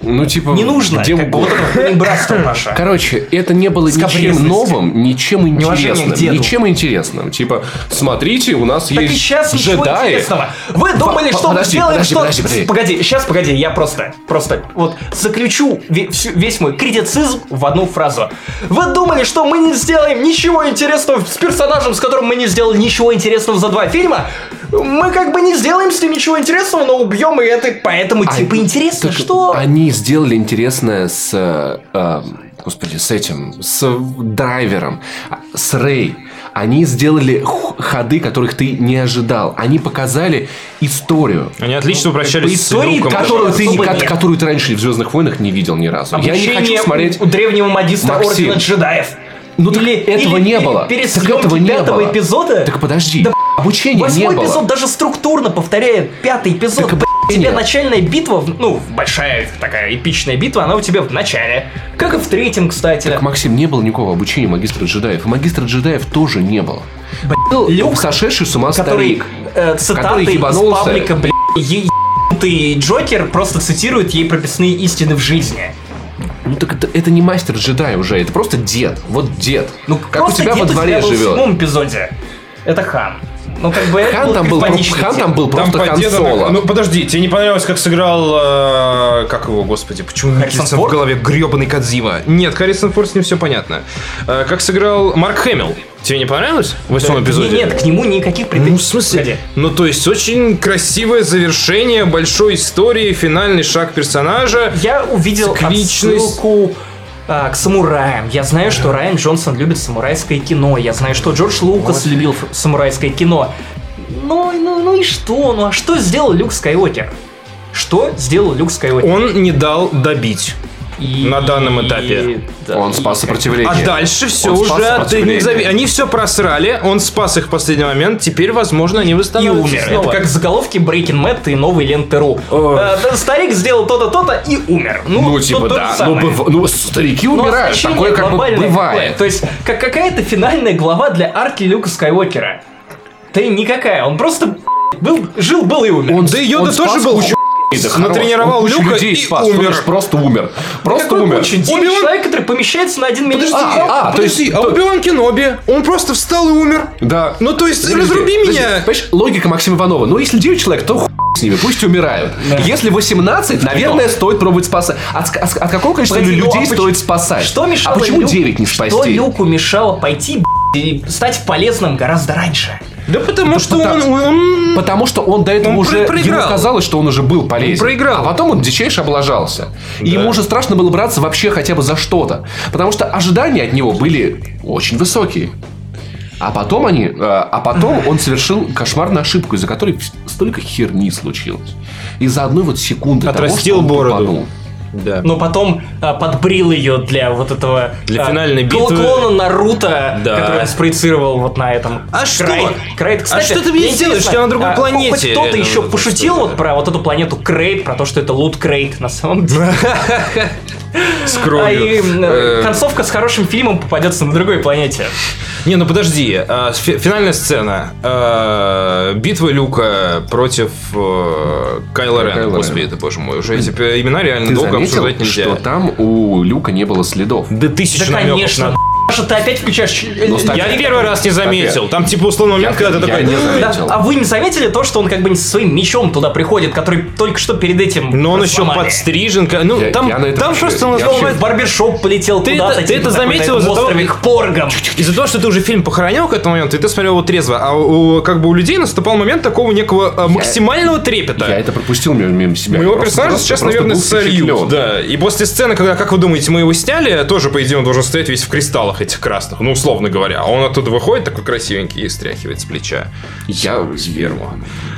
Speaker 1: Ну, типа,
Speaker 6: Не нужно.
Speaker 1: э, где
Speaker 6: как бы
Speaker 1: угодно.
Speaker 6: вот это братство наше.
Speaker 1: Короче, это не было ничем
Speaker 6: Скабрезности.
Speaker 1: новым, ничем
Speaker 6: Неуважение к
Speaker 1: интересным.
Speaker 6: деду.
Speaker 1: Ничем интересным. Типа, смотрите, у нас
Speaker 6: Так и
Speaker 1: есть
Speaker 6: сейчас ничего
Speaker 1: джедаи.
Speaker 6: интересного. Вы думали,
Speaker 1: По-
Speaker 6: что мы
Speaker 1: подожди,
Speaker 6: сделаем
Speaker 1: подожди,
Speaker 6: что...
Speaker 1: подожди, подожди.
Speaker 6: сейчас, погоди, я просто, просто вот заключу ве- всю- весь мой критицизм в одну фразу. Вы думали, что мы не сделаем ничего интересного с персонажем, с которым мы не сделали ничего интересного за два фильма? Мы как бы не сделаем с ним ничего интересного, но убьем и это, поэтому типа интересно,
Speaker 1: А Так
Speaker 6: что...
Speaker 1: Они сделали интересное с... э, э, господи, с этим, с драйвером, а, с Рэй. Они сделали х- ходы, которых ты не ожидал. Они показали историю.
Speaker 2: Они отлично
Speaker 6: по
Speaker 2: упрощались с
Speaker 6: Ну, истории,
Speaker 2: Люком.
Speaker 1: Которую ты,
Speaker 6: особо
Speaker 1: ко-
Speaker 6: нет.
Speaker 1: которую ты раньше в Звездных войнах не видел ни разу. Я не хочу
Speaker 6: Обучение
Speaker 1: смотреть.
Speaker 6: у, у древнего магистра
Speaker 1: Максим.
Speaker 6: Ордена Джедаев.
Speaker 1: Ну так
Speaker 6: Или-
Speaker 1: этого
Speaker 6: или-
Speaker 1: не
Speaker 6: или
Speaker 1: было.
Speaker 6: Перед
Speaker 1: Так
Speaker 6: съемки
Speaker 1: этого не
Speaker 6: пятого
Speaker 1: было.
Speaker 6: эпизода
Speaker 1: Так подожди,
Speaker 6: Да,
Speaker 1: обучения не
Speaker 6: Восьмой
Speaker 1: было.
Speaker 6: эпизод даже структурно повторяет пятый эпизод.
Speaker 1: Так,
Speaker 6: Б***ь, у тебя
Speaker 1: нет.
Speaker 6: начальная битва, в- ну, большая такая эпичная битва, она у тебя в начале. Как и в третьем, кстати.
Speaker 1: Так, Максим, не было никакого обучения магистра джедаев. И магистра джедаев тоже не было. Был
Speaker 6: Люк,
Speaker 1: сошедший с ума
Speaker 6: который
Speaker 1: старик.
Speaker 6: э, цитаты
Speaker 1: который
Speaker 6: из
Speaker 1: ебанулся.
Speaker 6: паблика, блядь, е- ебанутый Джокер просто цитирует ей прописные истины в жизни.
Speaker 1: Ну так это, это не мастер джедай уже, это просто дед. Вот дед. Ну, как у
Speaker 6: Просто
Speaker 1: тебя
Speaker 6: дед
Speaker 1: во
Speaker 6: у
Speaker 1: дворе
Speaker 6: тебя был В
Speaker 1: живет.
Speaker 6: седьмом эпизоде. Это Хан. Ну, как бы это
Speaker 1: Хан там, был, про-
Speaker 6: господичный
Speaker 1: хан
Speaker 6: тип.
Speaker 1: там был
Speaker 2: Там
Speaker 1: просто
Speaker 2: по
Speaker 1: Хан
Speaker 2: деду-
Speaker 1: Соло.
Speaker 2: Ну подожди, тебе не понравилось, как сыграл... э, как его, господи, почему мне
Speaker 6: Харрисон
Speaker 2: крестится в
Speaker 6: Форд?
Speaker 2: голове гребаный Кадзива? Нет, Харрисон Форд с ним все понятно. Э, как сыграл Марк Хэмилл? Тебе не понравилось в восьмом эпизоде?
Speaker 6: Не- Нет, к нему никаких претензий.
Speaker 2: Ну, в смысле?
Speaker 6: Погоди.
Speaker 2: Ну, то есть, очень красивое завершение большой истории, финальный шаг персонажа.
Speaker 6: Я увидел
Speaker 2: Цикличность.
Speaker 6: отсылку а, к самураям. Я знаю, что Райан Джонсон любит самурайское кино. Я знаю, что Джордж Лукас любил ф- самурайское кино. Ну, ну, ну и что? Ну а что сделал Люк Скайуокер? Что сделал Люк Скайуокер?
Speaker 2: Он не дал добить.
Speaker 6: И-
Speaker 2: на данном этапе.
Speaker 6: и- да.
Speaker 1: Он спас сопротивление.
Speaker 2: А дальше все
Speaker 1: Он спас
Speaker 2: уже от
Speaker 1: сопротивление.
Speaker 2: них зави- Они все просрали, он спас их в последний момент, теперь, возможно, они
Speaker 6: и
Speaker 2: восстановятся
Speaker 6: умер. Это
Speaker 2: снова.
Speaker 6: как заголовки Breaking Mad и новый ленты.ру.
Speaker 2: Ох.
Speaker 6: Э, да, Старик сделал то-то, то-то и умер. Ну,
Speaker 1: Ну,
Speaker 6: тут
Speaker 1: типа,
Speaker 6: то же
Speaker 1: да. Ну,
Speaker 6: самое.
Speaker 1: быв- ну, старики
Speaker 6: Но
Speaker 1: умирают.
Speaker 6: значение
Speaker 1: Такое как бы
Speaker 6: а глобальное какое?
Speaker 1: бывает.
Speaker 6: То есть, как какая-то финальная глава для арки Люка Скайуокера. Да и никакая, он просто был, жил, был и умер.
Speaker 1: Он,
Speaker 2: Да и Йода
Speaker 1: он
Speaker 2: тоже
Speaker 1: спас
Speaker 2: был
Speaker 1: кучу Да хорош.
Speaker 2: натренировал
Speaker 1: Он кучу
Speaker 2: Люка
Speaker 1: людей
Speaker 2: и
Speaker 1: спас.
Speaker 2: умер.
Speaker 1: Флэш просто умер. Просто
Speaker 6: Какой
Speaker 1: умер.
Speaker 6: очень дикий человек, который помещается на один миллион.
Speaker 1: а, а, то есть...
Speaker 2: Подожди, а
Speaker 1: то-
Speaker 2: Убиван Кеноби, он просто встал и умер.
Speaker 1: Да.
Speaker 2: Ну, то есть,
Speaker 1: Подожди,
Speaker 2: разруби
Speaker 1: подожди.
Speaker 2: меня.
Speaker 1: Понимаешь, логика Максима Иванова. Ну, если 9 человек, то хуй с ними, пусть умирают. Если 18, наверное, стоит пробовать спасать. От, от- от какого количества
Speaker 6: Погоди, ну, а
Speaker 1: людей
Speaker 6: поч-
Speaker 1: стоит спасать?
Speaker 6: Что мешало
Speaker 1: а почему
Speaker 6: Люк-
Speaker 1: 9 не спасти?
Speaker 6: Что Люку мешало пойти б***ь, и стать полезным гораздо раньше?
Speaker 2: Да потому что
Speaker 1: потому-
Speaker 2: он, он-
Speaker 1: Потому что он до этого
Speaker 2: Он
Speaker 1: уже...
Speaker 2: про- проиграл.
Speaker 1: Ему казалось, что он уже был полезен.
Speaker 2: Он проиграл.
Speaker 1: А потом он дичайше облажался. И ему уже страшно было браться вообще хотя бы за что-то. Потому что ожидания от него были очень высокие. А потом они... э, А потом он совершил кошмарную ошибку, из-за которой вс- столько херни случилось. Из-за одной вот секунды того,
Speaker 2: Отрастил
Speaker 1: что он
Speaker 2: бороду.
Speaker 1: тупанул.
Speaker 2: Да.
Speaker 6: Но потом а, подбрил ее для вот этого...
Speaker 2: Для
Speaker 6: а,
Speaker 2: финальной
Speaker 6: кл-
Speaker 2: битвы.
Speaker 6: Клона Наруто,
Speaker 2: Да.
Speaker 6: который он спроецировал вот на этом.
Speaker 2: А что?
Speaker 6: край- Крейт, кстати,
Speaker 2: что ты мне
Speaker 6: мне
Speaker 2: сделаешь?
Speaker 6: интересно,
Speaker 2: Я на другой
Speaker 6: а,
Speaker 2: планете.
Speaker 6: Хоть кто-то
Speaker 2: Реально,
Speaker 6: еще
Speaker 2: вот это
Speaker 6: пошутил
Speaker 2: всё,
Speaker 6: вот
Speaker 2: да.
Speaker 6: про вот эту планету Крейт, про то, что это лут Крейт на самом деле.
Speaker 2: с
Speaker 6: А
Speaker 2: кровью.
Speaker 6: и э,
Speaker 2: Э,
Speaker 6: концовка с хорошим фильмом попадется на другой планете.
Speaker 2: Не, ну подожди, а, фи- финальная сцена. А, Битва Люка против э, Кайла Рена.
Speaker 1: Рена.
Speaker 2: Господи, это боже мой, уже эти э, имена реально
Speaker 1: Ты
Speaker 2: долго
Speaker 1: заметил,
Speaker 2: обсуждать нельзя.
Speaker 1: что там у Люка не было следов?
Speaker 2: Да тысяча
Speaker 6: Да,
Speaker 2: намеков
Speaker 6: конечно.
Speaker 2: на-
Speaker 6: Паша, ты опять включаешь... э,
Speaker 1: Ну, ставь-
Speaker 2: Я первый раз не заметил. Там типа условно момент, когда ты
Speaker 1: я
Speaker 2: такой...
Speaker 1: не
Speaker 6: Да,
Speaker 1: заметил.
Speaker 6: а вы не заметили то, что он как бы не со своим мечом туда приходит, который только что перед этим
Speaker 2: Но «Ну, он еще
Speaker 6: сломали?
Speaker 2: подстрижен. ка- Ну,
Speaker 1: Я-
Speaker 2: там,
Speaker 1: я на это
Speaker 2: там
Speaker 1: вообще-
Speaker 2: просто
Speaker 1: я
Speaker 2: он
Speaker 6: Он
Speaker 2: взломает
Speaker 6: в барбершоп полетел
Speaker 2: Ты
Speaker 6: куда-то. типа,
Speaker 2: это- ты это заметил
Speaker 6: из
Speaker 2: из-за того-
Speaker 6: острове к поргам.
Speaker 2: Из-за того, что ты уже фильм похоронил к этому моменту, и ты смотрел его трезво, а у, у- как бы у людей наступал момент такого некого а, максимального трепета.
Speaker 1: Я это пропустил мимо- мимо себя.
Speaker 2: Моего
Speaker 1: Просто-
Speaker 2: персонажа
Speaker 1: просто-
Speaker 2: сейчас,
Speaker 1: просто
Speaker 2: наверное,
Speaker 1: был
Speaker 2: сольют.
Speaker 1: впечатлен.
Speaker 2: Да. И после сцены, когда, как вы думаете, мы его сняли, тоже, по идее, он должен стоять весь в кристаллах этих красных, ну, условно говоря. А он оттуда выходит такой красивенький и стряхивает с плеча.
Speaker 1: Я веру.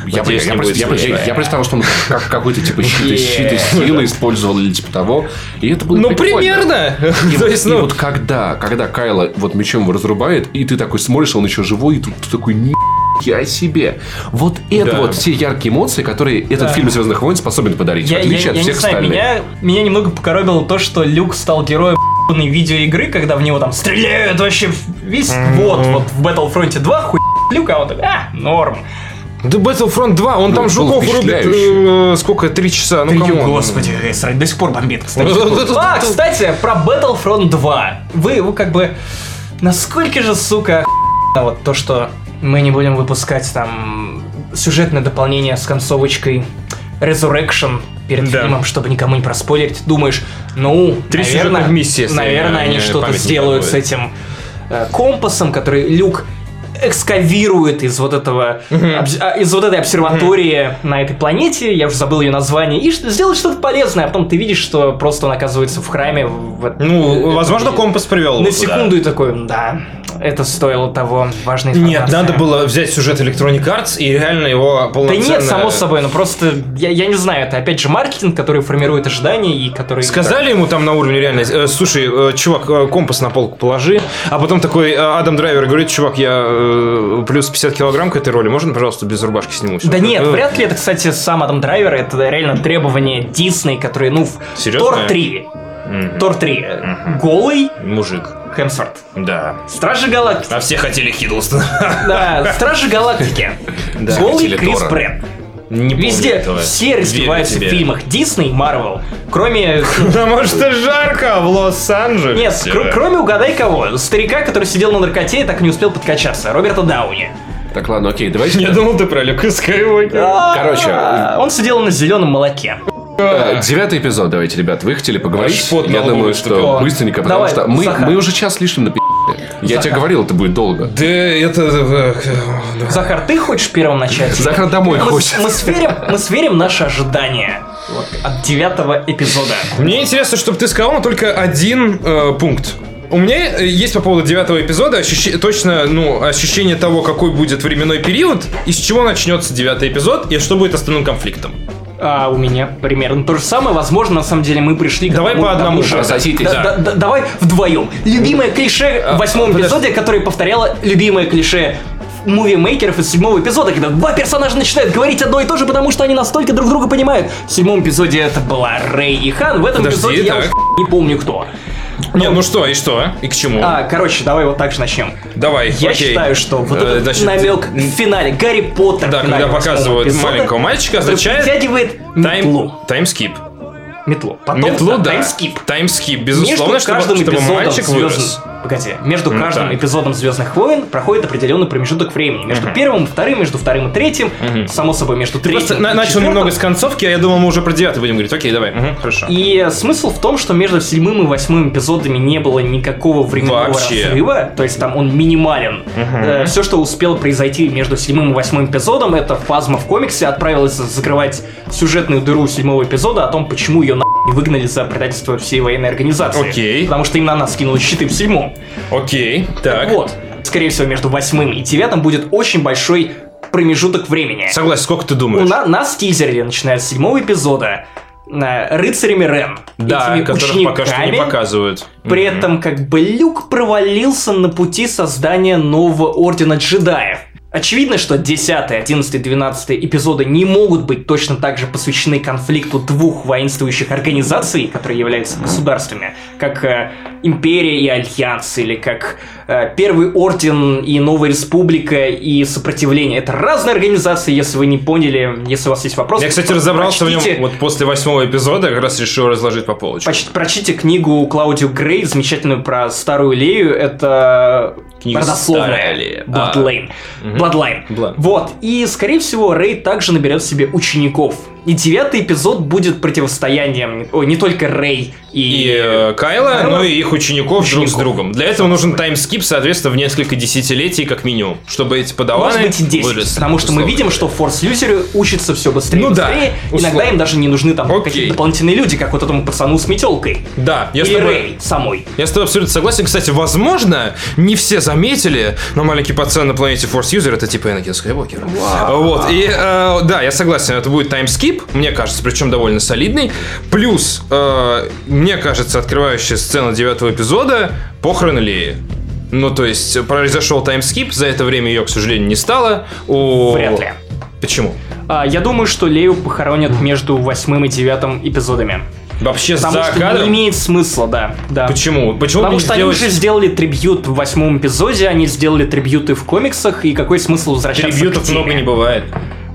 Speaker 1: Я,
Speaker 2: Надеюсь,
Speaker 1: я-
Speaker 2: не
Speaker 1: я-
Speaker 2: будет
Speaker 1: я- я-
Speaker 2: смешно.
Speaker 1: я представил, что он как, какой-то типа щит, из- щит из силы использовал или типа того. И это было
Speaker 2: Ну,
Speaker 1: прикольно.
Speaker 2: примерно!
Speaker 1: И,
Speaker 2: То
Speaker 1: вот-
Speaker 2: есть,
Speaker 1: и
Speaker 2: ну,
Speaker 1: вот когда, когда Кайла вот мечом его разрубает, и ты такой смотришь, он еще живой, и тут ты такой ни я себе. Вот это
Speaker 2: Да.
Speaker 1: вот те яркие эмоции, которые этот фильм «Звездных войн» способен подарить, в
Speaker 6: Я, я-
Speaker 1: отличие
Speaker 6: я
Speaker 1: от
Speaker 6: не
Speaker 1: всех
Speaker 6: знаю,
Speaker 1: остальных.
Speaker 6: меня, меня немного покоробило то, что Люк стал героем ебаной видеоигры, когда в него там стреляют вообще в- весь вот, вот в Battlefront 2 хуй Люк, а он такой, а, норм.
Speaker 2: да Battlefront 2, он там
Speaker 1: это Ну, было
Speaker 2: жуков рубит,
Speaker 1: впечатляюще.
Speaker 2: э, сколько, три часа, ну,
Speaker 6: Ё,
Speaker 2: камон.
Speaker 6: Господи, э, сра- до сих пор бомбит, кстати.
Speaker 2: Вот это-
Speaker 6: А, кстати, про Battlefront 2. Вы, вы как бы... Насколько же, сука, охуенно вот то, что мы не будем выпускать там сюжетное дополнение с концовочкой Resurrection перед
Speaker 2: Да.
Speaker 6: фильмом, чтобы никому не проспойлерить. Думаешь, ну,
Speaker 2: Три
Speaker 6: наверное,
Speaker 2: сюжетных миссии, если
Speaker 6: наверное
Speaker 2: мне-
Speaker 6: они
Speaker 2: мне
Speaker 6: что-то
Speaker 2: память не
Speaker 6: сделают с
Speaker 2: подводит.
Speaker 6: этим э, компасом, который Люк экскавирует из вот этого обс- а, из вот этой обсерватории на этой планете, я уже забыл ее название, и ш- сделать что-то полезное, а потом ты видишь, что просто он оказывается в храме. в- в-
Speaker 2: Ну,
Speaker 6: э,
Speaker 2: возможно,
Speaker 6: э,
Speaker 2: компас привел его
Speaker 6: на
Speaker 2: туда.
Speaker 6: секунду и такой, да, это стоило того, важной
Speaker 2: Нет,
Speaker 6: информация».
Speaker 2: надо было взять сюжет Electronic Arts и реально его
Speaker 6: Да
Speaker 2: полноценно...
Speaker 6: нет, само собой, но просто я, я не знаю, это опять же маркетинг, который формирует ожидания и который...
Speaker 2: Сказали ему там на уровне реально, э, слушай, э, чувак, э, компас на полку положи, а потом такой э, Адам Драйвер говорит, чувак, я э, плюс 50 килограмм к этой роли, можно, пожалуйста, без рубашки снимусь?
Speaker 6: Да нет,
Speaker 2: Э,
Speaker 6: вряд ли это, кстати, сам Адам Драйвер, это реально требование Дисней, которые, ну, в
Speaker 2: Серьезно?
Speaker 6: Тор 3.
Speaker 2: Мгм.
Speaker 6: Тор 3. Голый
Speaker 2: Мужик,
Speaker 6: Хемсворт.
Speaker 2: да.
Speaker 6: Стражи Галактики.
Speaker 2: А все хотели Хиддлстона.
Speaker 6: Да, Стражи Галактики. Голый
Speaker 1: Хотели
Speaker 6: Крис
Speaker 1: Тора.
Speaker 6: Прэтт.
Speaker 2: Не помню
Speaker 6: Везде
Speaker 2: этого.
Speaker 6: все раздеваются в
Speaker 2: Верю тебе.
Speaker 6: фильмах Дисней, Марвел, кроме...
Speaker 2: Потому что жарко а в Лос-Анджелесе.
Speaker 6: Нет, кр- кроме угадай кого, старика, который сидел на наркоте и так и не успел подкачаться, Роберта Дауни.
Speaker 1: Так, ладно, окей, давайте...
Speaker 2: Я думал, ты про Люка Скайуокера.
Speaker 1: Короче,
Speaker 6: А, Он сидел на зеленом молоке.
Speaker 1: Э, Девятый эпизод, давайте, ребят, вы хотели поговорить?
Speaker 2: Аж пот на
Speaker 1: Я
Speaker 2: лбу
Speaker 1: думаю,
Speaker 2: выступил.
Speaker 1: что быстренько, потому
Speaker 6: Давай,
Speaker 1: что мы,
Speaker 6: Захар.
Speaker 1: мы уже час лишним напи***ли. Я тебе говорил, это будет долго.
Speaker 2: Да это... э, э,
Speaker 6: Захар, ты хочешь первым начать?
Speaker 1: Захар домой
Speaker 6: Мы,
Speaker 1: хочет.
Speaker 6: с- мы сверим, мы сверим наши ожидания вот, от девятого эпизода.
Speaker 2: Мне интересно, чтобы ты сказал но только один э, пункт. У меня э, есть по поводу девятого эпизода ощущ- точно ну, ощущение того, какой будет временной период, и с чего начнется девятый эпизод, и что будет основным конфликтом.
Speaker 6: А у меня примерно то же самое. Возможно, на самом деле мы пришли к
Speaker 2: Давай
Speaker 6: тому-
Speaker 2: по одному.
Speaker 6: тому же.
Speaker 1: Рассоситесь.
Speaker 6: Да,
Speaker 2: Да. А,
Speaker 6: да, да, давай вдвоем. Любимое клише в восьмом
Speaker 2: подожди.
Speaker 6: эпизоде, которое повторяло любимое клише мувимейкеров из седьмого эпизода, когда два персонажа начинают говорить одно и то же, потому что они настолько друг друга понимают. В седьмом эпизоде это была Рэй и Хан, в этом
Speaker 2: Подожди,
Speaker 6: эпизоде я
Speaker 2: так.
Speaker 6: уж не помню кто.
Speaker 2: Не, ну что, и что? И к чему?
Speaker 6: А, короче, давай вот так же начнем.
Speaker 2: Давай,
Speaker 6: Я
Speaker 2: окей.
Speaker 6: считаю, что вот
Speaker 2: Э,
Speaker 6: этот
Speaker 2: значит,
Speaker 6: намек в финале Гарри Поттер.
Speaker 2: Да,
Speaker 6: в финале
Speaker 2: когда
Speaker 6: восьмого
Speaker 2: показывают
Speaker 6: эпизода
Speaker 2: маленького мальчика,
Speaker 6: который
Speaker 2: означает...
Speaker 6: притягивает Метлу.
Speaker 2: Тайм, таймскип.
Speaker 6: Метлу. Потом
Speaker 2: Метлу, да.
Speaker 6: Таймскип.
Speaker 2: Таймскип,
Speaker 6: Между
Speaker 2: безусловно, чтобы,
Speaker 6: каждым
Speaker 2: чтобы
Speaker 6: эпизодом
Speaker 2: мальчик
Speaker 6: «Звёздных-
Speaker 2: вырос.
Speaker 6: Погоди, между
Speaker 2: Ну
Speaker 6: каждым
Speaker 2: да.
Speaker 6: эпизодом Звездных войн проходит определенный промежуток времени. Между первым и вторым, между вторым и третьим, само собой, между
Speaker 2: Ты
Speaker 6: третьим
Speaker 2: просто
Speaker 6: и
Speaker 2: на- начал
Speaker 6: четвёртым.
Speaker 2: немного с концовки, а я думал, мы уже про девятый будем говорить. Окей, давай. Мгм, хорошо.
Speaker 6: И смысл в том, что между седьмым и восьмым эпизодами не было никакого временного
Speaker 2: Вообще.
Speaker 6: разрыва, то есть там он минимален. все, что успело произойти между седьмым и восьмым эпизодом, это фазма в комиксе отправилась закрывать сюжетную дыру седьмого эпизода о том, почему ее нахуй выгнали за предательство всей военной организации.
Speaker 2: Окей.
Speaker 6: Потому что именно она скинула щиты в седьмом.
Speaker 2: Окей, так.
Speaker 6: Вот. Скорее всего, между восьмым и девятым будет очень большой промежуток времени.
Speaker 2: Согласен, сколько ты
Speaker 6: У
Speaker 2: думаешь?
Speaker 6: Ну, на- нас тизерили, начиная с седьмого эпизода, э, рыцарями Рен.
Speaker 2: Да,
Speaker 6: Этими
Speaker 2: которых пока что не
Speaker 6: учениками.
Speaker 2: показывают.
Speaker 6: При
Speaker 2: Мгм.
Speaker 6: этом как бы Люк провалился на пути создания нового Ордена Джедаев. Очевидно, что 10, 11, 12 эпизоды не могут быть точно так же посвящены конфликту двух воинствующих организаций, которые являются государствами, как э, Империя и Альянс, или как э, Первый Орден и Новая Республика и Сопротивление. Это разные организации, если вы не поняли, если у вас есть вопросы.
Speaker 2: Я, кстати, разобрался в
Speaker 6: прочтите-
Speaker 2: нем вот после восьмого эпизода, как раз решил разложить по полочкам.
Speaker 6: Поч- прочтите книгу Клаудио Грей, замечательную про старую Лею. Это
Speaker 2: Книга «Старая
Speaker 6: родословная.
Speaker 2: Лея». А.
Speaker 6: Bloodline.
Speaker 2: Мгм.
Speaker 6: Bloodline.
Speaker 2: Blood.
Speaker 6: Вот. И, скорее всего, Рей также наберет себе учеников. И девятый эпизод будет противостоянием о, не только Рей
Speaker 2: И
Speaker 6: и...
Speaker 2: э, Кайла,
Speaker 6: Кайла.
Speaker 2: но и их учеников, друг с
Speaker 6: Учеников.
Speaker 2: другом. Для этого нужен таймскип, соответственно, в несколько десятилетий, как минимум, чтобы эти подаваны
Speaker 6: Может быть, и 10,
Speaker 2: выросли,
Speaker 6: потому что мы
Speaker 2: условно
Speaker 6: видим,
Speaker 2: говоря.
Speaker 6: что форс-юзеры учатся все быстрее и
Speaker 2: Ну да,
Speaker 6: быстрее. Иногда
Speaker 2: условно.
Speaker 6: им даже не нужны там
Speaker 2: Окей.
Speaker 6: какие-то дополнительные люди, как вот этому пацану с метелкой.
Speaker 2: Да, я с
Speaker 6: Или
Speaker 2: тобой-
Speaker 6: Рей самой.
Speaker 2: Я с тобой абсолютно согласен. Кстати, возможно, не все заметили, но маленький пацан на планете Force User это типа Энакин Скайуокер. Вот, и э, да, я согласен, это будет таймскип, мне кажется, причем довольно солидный. Плюс, э, мне кажется, открывающая сцена девятого эпизода похороны Леи. Ну, то есть, произошел таймскип, за это время ее, к сожалению, не стало. У-
Speaker 6: Вряд ли.
Speaker 2: Почему?
Speaker 6: А, я думаю, что Лею похоронят между восьмым и девятым эпизодами.
Speaker 2: Вообще
Speaker 6: Потому
Speaker 2: за
Speaker 6: что
Speaker 2: кадром?
Speaker 6: не имеет смысла, да. да.
Speaker 2: Почему? Почему
Speaker 6: Потому
Speaker 2: бы не
Speaker 6: что
Speaker 2: сделать
Speaker 6: они уже сделали трибьют в восьмом эпизоде, они сделали трибьюты в комиксах, и какой смысл возвращаться к
Speaker 2: трибьютов
Speaker 6: теме?
Speaker 2: много не бывает?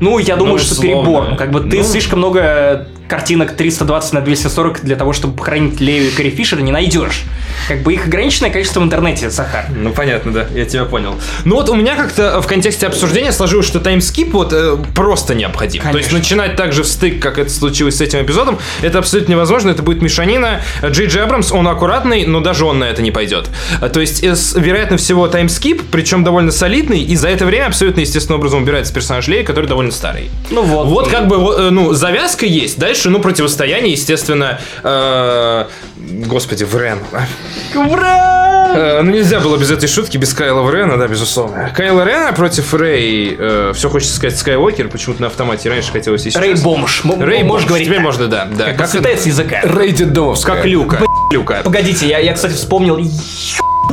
Speaker 6: Ну, я думаю,
Speaker 2: Ну,
Speaker 6: что
Speaker 2: условно.
Speaker 6: перебор. Ну, Как бы ты
Speaker 2: Ну.
Speaker 6: слишком много картинок 320 на 240 для того, чтобы похоронить Лею и Кэрри Фишера, не найдешь. Как бы их ограниченное количество в интернете, Сахар.
Speaker 2: Ну, понятно, да, я тебя понял. Ну вот у меня как-то в контексте обсуждения сложилось, что таймскип вот э, просто необходим. То есть
Speaker 6: Конечно.
Speaker 2: начинать так же в стык, как это случилось с этим эпизодом, это абсолютно невозможно, это будет мешанина. Джей Джей Абрамс, он аккуратный, но даже он на это не пойдет. А, То есть, э, с- вероятно всего, таймскип, причем довольно солидный, и за это время абсолютно естественным образом убирается персонаж Леи, который довольно старый.
Speaker 6: Ну вот.
Speaker 2: Вот как бы, вот, э, ну, завязка есть, дальше, ну, противостояние, естественно, э, господи, Врен. Э, Ну, нельзя было без этой шутки, без Кайла Рена, да, безусловно. Кайла Рена против Рэй, э, все хочется сказать Скайуокер, почему-то на автомате раньше хотелось еще.
Speaker 6: Рэй Бомж. М-
Speaker 2: Рэй
Speaker 6: можешь
Speaker 2: Бомж,
Speaker 6: говорить
Speaker 2: теперь
Speaker 6: так.
Speaker 2: можно, да. да.
Speaker 6: Как бы слетает
Speaker 2: это?
Speaker 6: с языка.
Speaker 1: Рейдит домовская.
Speaker 2: Как Люка. Люка.
Speaker 6: Погодите, я, я кстати, вспомнил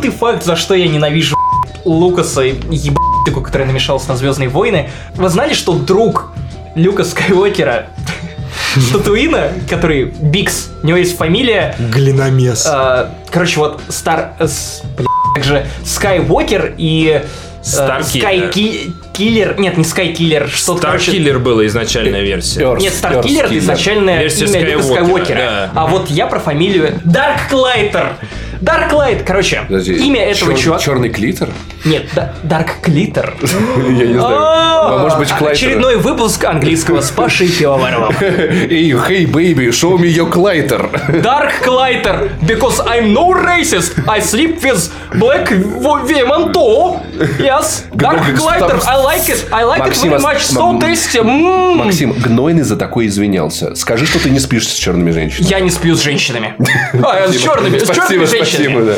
Speaker 6: ты факт, за что я ненавижу Лукаса и ебатику, который намешался на Звездные войны. Вы знали, что друг Люка Скайуокера с Татуина, который Бикс, у него есть фамилия... Глиномес. короче, вот Стар... э, с- бля, Как же Скайуокер и... э,
Speaker 2: Старкиллер.
Speaker 6: Скайки- Киллер... Нет, не Скайкиллер, что-то, короче,
Speaker 2: Старкиллер была изначальная версия.
Speaker 6: нет, Старкиллер это
Speaker 1: Киллер.
Speaker 6: изначальное
Speaker 2: Версия
Speaker 6: имя Люка
Speaker 2: Скайуокера,
Speaker 6: Скайуокера.
Speaker 2: да.
Speaker 6: А вот я про фамилию Дарк Клайтер. Дарк Лайт, короче,
Speaker 1: Подожди,
Speaker 6: имя этого
Speaker 1: чёр-
Speaker 6: чувака...
Speaker 1: Черный клитер?
Speaker 6: Нет, да- Дарк Клитер.
Speaker 1: Я не знаю. А может быть,
Speaker 6: А,
Speaker 1: клайтер?
Speaker 6: Очередной выпуск английского с Пашей Пивоваровым.
Speaker 1: Эй, хей, бэйби, show me your клайтер.
Speaker 6: Dark Клайтер, because I'm no racist, I sleep with black wo- women too. Yes, Dark Клайтер, I like it, I like it
Speaker 1: Максим,
Speaker 6: very
Speaker 1: ос-
Speaker 6: much, so
Speaker 1: М-
Speaker 6: tasty. Мм. М.
Speaker 1: Максим, Гнойный за такое извинялся. Скажи, что ты не спишь с черными женщинами.
Speaker 6: Я не сплю с женщинами. А, с черными, с черными
Speaker 1: Спасибо,
Speaker 6: женщинами.
Speaker 1: спасибо, да.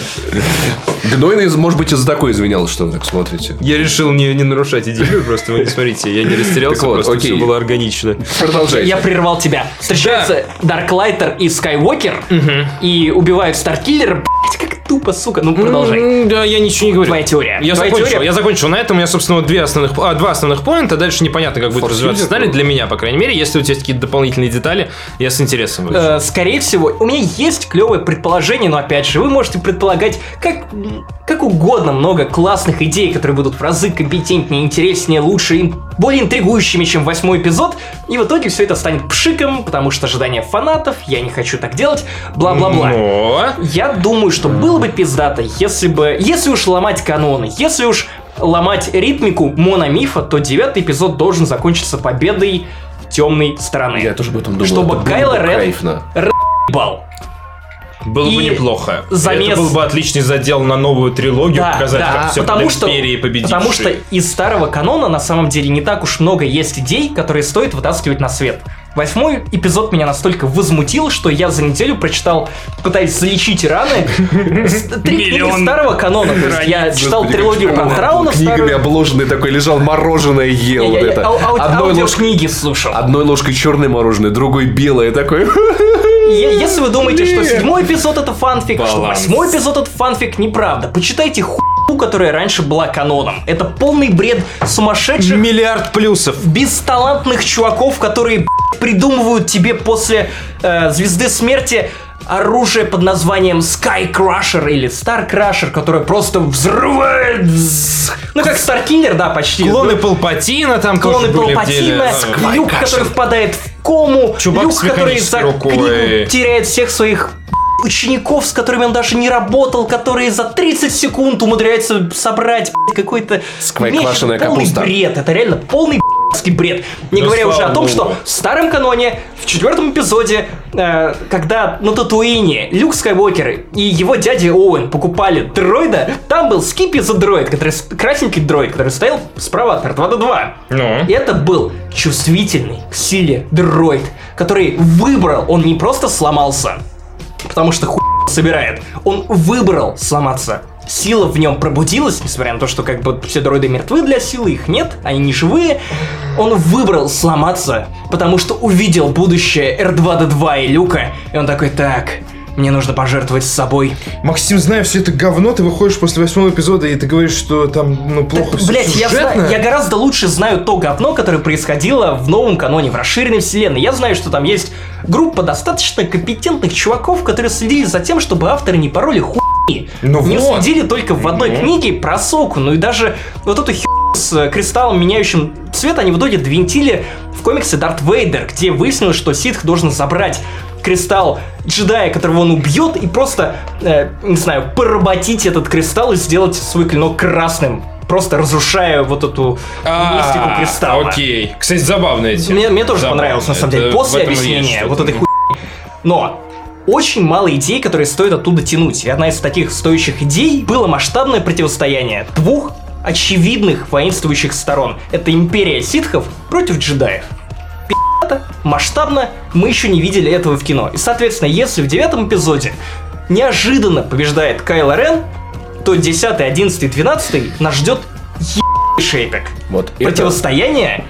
Speaker 1: Гнойный, может быть, из-за такой извинялся, что вы так смотрите.
Speaker 2: Я решил не, не нарушать идею, просто вы не смотрите, я не растерялся,
Speaker 1: Так вот,
Speaker 2: просто
Speaker 1: окей.
Speaker 2: все было органично.
Speaker 1: Продолжайте.
Speaker 6: Я прервал тебя. Встречаются Дарклайтер и Скайуокер и убивают Старкиллера. Блять, как тупо, сука. Ну, продолжай.
Speaker 2: М, Да, я ничего не говорю.
Speaker 6: Твоя теория.
Speaker 2: Я
Speaker 6: Твоя
Speaker 2: закончил,
Speaker 6: теория.
Speaker 2: я закончил. На этом у меня, собственно, вот две основных, а, два основных поинта. Дальше непонятно, как будет
Speaker 1: Форс
Speaker 2: развиваться
Speaker 1: лидер,
Speaker 2: сценарий.
Speaker 1: ну.
Speaker 2: Для меня, по крайней мере. Если у тебя есть какие-то дополнительные детали, я с интересом выслушаю.
Speaker 6: Э, Скорее всего, у меня есть клевое предположение, но опять же, вы можете предполагать, как, м, как угодно много классных идей, которые будут в разы компетентнее, интереснее, лучше, и более интригующими, чем восьмой эпизод, и в итоге все это станет пшиком, потому что ожидания фанатов, я не хочу так делать, бла-бла-бла.
Speaker 2: Ну, Но...
Speaker 6: Я думаю, что было бы пиздато, если бы... Если уж ломать каноны, если уж ломать ритмику мономифа, то девятый эпизод должен закончиться победой темной стороны.
Speaker 1: Я тоже об этом думал. Это
Speaker 6: Чтобы
Speaker 1: было
Speaker 6: Кайло
Speaker 1: бы
Speaker 6: Рен-
Speaker 1: кайфно.
Speaker 6: Бал.
Speaker 2: Было бы
Speaker 6: И
Speaker 2: неплохо.
Speaker 6: замес-
Speaker 2: Это был бы отличный задел на новую трилогию,
Speaker 6: Да,
Speaker 2: показать,
Speaker 6: да.
Speaker 2: как все
Speaker 6: потому что,
Speaker 2: империи победившие.
Speaker 6: потому что из старого канона на самом деле не так уж много есть идей, которые стоит вытаскивать на свет. Восьмой эпизод меня настолько возмутил, что я за неделю прочитал, пытаясь залечить раны, с- три книги
Speaker 2: Миллион
Speaker 6: старого канона. То есть я читал трилогию Пантрауна
Speaker 1: Книгами
Speaker 6: старую, а,
Speaker 1: обложенный такой лежал, мороженое ел. вот
Speaker 6: Я- я-
Speaker 1: это.
Speaker 6: я ау- ау-
Speaker 1: Одной ложкой-
Speaker 6: аудиокниги слушал.
Speaker 1: Одной ложкой черное мороженое, другой белое такое.
Speaker 6: Е- Если вы думаете, что седьмой эпизод это фанфик, что
Speaker 2: Баланс.
Speaker 6: восьмой эпизод это фанфик, неправда. Почитайте хуйню, которая раньше была каноном. Это полный бред сумасшедших,
Speaker 2: Миллиард плюсов.
Speaker 6: бесталантных чуваков, которые б***ь, придумывают тебе после э, Звезды Смерти оружие под названием Sky Crusher или Star Crusher, которое просто взрывает. Взз. Ну как Старкиллер, да, почти.
Speaker 2: Клоны Палпатина там
Speaker 6: Клоны
Speaker 2: тоже были в деле. А,
Speaker 6: Палпатина,
Speaker 2: Да.
Speaker 6: Люк, который впадает в кому,
Speaker 2: Чувак
Speaker 6: Люк,
Speaker 2: с
Speaker 6: который за
Speaker 2: механической рукой.
Speaker 6: книгу теряет всех своих учеников, с которыми он даже не работал, которые за 30 секунд умудряются собрать блядь, какой-то
Speaker 1: Сквайквашеная
Speaker 6: полный
Speaker 1: капуста.
Speaker 6: бред. Это реально полный блядский бред. Не
Speaker 2: Да
Speaker 6: говоря уже о
Speaker 2: Ну, слава
Speaker 6: том, что
Speaker 2: богу.
Speaker 6: в старом каноне, в четвертом эпизоде, э, когда на Татуине Люк Скайуокер и его дядя Оуэн покупали дроида, там был Скиппи за дроид, который, с- красненький дроид, который стоял справа от R2-D2.
Speaker 2: Ну?
Speaker 6: Это был чувствительный к силе дроид, который выбрал, он не просто сломался, потому что хуй собирает, он выбрал сломаться. Сила в нем пробудилась, несмотря на то, что как бы все дроиды мертвы для силы, их нет, они не живые. Он выбрал сломаться, потому что увидел будущее R2D2 и Люка, и он такой, так, мне нужно пожертвовать собой.
Speaker 8: Максим, зная все это говно, ты выходишь после восьмого эпизода, и ты говоришь, что там, ну, плохо
Speaker 6: Так,
Speaker 8: всё
Speaker 6: блядь, я,
Speaker 8: сюжетно.
Speaker 6: знаю- я гораздо лучше знаю то говно, которое происходило в новом каноне, в расширенной вселенной. Я знаю, что там есть группа достаточно компетентных чуваков, которые следили за тем, чтобы авторы не пароли хуйни.
Speaker 2: Ну
Speaker 6: не
Speaker 2: вот.
Speaker 6: следили только в одной книге про Соку, ну и даже вот эту херню с э, кристаллом, меняющим цвет, они в итоге двинтили в комиксе Дарт Вейдер, где выяснилось, что ситх должен забрать кристалл джедая, которого он убьет, и просто, э, не знаю, поработить этот кристалл и сделать свой клинок красным, просто разрушая вот эту мистику
Speaker 2: А,
Speaker 6: кристалла.
Speaker 2: Окей. Кстати, забавная тема.
Speaker 6: типа, Мне, мне тоже
Speaker 2: Забавно.
Speaker 6: понравилось, на самом деле,
Speaker 2: Это-
Speaker 6: после
Speaker 2: в этом и есть
Speaker 6: объяснения
Speaker 2: что-то.
Speaker 6: вот этой хуйни. Но очень мало идей, которые стоит оттуда тянуть. И одна из таких стоящих идей было масштабное противостояние двух очевидных воинствующих сторон. Это империя ситхов против джедаев. Пи***то, масштабно, мы еще не видели этого в кино. И, соответственно, если в девятом эпизоде неожиданно побеждает Кайло Рен, то 10, 11, 12 нас ждет ебаный шейпик.
Speaker 1: Вот это-
Speaker 6: Противостояние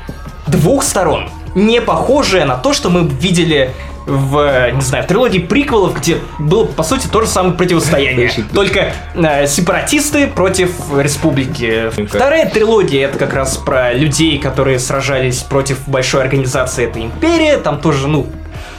Speaker 6: двух сторон, не похожее на то, что мы видели в, э, не знаю, в трилогии приквелов, где было, по сути, то же самое противостояние. Только э, сепаратисты против республики. Вторая трилогия — это как раз про людей, которые сражались против большой организации, это империя, там тоже, ну,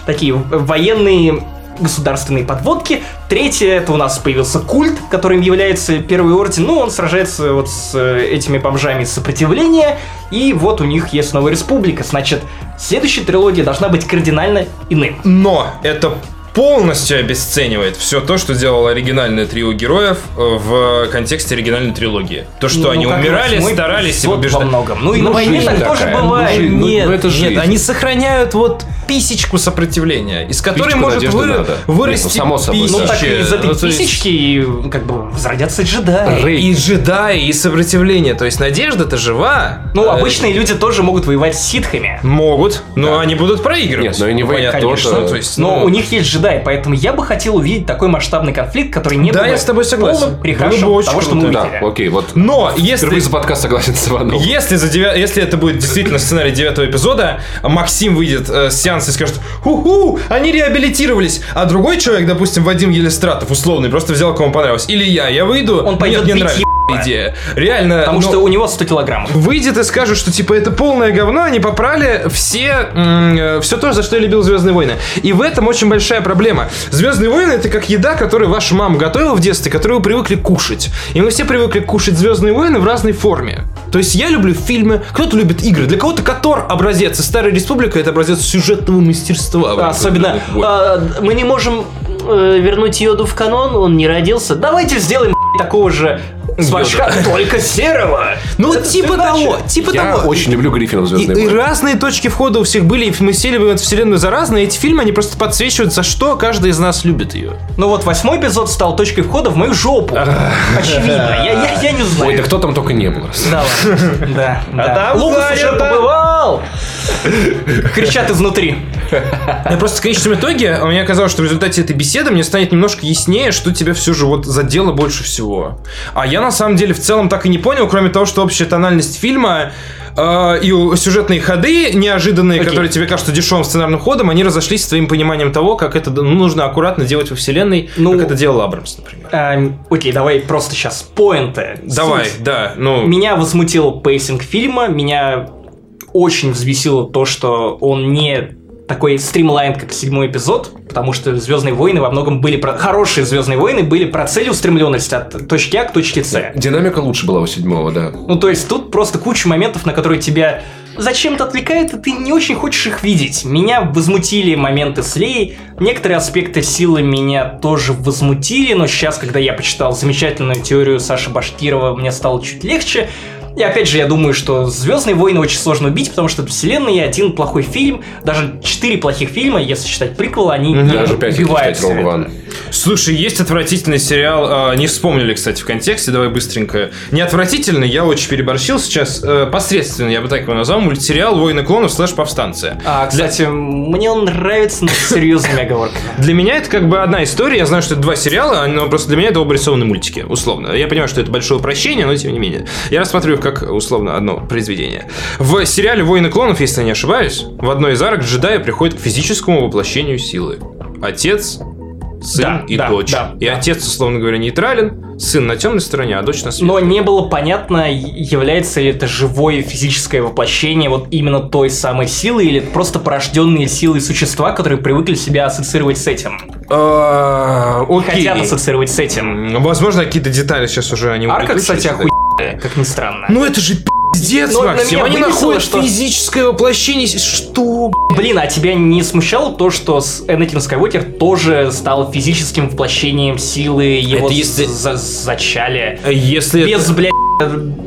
Speaker 6: такие военные государственные подводки. Третье, это у нас появился культ, которым является Первый Орден. Ну, он сражается вот с э, этими бомжами из сопротивления. И вот у них есть новая республика. Значит, следующая трилогия должна быть кардинально иным.
Speaker 2: Но это полностью обесценивает все то, что делала оригинальная трио героев э, в контексте оригинальной трилогии. То, что
Speaker 6: Ну,
Speaker 2: они
Speaker 6: как
Speaker 2: умирали,
Speaker 6: восьмой
Speaker 2: старались и
Speaker 6: эпизод
Speaker 2: побеждали.
Speaker 6: во многом. Ну и
Speaker 1: Ну,
Speaker 6: на войне
Speaker 1: жизнь
Speaker 6: так тоже
Speaker 1: такая. Ну,
Speaker 6: бывает.
Speaker 1: жизнь, ну,
Speaker 2: нет,
Speaker 1: ну, это
Speaker 2: нет,
Speaker 1: жизнь.
Speaker 2: они сохраняют вот писечку сопротивления, из которой
Speaker 1: Писечку
Speaker 2: может
Speaker 1: надежды
Speaker 2: выры-
Speaker 1: надо.
Speaker 2: вырасти
Speaker 1: Нет, ну, само собой, да.
Speaker 6: Ну, так
Speaker 2: писище.
Speaker 6: и из этой
Speaker 2: Ну, то есть-
Speaker 6: писечки и, как бы возродятся джедаи.
Speaker 2: И джедаи, и сопротивление. То есть надежда-то жива.
Speaker 6: Ну,
Speaker 2: Э,
Speaker 6: обычные люди тоже могут воевать с ситхами.
Speaker 2: Могут, но они будут проигрывать. Ну,
Speaker 1: Нет, но и не вы,
Speaker 2: Понятно,
Speaker 1: конечно.
Speaker 2: что, то есть,
Speaker 6: Но
Speaker 2: ну,
Speaker 6: у них есть джедаи, поэтому я бы хотел увидеть такой масштабный конфликт, который не
Speaker 2: Да,
Speaker 6: был бы
Speaker 2: я с тобой согласен.
Speaker 6: полным
Speaker 2: Было бы
Speaker 6: прихашем
Speaker 2: очень
Speaker 6: того, что мы
Speaker 2: круто.
Speaker 1: Да,
Speaker 6: увидели.
Speaker 1: окей, вот.
Speaker 2: Но если
Speaker 1: Впервые за подкаст согласен с Ивановым.
Speaker 2: Если, за девя- если это будет действительно сценарий девятого эпизода, Максим выйдет э, с сеанса и скажет «Ху-ху, они реабилитировались!» А другой человек, допустим, Вадим Елистратов, условный, просто взял, кому понравилось. Или я, я выйду,
Speaker 6: Он
Speaker 2: «Нет,
Speaker 6: пойдет
Speaker 2: мне
Speaker 6: бить
Speaker 2: нравится».
Speaker 6: ебаных
Speaker 2: идея. Реально.
Speaker 6: Потому
Speaker 2: ну,
Speaker 6: что у него 100 килограммов.
Speaker 2: выйдет и скажут, что типа это полное говно, они поправили все, м, э, все то, за что я любил Звездные войны. И в этом очень большая проблема. Звездные войны это как еда, которую ваша мама готовила в детстве, которую вы привыкли кушать. И мы все привыкли кушать Звездные войны в разной форме. То есть я люблю фильмы, кто-то любит игры, для кого-то Котор образец, и Старая Республика это образец сюжетного мастерства. А, в рамках
Speaker 6: Особенно,
Speaker 2: «Звездных войн».
Speaker 6: э, мы не можем э, вернуть Йоду в канон, он не родился. Давайте сделаем блядь, такого же сморчка, только серого.
Speaker 2: Ну,
Speaker 6: Это
Speaker 2: типа
Speaker 6: всё иначе.
Speaker 2: того, типа
Speaker 1: Я
Speaker 2: того.
Speaker 1: очень люблю Гриффинов
Speaker 2: И,
Speaker 1: «Звездные
Speaker 2: и
Speaker 1: войны».
Speaker 2: разные точки входа у всех были, и мы сели в эту вселенную за разные. Эти фильмы, они просто подсвечивают, за что каждый из нас любит ее.
Speaker 6: Ну вот восьмой эпизод стал точкой входа в мою жопу. Очевидно. Я, я- я не
Speaker 1: Ой, да
Speaker 6: знаю.
Speaker 1: кто там только не был. раз.
Speaker 6: Да, ладно. да, да.
Speaker 2: А там
Speaker 6: Лукас уже
Speaker 2: Заря, да.
Speaker 6: побывал! Кричат изнутри.
Speaker 2: Я просто в конечном итоге, а мне оказалось, что в результате этой беседы мне станет немножко яснее, что тебя все же вот задело больше всего. А я на самом деле в целом так и не понял, кроме того, что общая тональность фильма э, и у- сюжетные ходы неожиданные,
Speaker 6: Окей.
Speaker 2: которые тебе кажутся дешевым сценарным ходом, они разошлись с твоим пониманием того, как это ну, нужно аккуратно делать во вселенной,
Speaker 6: Ну,
Speaker 2: как это делал Абрамс, например.
Speaker 6: Эм, Окей, давай просто сейчас поинты.
Speaker 2: Давай,
Speaker 6: Суть.
Speaker 2: да, ну...
Speaker 6: Меня возмутил пейсинг фильма, меня очень взбесило то, что он не такой стримлайн, как седьмой эпизод, потому что Звездные войны во многом были про... хорошие Звездные войны были про целеустремленность от точки А к точке С.
Speaker 1: Динамика лучше была у седьмого, да.
Speaker 6: Ну, то есть тут просто куча моментов, на которые тебя зачем-то отвлекает, и ты не очень хочешь их видеть. Меня возмутили моменты с Леей, некоторые аспекты силы меня тоже возмутили, но сейчас, когда я почитал замечательную теорию Саши Башкирова, мне стало чуть легче. И опять же, я думаю, что Звездные войны очень сложно убить, потому что это вселенная и один плохой фильм, даже четыре плохих фильма, если считать приквелы, они не
Speaker 1: Даже пять, если
Speaker 6: убивают
Speaker 1: читать Rogue
Speaker 6: всё это.
Speaker 1: One.
Speaker 2: Слушай, есть отвратительный сериал, э, не вспомнили, кстати, в контексте, давай быстренько. Не отвратительный, я очень переборщил сейчас, э, посредственный, я бы так его назвал, мультсериал «Войны клонов слэш повстанцы».
Speaker 6: А, кстати, мне он нравится, но с серьезными оговорками.
Speaker 2: Для меня это как бы одна история, я знаю, что это два сериала, но просто для меня это оба рисованные мультики, условно. Я понимаю, что это большое упрощение, но тем не менее. Я рассматриваю их как, условно, одно произведение. В сериале «Войны клонов», если я не ошибаюсь, в одной из арок джедаи приходит к физическому воплощению силы. Отец, сын
Speaker 6: Да,
Speaker 2: и
Speaker 6: да,
Speaker 2: дочь.
Speaker 6: да,
Speaker 2: и
Speaker 6: да.
Speaker 2: отец, условно говоря, нейтрален, сын на темной стороне, а дочь на светлой.
Speaker 6: Но не было понятно, является ли это живое физическое воплощение вот именно той самой силы, или это просто порожденные силы существа, которые привыкли себя ассоциировать с этим.
Speaker 2: А, окей.
Speaker 6: Хотят ассоциировать с этим.
Speaker 2: М, Возможно, какие-то детали сейчас уже они
Speaker 6: Арка,
Speaker 2: улетучились,
Speaker 6: кстати,
Speaker 2: да.
Speaker 6: охуенная, как ни странно.
Speaker 2: Ну это же пиздец,
Speaker 6: Но на
Speaker 2: Максим.
Speaker 6: меня
Speaker 2: Они
Speaker 6: вывесило,
Speaker 2: находят
Speaker 6: что-
Speaker 2: физическое воплощение. Что,
Speaker 6: Блин, а тебя не смущало то, что с- Энакин Скайуокер тоже стал физическим воплощением силы, его
Speaker 2: Это если-
Speaker 6: за- зачали?
Speaker 2: А Если
Speaker 6: Без, блядь,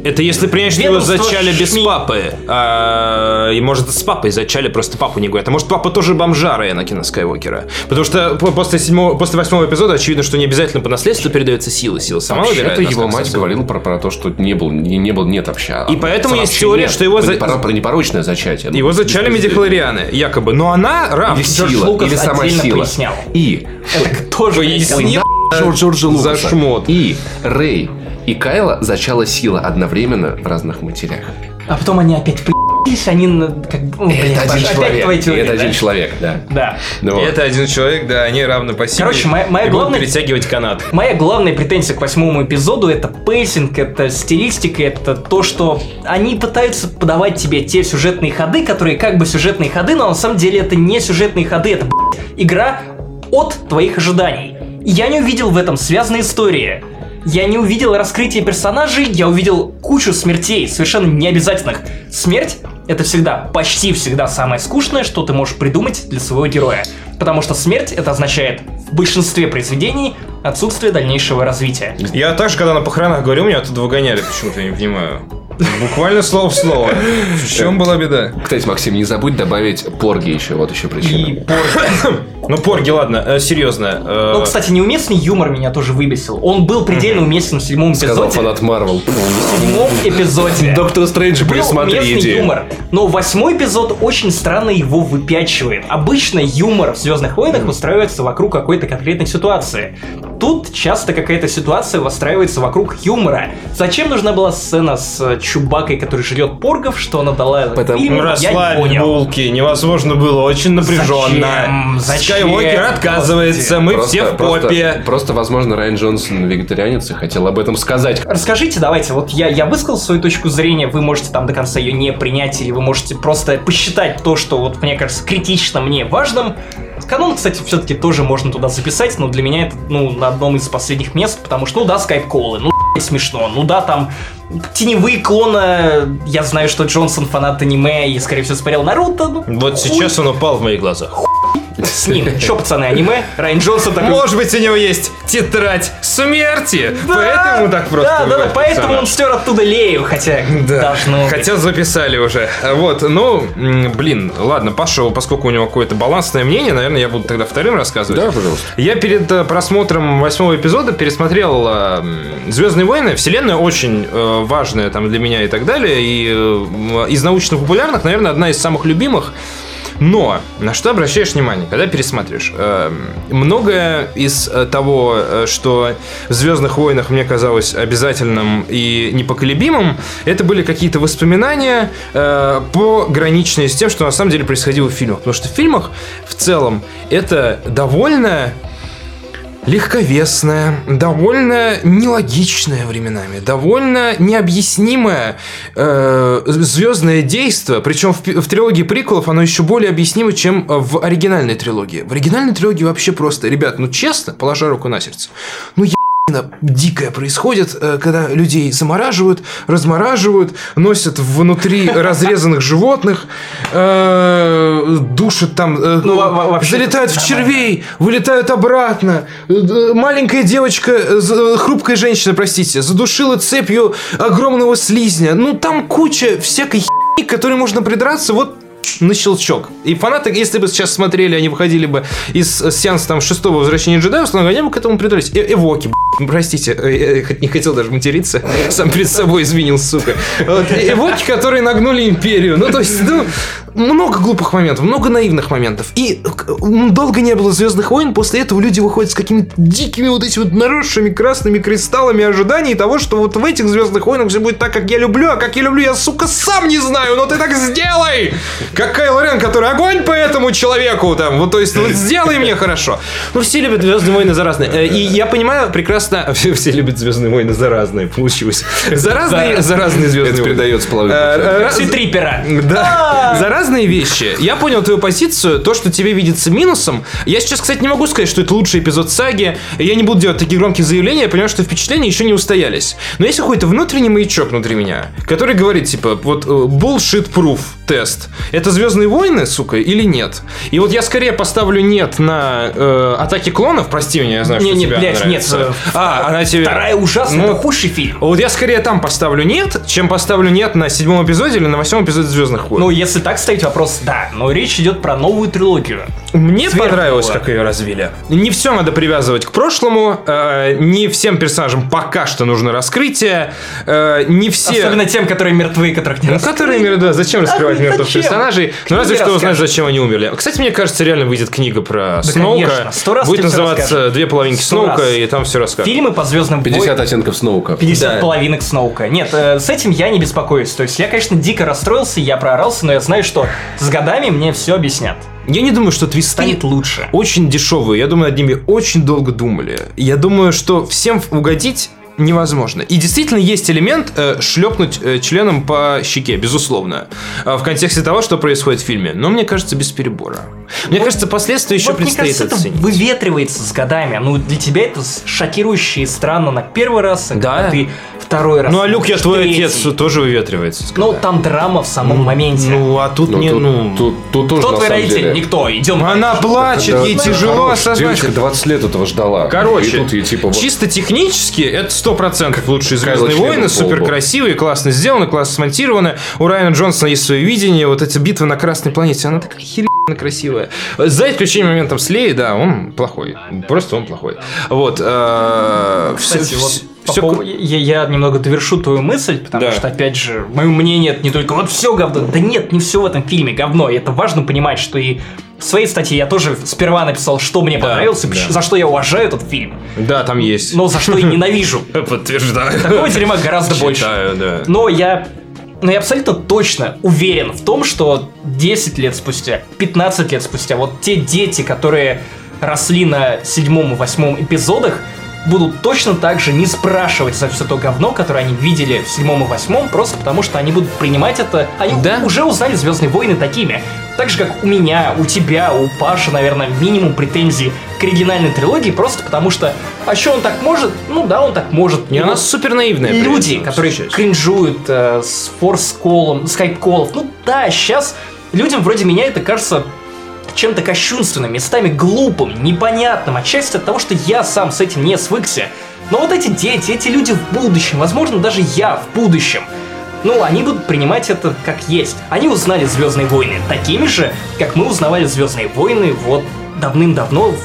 Speaker 2: это если принять, что его
Speaker 6: Ведомство
Speaker 2: зачали без
Speaker 6: шми.
Speaker 2: папы. А, и может с папой зачали, просто папу не говорят. А может папа тоже бомжара Энакина Скайуокера. Потому что по- после, седьмого, после восьмого эпизода очевидно, что не обязательно по наследству передается сила. Сила сама выбирает.
Speaker 1: Вообще-то его
Speaker 2: насколько
Speaker 1: мать
Speaker 2: сосуд.
Speaker 1: говорила про, про то, что не был, не, не был, нет обща.
Speaker 2: И поэтому есть
Speaker 1: Вообще
Speaker 2: теория,
Speaker 1: нет.
Speaker 2: что его за-
Speaker 1: Про, про непорочное зачатие.
Speaker 2: Его зачали медихлорианы, якобы. Но она раб.
Speaker 1: Или
Speaker 6: Джордж
Speaker 1: сила,
Speaker 6: Лукас
Speaker 1: или сама
Speaker 6: отдельно
Speaker 1: сила. Ну,
Speaker 6: пояснял.
Speaker 1: И
Speaker 6: это тоже... блядь,
Speaker 2: Пояснил
Speaker 1: Джордж- Джорджа Лукаса.
Speaker 2: за шмот.
Speaker 1: И Рэй и Кайла зачала сила одновременно в разных матерях.
Speaker 6: А потом они опять при***лись, они на- как бы... ну, блин,
Speaker 1: это один
Speaker 6: опять
Speaker 1: человек.
Speaker 6: твоя
Speaker 1: И
Speaker 6: теория,
Speaker 1: это
Speaker 6: да?
Speaker 1: один человек, да.
Speaker 6: Да.
Speaker 1: Ну вот.
Speaker 2: Это один человек, да, они равны по силе.
Speaker 6: Короче, моя- моя
Speaker 2: И будут
Speaker 6: главная-
Speaker 2: перетягивать канат.
Speaker 6: Моя главная претензия к восьмому эпизоду это пейсинг, это стилистика, это то, что они пытаются подавать тебе те сюжетные ходы, которые как бы сюжетные ходы, но на самом деле это не сюжетные ходы, это блядь, игра от твоих ожиданий. И я не увидел в этом связанной истории. Я не увидел раскрытия персонажей, я увидел кучу смертей, совершенно необязательных. Смерть — это всегда, почти всегда самое скучное, что ты можешь придумать для своего героя. Потому что смерть — это означает в большинстве произведений отсутствие дальнейшего развития.
Speaker 2: Я также, когда на похоронах говорю, меня оттуда выгоняли почему-то, я не понимаю. Буквально слово в слово. В чем была беда?
Speaker 1: Кстати, Максим, не забудь добавить порги еще, вот еще причина.
Speaker 6: И пор-
Speaker 2: Ну, порги, ладно, э, серьезно. э,
Speaker 6: Ну, кстати, неуместный юмор меня тоже выбесил. Он был предельно уместен в седьмом
Speaker 1: Сказал
Speaker 6: эпизоде.
Speaker 1: фанат Марвел.
Speaker 6: В седьмом эпизоде.
Speaker 1: Доктор Стрэнджа,
Speaker 6: Был
Speaker 1: присмотри,
Speaker 6: местный
Speaker 1: иди.
Speaker 6: Ну, юмор, но восьмой эпизод очень странно его выпячивает. Обычно юмор в Звездных войнах устраивается вокруг какой-то конкретной ситуации. тут часто какая-то ситуация выстраивается вокруг юмора. Зачем нужна была сцена с э, Чубакой, который жрет поргов, что она дала
Speaker 1: Потому-
Speaker 6: фильму, я
Speaker 2: Ну, Расслабь
Speaker 6: не понял.
Speaker 2: булки, невозможно было, очень напряженно.
Speaker 6: Зачем? Зачем?
Speaker 2: Скайуокер отказывается, мы все в попе.
Speaker 1: Просто, просто, возможно, Райан Джонсон вегетарианец и хотел об этом сказать.
Speaker 6: Расскажите, давайте, вот я, я высказал свою точку зрения, вы можете там до конца ее не принять, или вы можете просто посчитать то, что вот мне кажется критично мне важным. Канон, кстати, все-таки тоже можно туда записать, но для меня это, ну, на одном из последних мест, потому что, ну да, скайп-колы, ну смешно, ну да, там теневые клона, я знаю, что Джонсон фанат аниме и, скорее всего, смотрел Наруто, ну,
Speaker 2: Вот
Speaker 6: хуй
Speaker 2: сейчас он упал в моих глазах.
Speaker 6: с ним. Че, пацаны, аниме? Райан Джонсон такой...
Speaker 2: Может быть, у него есть тетрадь смерти,
Speaker 6: «Да,
Speaker 2: поэтому так просто
Speaker 6: Да, да, да,
Speaker 2: выбрать
Speaker 6: поэтому он
Speaker 2: персонаж.
Speaker 6: стер оттуда Лею, хотя
Speaker 2: Да.
Speaker 6: должно быть.
Speaker 2: Хотя записали уже. Вот, ну, м, блин, ладно, Паша, поскольку у него какое-то балансное мнение, наверное, я буду тогда вторым рассказывать.
Speaker 1: Да, пожалуйста.
Speaker 2: Я перед э, просмотром восьмого эпизода пересмотрел э, Звездные войны. Вселенная очень э, важная там для меня и так далее. И э, м, из научно-популярных, наверное, одна из самых любимых. Но на что обращаешь внимание, когда пересматриваешь? Эм, Многое из э, того, э, что в Звездных войнах мне казалось обязательным и непоколебимым, это были какие-то воспоминания э, пограничные с тем, что на самом деле происходило в фильмах. Потому что в фильмах в целом это довольно легковесная, довольно нелогичная временами, довольно необъяснимое э, звездное действие. Причем в, пи- в трилогии приколов оно еще более объяснимо, чем э, в оригинальной трилогии. В оригинальной трилогии вообще просто, ребят, ну честно, положа руку на сердце, ну ебанина дикое происходит, э, когда людей замораживают, размораживают, носят внутри разрезанных животных, э, душат там, э,
Speaker 6: Ну, во- во- вообще
Speaker 2: залетают в червей, вылетают обратно. Э, э, Маленькая девочка, э, за- хрупкая женщина, простите, задушила цепью огромного слизня. Ну, там куча всякой хи, к которой можно придраться, вот на щелчок. И фанаты, если бы сейчас смотрели, они выходили бы из э, сеанса там шестого возвращения джедая, условно говоря, они бы к этому придрались. Э- Эвоки, б***ь. простите, э, э, хоть не хотел даже материться, сам перед собой извинил, сука. Вот, э, эвоки, которые нагнули империю. Ну, то есть, ну, много глупых моментов, много наивных моментов. И к- м, долго не было Звездных войн, после этого люди выходят с какими-то дикими вот этими вот наросшими красными кристаллами ожиданий того, что вот в этих Звездных войнах все будет так, как я люблю, а как я люблю, я, сука, сам не знаю, но ты так сделай! Как Кайл Рен, который огонь по этому человеку там, вот то есть, ну сделай мне хорошо. Ну все любят Звездные войны за разные. Э, И я понимаю прекрасно, все, все любят Звездные войны за разные, получилось. За разные, за разные Звездные
Speaker 1: Это
Speaker 2: войны.
Speaker 1: передается
Speaker 2: Э,
Speaker 1: половина.
Speaker 2: э, раз-
Speaker 6: Все три пера.
Speaker 2: да. За разные вещи. Я понял твою позицию. То, что тебе видится минусом. Я сейчас, кстати, не могу сказать, что это лучший эпизод саги. Я не буду делать такие громкие заявления. Я понимаю, что впечатления еще не устоялись. Но есть какой-то внутренний маячок внутри меня, который говорит, типа, вот э, bullshit proof тест. Это Звездные войны, сука, или нет? И вот я скорее поставлю нет на э, атаки клонов. Прости меня, я знаю, что
Speaker 6: Не-не,
Speaker 2: тебе
Speaker 6: блядь,
Speaker 2: нравится.
Speaker 6: нет, э,
Speaker 2: А, она тебе...
Speaker 6: Вторая ужасная,
Speaker 2: Ну,
Speaker 6: это худший фильм.
Speaker 2: Вот я скорее там поставлю нет, чем поставлю нет на седьмом эпизоде или на восьмом эпизоде Звездных войн.
Speaker 6: Ну, если так стоит вопрос, да. Но речь идет про новую трилогию.
Speaker 2: Мне
Speaker 6: Сверху
Speaker 2: понравилось,
Speaker 6: было.
Speaker 2: как ее развили. Не все надо привязывать к прошлому, э, не всем персонажам пока что нужно раскрытие, э, не все...
Speaker 6: Особенно тем, которые мертвы, которых не
Speaker 2: Ну,
Speaker 6: раскрыли.
Speaker 2: которые мертвы, да, зачем раскрывать
Speaker 6: Ах,
Speaker 2: мертвых
Speaker 6: зачем?
Speaker 2: персонажей? Ну, разве
Speaker 6: Книги
Speaker 2: что узнаешь,
Speaker 6: расскажешь.
Speaker 2: зачем они умерли. Кстати, мне кажется, реально выйдет книга про Сноука.
Speaker 6: конечно, сто раз
Speaker 2: Будет
Speaker 6: тебе всё
Speaker 2: называться
Speaker 6: расскажут.
Speaker 2: «Две половинки
Speaker 6: Сто
Speaker 2: Сноука»,
Speaker 6: раз.
Speaker 2: и там все расскажут.
Speaker 6: Фильмы по звездным
Speaker 1: 50 оттенков Сноука.
Speaker 6: 50 половинок Сноука. Нет, э, с этим я не беспокоюсь. То есть я, конечно, дико расстроился, я проорался, но я знаю, что с годами мне все объяснят.
Speaker 2: Я не думаю, что твисты
Speaker 6: Станет лучше.
Speaker 2: очень дешевые. Я думаю, над ними очень долго думали. Я думаю, что всем угодить невозможно. И действительно есть элемент э, шлепнуть э, членом по щеке, безусловно, Э, в контексте того, что происходит в фильме. Но мне кажется, без перебора. Мне кажется, последствия еще
Speaker 6: Вот, мне
Speaker 2: предстоит
Speaker 6: кажется, это
Speaker 2: оценить.
Speaker 6: выветривается с годами. Ну, для тебя это с- шокирующе и странно на первый раз, а
Speaker 2: Да.
Speaker 6: когда ты второй раз.
Speaker 2: Ну, а Люк, я твой
Speaker 6: третий.
Speaker 2: отец, тоже выветривается.
Speaker 6: Ну, там драма в самом моменте.
Speaker 2: Ну, а тут
Speaker 1: Ну,
Speaker 2: не,
Speaker 1: тут,
Speaker 2: ну...
Speaker 1: тут, тут тоже
Speaker 6: Кто
Speaker 1: на
Speaker 6: твой
Speaker 1: самом
Speaker 6: родитель?
Speaker 1: деле.
Speaker 6: Никто. Идем.
Speaker 2: Она плачет,
Speaker 1: Да,
Speaker 2: ей
Speaker 1: да,
Speaker 2: тяжело
Speaker 1: хорошая
Speaker 2: осознать.
Speaker 1: Девочка 20 лет этого ждала.
Speaker 2: Короче,
Speaker 1: И тут ей типа вот
Speaker 2: чисто технически это сто процентов лучшие «Звездные
Speaker 1: Кайло
Speaker 2: войны»,
Speaker 1: Членов
Speaker 2: супер
Speaker 1: был бы.
Speaker 2: красивые, классно сделаны, классно смонтированы. У Райана Джонсона есть свое видение, вот эта битва на Красной планете, она такая херенно красивая. За исключением моментом с Леей, да, он плохой, просто он плохой. Вот, э, всё-
Speaker 6: Кстати, вот
Speaker 2: всё-
Speaker 6: по
Speaker 2: всё
Speaker 6: поводу- я, я немного довершу твою мысль, потому
Speaker 2: Да.
Speaker 6: что, опять же, мое мнение это не только вот все говно. Да нет, не все в этом фильме говно. И это важно понимать, что и В своей статье я тоже сперва написал, что мне понравилось, и
Speaker 2: да.
Speaker 6: поч- за что я уважаю этот фильм,
Speaker 2: Да, там есть.
Speaker 6: но Ну, за что и ненавижу.
Speaker 2: Подтверждаю.
Speaker 6: Такого дерьма гораздо больше.
Speaker 2: Читаю, да.
Speaker 6: Но я... Но я абсолютно точно уверен в том, что 10 лет спустя, 15 лет спустя, вот те дети, которые росли на седьмом и восьмом эпизодах, будут точно так же не спрашивать за все то говно, которое они видели в седьмом и восьмом, просто потому что они будут принимать это... Они
Speaker 2: Да.
Speaker 6: уже узнали «Звездные войны» такими. Так же, как у меня, у тебя, у Паши, наверное, минимум претензий к оригинальной трилогии, просто потому что... А что, он так может? Ну да, он так может.
Speaker 2: Не,
Speaker 6: Ну,
Speaker 2: она супер наивная.
Speaker 6: люди, которые кринжуют э, с форс-колом, с хайп-колов. Ну да, сейчас людям вроде меня это кажется чем-то кощунственным, местами глупым, непонятным, отчасти от того, что я сам с этим не свыкся. Но вот эти дети, эти люди в будущем, возможно, даже я в будущем, ну, они будут принимать это как есть. Они узнали Звездные войны такими же, как мы узнавали Звездные войны вот давным-давно в-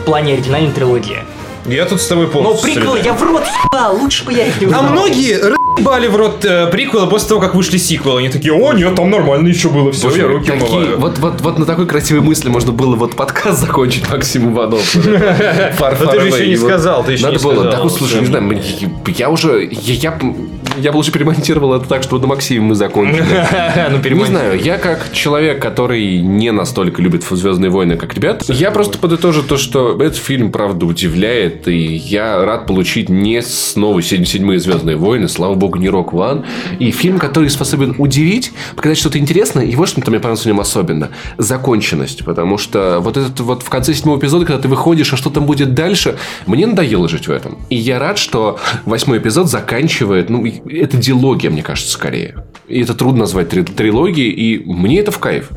Speaker 6: в плане оригинальной трилогии.
Speaker 2: Я тут с тобой
Speaker 6: Но
Speaker 2: полностью
Speaker 6: приквелы Ну, я в рот ебал, лучше бы я их не
Speaker 2: А
Speaker 6: узнал.
Speaker 2: многие рыбали в рот э, приквелы после того, как вышли сиквелы. Они такие, о, нет, там нормально еще было. Все,
Speaker 1: Слушай,
Speaker 2: я руки
Speaker 1: такие-
Speaker 2: умываю.
Speaker 1: вот, вот, вот на такой красивой мысли можно было вот подкаст закончить Максим Иванов. Фар-
Speaker 2: Но ты
Speaker 1: фар
Speaker 2: же еще
Speaker 1: away.
Speaker 2: не
Speaker 1: Вот
Speaker 2: сказал, ты еще
Speaker 1: Надо
Speaker 2: не
Speaker 1: было.
Speaker 2: сказал.
Speaker 1: Так, вот, слушай, не знаю, мне- я уже... Я, я, я бы лучше перемонтировал это так, чтобы на Максиме мы закончили.
Speaker 2: Ну,
Speaker 1: Не
Speaker 2: перемонтируй.
Speaker 1: знаю, я как человек, который не настолько любит «Звездные войны», как ребят, я просто подытожу то, что этот фильм, правда, удивляет, и я рад получить не снова седь- «Седьмые Звездные войны», слава богу, не «Рок Ван», и фильм, который способен удивить, показать что-то интересное, и вот что мне понравилось в нем особенно – законченность, потому что вот этот вот в конце седьмого эпизода, когда ты выходишь, а что там будет дальше, мне надоело жить в этом. И я рад, что восьмой эпизод заканчивает, ну, и- это дилогия, мне кажется, скорее. И это трудно назвать три- трилогией, и мне это в кайф.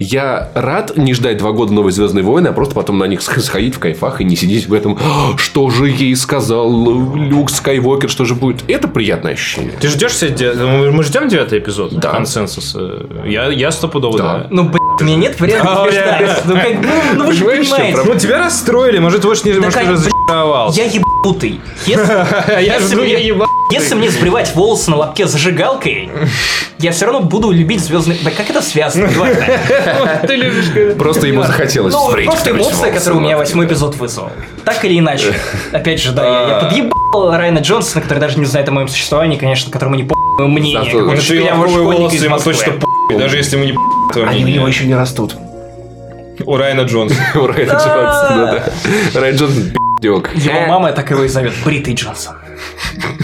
Speaker 1: Я рад не ждать два года новой Звездные войны, а просто потом на них сх- сходить в кайфах и не сидеть в этом, «А, что же ей сказал Люк Скайуокер, что же будет. Это приятное ощущение.
Speaker 2: Ты ждешь все де- ну, Мы мы ждем девятый эпизод?
Speaker 1: Да.
Speaker 2: Консенсус. э, Я, я стопудово,
Speaker 1: Да.
Speaker 2: да.
Speaker 6: Ну, блядь, у меня нет вариантов
Speaker 2: А,
Speaker 6: убеждать. Ну, как, ну, ну, вы же
Speaker 1: Понимаешь, в чём
Speaker 6: понимаете.
Speaker 2: Ну, тебя расстроили, может, ты больше не может, ты
Speaker 6: конечно,
Speaker 2: разочаровал.
Speaker 6: Я ебутый. Если,
Speaker 2: Я
Speaker 6: если
Speaker 2: жду, я
Speaker 6: мне,
Speaker 2: ебал.
Speaker 6: если мне сбривать волосы на лобке зажигалкой, я все равно буду любить звездные... Да как это связано? Давай.
Speaker 2: Ты любишь, когда...
Speaker 1: Просто ему захотелось
Speaker 6: Ну,
Speaker 1: вспрыть
Speaker 6: просто
Speaker 1: вспрыть
Speaker 6: эмоция,
Speaker 1: волосы.
Speaker 6: которую у меня восьмой эпизод вызвал. Так или иначе. Опять же, да, я, я подъебал Райана Джонсона, который даже не знает о моем существовании, конечно, которому не по моему мнению.
Speaker 1: Зато-
Speaker 6: какой-то
Speaker 1: Он
Speaker 2: Он же и
Speaker 6: шпилявый
Speaker 2: лобковые
Speaker 6: школьник
Speaker 2: волосы
Speaker 6: из
Speaker 2: ему
Speaker 6: Москвы.
Speaker 2: точно по***й, даже если ему не по***й, твоего
Speaker 1: Они у него
Speaker 2: мнения.
Speaker 1: еще не растут.
Speaker 2: У Райана Джонса.
Speaker 1: У Райана Джонсона, да. Райан Джонсон пи***дёк.
Speaker 6: Его мама так его и зовет. Бритый Джонсон.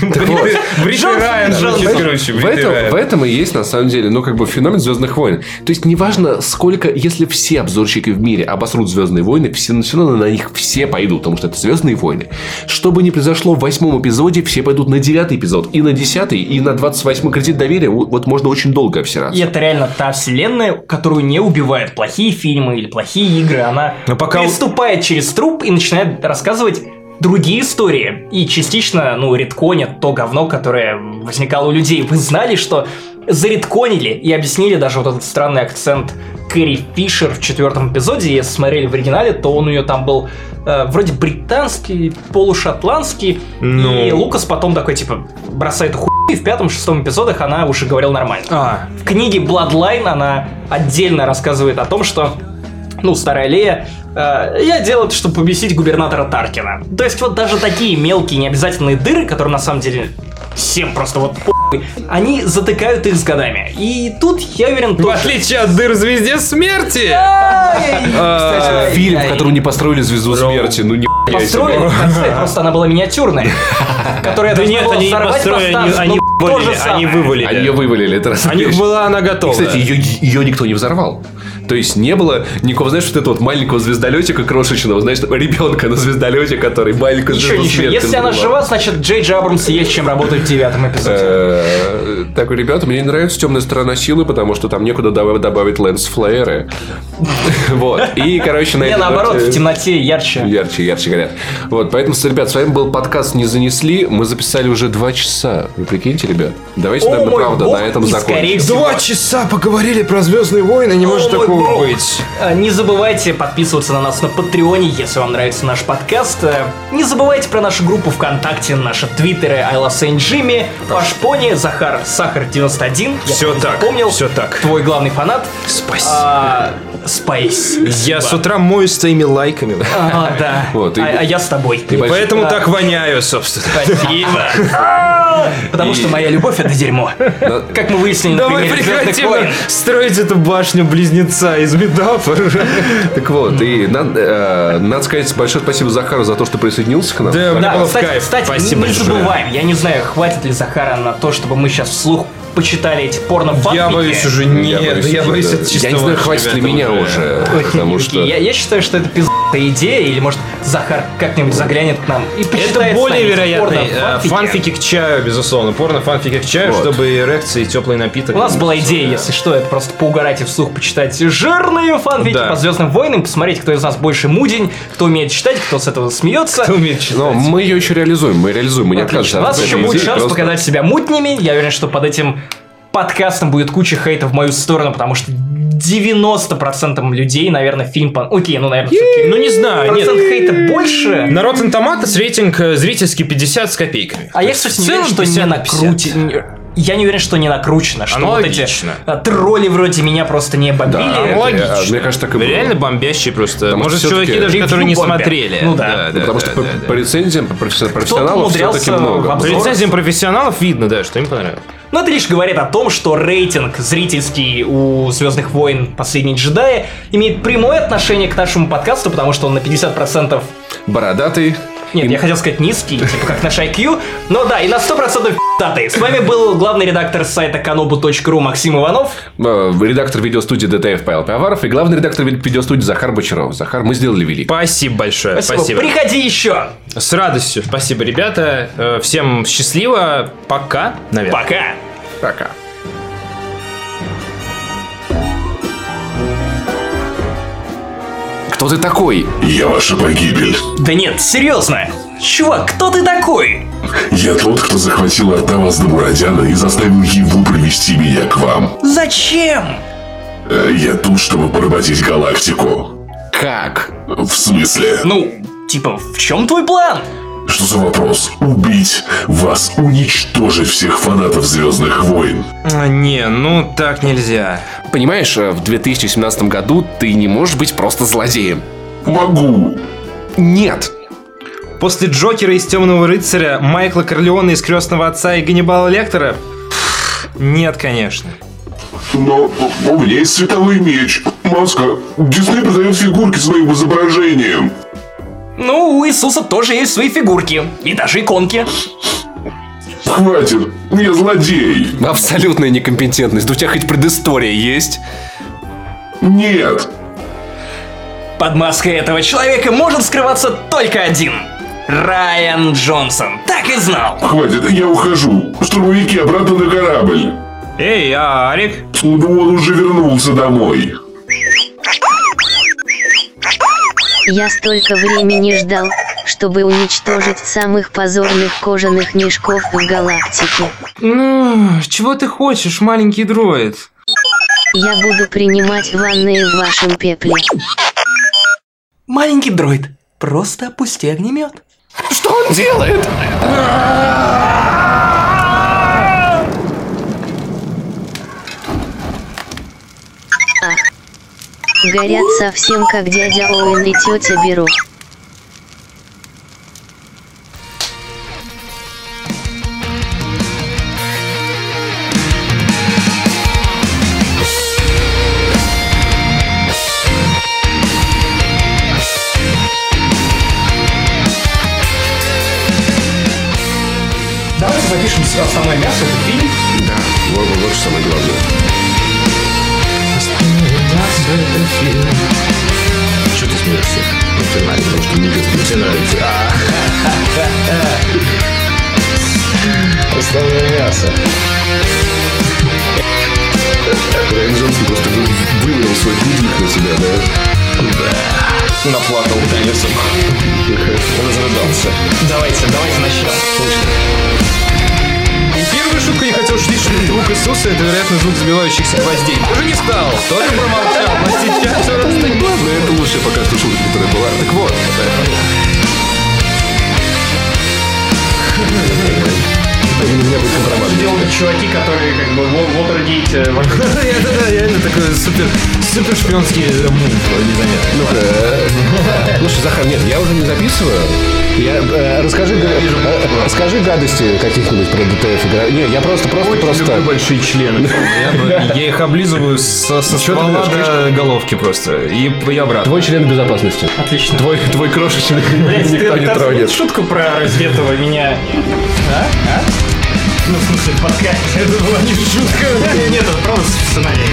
Speaker 2: Бритый
Speaker 6: Джонсон,
Speaker 2: Райан
Speaker 6: Джонсон.
Speaker 2: звучит, короче,
Speaker 1: в,
Speaker 2: Бритый
Speaker 1: этом, в
Speaker 2: Райан.
Speaker 1: этом и есть, на самом деле, ну, как бы феномен Звездных войн. То есть, неважно, сколько, если все обзорщики в мире обосрут Звездные войны, все, все равно на них все пойдут, потому что это Звездные войны. Что бы ни произошло в восьмом эпизоде, все пойдут на девятый эпизод, и на десятый, и на двадцать восьмой кредит доверия. Вот вот можно очень долго обсираться.
Speaker 6: И это реально та вселенная, которую не убивают плохие фильмы или плохие игры. Она
Speaker 2: Но пока-
Speaker 6: переступает через труп и начинает рассказывать другие истории. И частично, ну, редконят то говно, которое возникало у людей. Вы знали, что заредконили и объяснили даже вот этот странный акцент Кэрри Фишер в четвертом эпизоде. Если смотрели в оригинале, то он у нее там был э, вроде британский, полушотландский.
Speaker 2: Ну.
Speaker 6: И Лукас потом такой, типа, бросает эту хуйню. И в пятом-шестом эпизодах она уже говорила нормально.
Speaker 2: А,
Speaker 6: В книге Bloodline она отдельно рассказывает о том, что, ну, старая Лея, э, я делал это, чтобы побесить губернатора Таркина. То есть вот даже такие мелкие необязательные дыры, которые на самом деле всем просто вот похуй, они затыкают их с годами. И тут, я уверен,
Speaker 2: в
Speaker 6: тоже...
Speaker 2: отличие от дыр в «Звезде смерти», А, э,
Speaker 6: Кстати,
Speaker 1: Фильм, в котором не построили Звезду Смерти, ну, не
Speaker 6: построили в конце, просто она была миниатюрная, которая
Speaker 2: Да
Speaker 6: должна
Speaker 2: нет,
Speaker 6: была
Speaker 2: они не
Speaker 6: взорвать
Speaker 2: построили, они,
Speaker 6: пространство.
Speaker 2: они
Speaker 6: Ну, то же
Speaker 2: вывалили, они
Speaker 6: самое.
Speaker 2: вывалили.
Speaker 1: Они ее вывалили, это раз.
Speaker 2: У них была она готова.
Speaker 1: Кстати, ее, ее никто не взорвал. То есть не было никакого, знаешь, вот этого вот маленького звездолетика крошечного, знаешь, там, ребенка на звездолете, который маленькую
Speaker 6: Ничего,
Speaker 1: звезду
Speaker 6: ничего.
Speaker 1: смерти
Speaker 6: Если она
Speaker 1: взорвал.
Speaker 6: жива, значит, Джей Джей Абрамс есть чем работать в девятом эпизоде.
Speaker 1: Э, Такой, ребята, мне не нравится темная сторона силы, потому что там некуда добав- добавить лэнс флееры. Вот. И, короче, на
Speaker 6: Не,
Speaker 1: этой
Speaker 6: наоборот,
Speaker 1: ноте-
Speaker 6: в темноте ярче.
Speaker 1: Ярче, ярче горят. Вот, поэтому, с- ребят, с вами был подкаст «Не занесли». Мы записали уже два часа. Вы прикиньте, ребят. Давайте,
Speaker 6: О,
Speaker 1: наверное,
Speaker 6: мой
Speaker 1: правда,
Speaker 6: бог,
Speaker 1: на этом
Speaker 6: и скорее
Speaker 1: закончим.
Speaker 6: всего-
Speaker 8: Два часа поговорили про Звездные войны, не может
Speaker 6: мой
Speaker 8: такого
Speaker 6: бог.
Speaker 8: быть.
Speaker 6: Э, Не забывайте подписываться на нас на Патреоне, если вам нравится наш подкаст. Э, Не забывайте про нашу группу ВКонтакте, наши твиттеры I Love Saint Jimmy, Паш Пони, Захар Сахар 91.
Speaker 2: Всё так,
Speaker 6: Помнил.
Speaker 2: всё так.
Speaker 6: Твой главный фанат.
Speaker 2: Спасибо.
Speaker 6: А, Спайс.
Speaker 2: Я с утра моюсь твоими лайками.
Speaker 6: А, да.
Speaker 1: Вот, и-
Speaker 6: а, а я с тобой.
Speaker 2: Поэтому
Speaker 6: Да.
Speaker 2: так воняю, собственно.
Speaker 6: Спасибо. Потому что моя любовь это дерьмо. Как мы выяснили, на
Speaker 2: Давай
Speaker 6: примере «Звездных
Speaker 2: прекратим
Speaker 6: войн».
Speaker 2: строить эту башню близнеца из метафор.
Speaker 1: Так вот, и на- э, надо сказать большое спасибо Захару за то, что присоединился к нам.
Speaker 2: Да, мне
Speaker 6: Да,
Speaker 2: было в
Speaker 6: кстати,
Speaker 2: кайф.
Speaker 6: кстати,
Speaker 2: Спасибо
Speaker 6: не
Speaker 2: большое.
Speaker 6: забываем. Я не знаю, хватит ли Захара на то, чтобы мы сейчас вслух почитали эти порно
Speaker 2: Я боюсь уже
Speaker 1: Я
Speaker 2: нет, я
Speaker 1: уже,
Speaker 2: боюсь
Speaker 1: да.
Speaker 2: от
Speaker 1: Я не знаю, хватит ли меня уже, потому что...
Speaker 6: Я, я считаю, что это пиздатая идея, или может Захар как-нибудь заглянет к нам и почитает
Speaker 2: Это
Speaker 6: с
Speaker 2: более
Speaker 6: нами эти
Speaker 2: вероятно. Э,
Speaker 6: порно-фанфики.
Speaker 2: Фанфики к чаю, безусловно. Порно фанфики к чаю,
Speaker 1: Вот.
Speaker 2: чтобы и эрекции, и теплый напиток.
Speaker 6: У нас была идея, если что, это просто поугарать и вслух почитать жирные фанфики
Speaker 2: Да.
Speaker 6: по Звездным войнам, посмотреть, кто из нас больше мудень, кто умеет читать, кто с этого смеется.
Speaker 2: Кто умеет читать?
Speaker 1: Но мы ее еще реализуем, мы реализуем, мы не откажемся.
Speaker 6: Отлично. У
Speaker 1: от
Speaker 6: нас
Speaker 1: этой
Speaker 6: еще будет
Speaker 1: идеи,
Speaker 6: шанс
Speaker 1: просто-
Speaker 6: показать себя мутнями. Я уверен, что под этим подкастом будет куча хейта в мою сторону, потому что 90% людей, наверное, фильм... пон- Окей, ну, наверное, всё-таки
Speaker 2: Ну не знаю, нет.
Speaker 6: процент хейта больше.
Speaker 2: На Rotten Tomatoes рейтинг э, зрительский 50 с копейками.
Speaker 6: А
Speaker 2: То
Speaker 6: я,
Speaker 2: есть
Speaker 6: кстати,
Speaker 2: в
Speaker 6: не уверен,
Speaker 2: целом
Speaker 6: что не
Speaker 2: 50 на 50.
Speaker 6: накрутит. Я не уверен, что не накручено, что
Speaker 2: Оно
Speaker 6: вот
Speaker 2: логично.
Speaker 6: эти а, тролли вроде меня просто не бомбили.
Speaker 1: Да, это,
Speaker 2: Ну, логично.
Speaker 1: а, Мне кажется, так и было.
Speaker 2: Реально бомбящие просто.
Speaker 1: Потому
Speaker 2: Может,
Speaker 1: что всё-таки
Speaker 2: чуваки даже, которые не
Speaker 6: ревью бомбят.
Speaker 2: смотрели.
Speaker 6: Ну да.
Speaker 1: Ну, Потому что
Speaker 2: да,
Speaker 1: по
Speaker 2: да, да.
Speaker 1: по рецензиям, по професси- профессионалов
Speaker 6: умудрялся
Speaker 1: все-таки
Speaker 6: в
Speaker 1: много.
Speaker 2: По
Speaker 6: обзор-
Speaker 2: рецензиям профессионалов видно, да, что им понравилось.
Speaker 6: Но это лишь говорит о том, что рейтинг зрительский у «Звездных войн. Последние джедаи» имеет прямое отношение к нашему подкасту, потому что он на 50%
Speaker 1: Бородатый.
Speaker 6: Нет,
Speaker 1: И-
Speaker 6: я хотел сказать низкий, типа как наш IQ, но да, и на 100% пи***тый. С вами был главный редактор сайта kanobu.ru Максим Иванов.
Speaker 1: э, редактор видеостудии ДТФ Павел Пиаваров и главный редактор ви- видеостудии Захар Бочаров. Захар, мы сделали велик.
Speaker 2: Спасибо большое. Спасибо.
Speaker 6: Приходи еще.
Speaker 2: С радостью. Спасибо, ребята. Э, Всем счастливо. Пока, наверное.
Speaker 6: Пока.
Speaker 1: Пока. Кто ты такой?
Speaker 4: Я ваша погибель.
Speaker 6: Да нет, серьезно. Чувак, кто ты такой?
Speaker 4: Я тот, кто захватил Артавас Мурадяна и заставил его привести меня к вам.
Speaker 6: Зачем?
Speaker 4: Э, Я тут, чтобы поработить галактику.
Speaker 1: Как?
Speaker 4: В смысле?
Speaker 6: Ну, типа, в чем твой план?
Speaker 4: Что за вопрос? Убить вас, уничтожить всех фанатов Звездных войн.
Speaker 2: А, Не, ну так нельзя.
Speaker 1: Понимаешь, э, в 2017 году ты не можешь быть просто злодеем.
Speaker 4: Могу.
Speaker 1: Нет.
Speaker 2: После Джокера из Темного рыцаря, Майкла Корлеона из Крестного отца и Ганнибала Лектора? Пф, Нет, конечно.
Speaker 4: Но у меня есть световой меч. Маска, Дисней продает фигурки с моим изображением.
Speaker 6: Ну, у Иисуса тоже есть свои фигурки. И даже иконки.
Speaker 4: Хватит, я злодей.
Speaker 1: Абсолютная некомпетентность. Да у тебя хоть предыстория есть?
Speaker 4: Нет.
Speaker 6: Под маской этого человека может скрываться только один. Райан Джонсон. Так и знал.
Speaker 4: Хватит, я ухожу. Штурмовики обратно на корабль.
Speaker 2: Эй, а Арик?
Speaker 4: Ну, он уже вернулся домой.
Speaker 3: Я столько времени ждал, чтобы уничтожить самых позорных кожаных мешков в галактике.
Speaker 2: Ну, чего ты хочешь, маленький дроид?
Speaker 3: Я буду принимать ванные в вашем пепле.
Speaker 6: Маленький дроид, просто опусти огнемет.
Speaker 1: Что он делает?
Speaker 3: Горят совсем как дядя Оуэн и тетя Беру.
Speaker 6: Давайте запишем основное мясо, этот фильм.
Speaker 1: Вот, вот, вот что самое главное. Что ты смеешься? Ну, ты нравится, потому что мне это тебе нравится. Основное мясо. Райан Джонсон просто вы- вывалил свой грудник на себя, да? Да. Наплакал колесом. Разрыдался.
Speaker 6: Давайте, давайте начнем.
Speaker 2: Первая шутка не хотел шутить, что звук Иисуса это, вероятно, звук забивающихся гвоздей. Тоже не стал, тоже промолчал, а сейчас он
Speaker 1: Ладно, это лучшая пока что шутка, которая была. Так вот. У меня будет контрабанда.
Speaker 9: делают чуваки, которые как бы во- Watergate... э, вокруг.
Speaker 2: Это да, реально такой супер, супер шпионский э, мув незаметно.
Speaker 1: Э, Слушай, Захар, нет, я уже не записываю. Я, э, расскажи, га- э, расскажи гадости каких-нибудь про ДТФ. игра. Не, я просто, просто, просто...
Speaker 9: Люблю большие члены.
Speaker 2: Я, бы- я их облизываю со, со ствола
Speaker 1: любишь,
Speaker 2: до головки просто. И, и обратно.
Speaker 1: Твой член безопасности.
Speaker 9: Отлично.
Speaker 1: Твой, твой крошечный
Speaker 9: Блядь,
Speaker 1: никто
Speaker 9: ты
Speaker 1: не
Speaker 9: та-
Speaker 1: тронет.
Speaker 9: Шутку про раздетого меня. А? А? Ну, в смысле, в подкасте. Это была не шутка. Нет, это правда сценарий.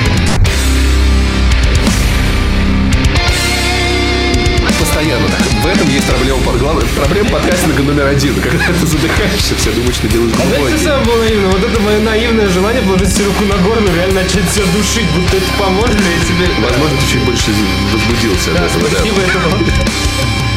Speaker 4: Постоянно так. В этом есть проблема, по- главная- проблема подкастинга номер один. Когда ты задыхаешься, все думают, что делаешь
Speaker 9: Знаешь,
Speaker 4: глубокий.
Speaker 9: что самое было наивное? Вот это мое наивное желание положить себе руку на горло, и реально начать себя душить, будто это поможет, и тебе...
Speaker 4: Возможно, ты чуть больше возбудился от этого, да.
Speaker 9: Спасибо, это было.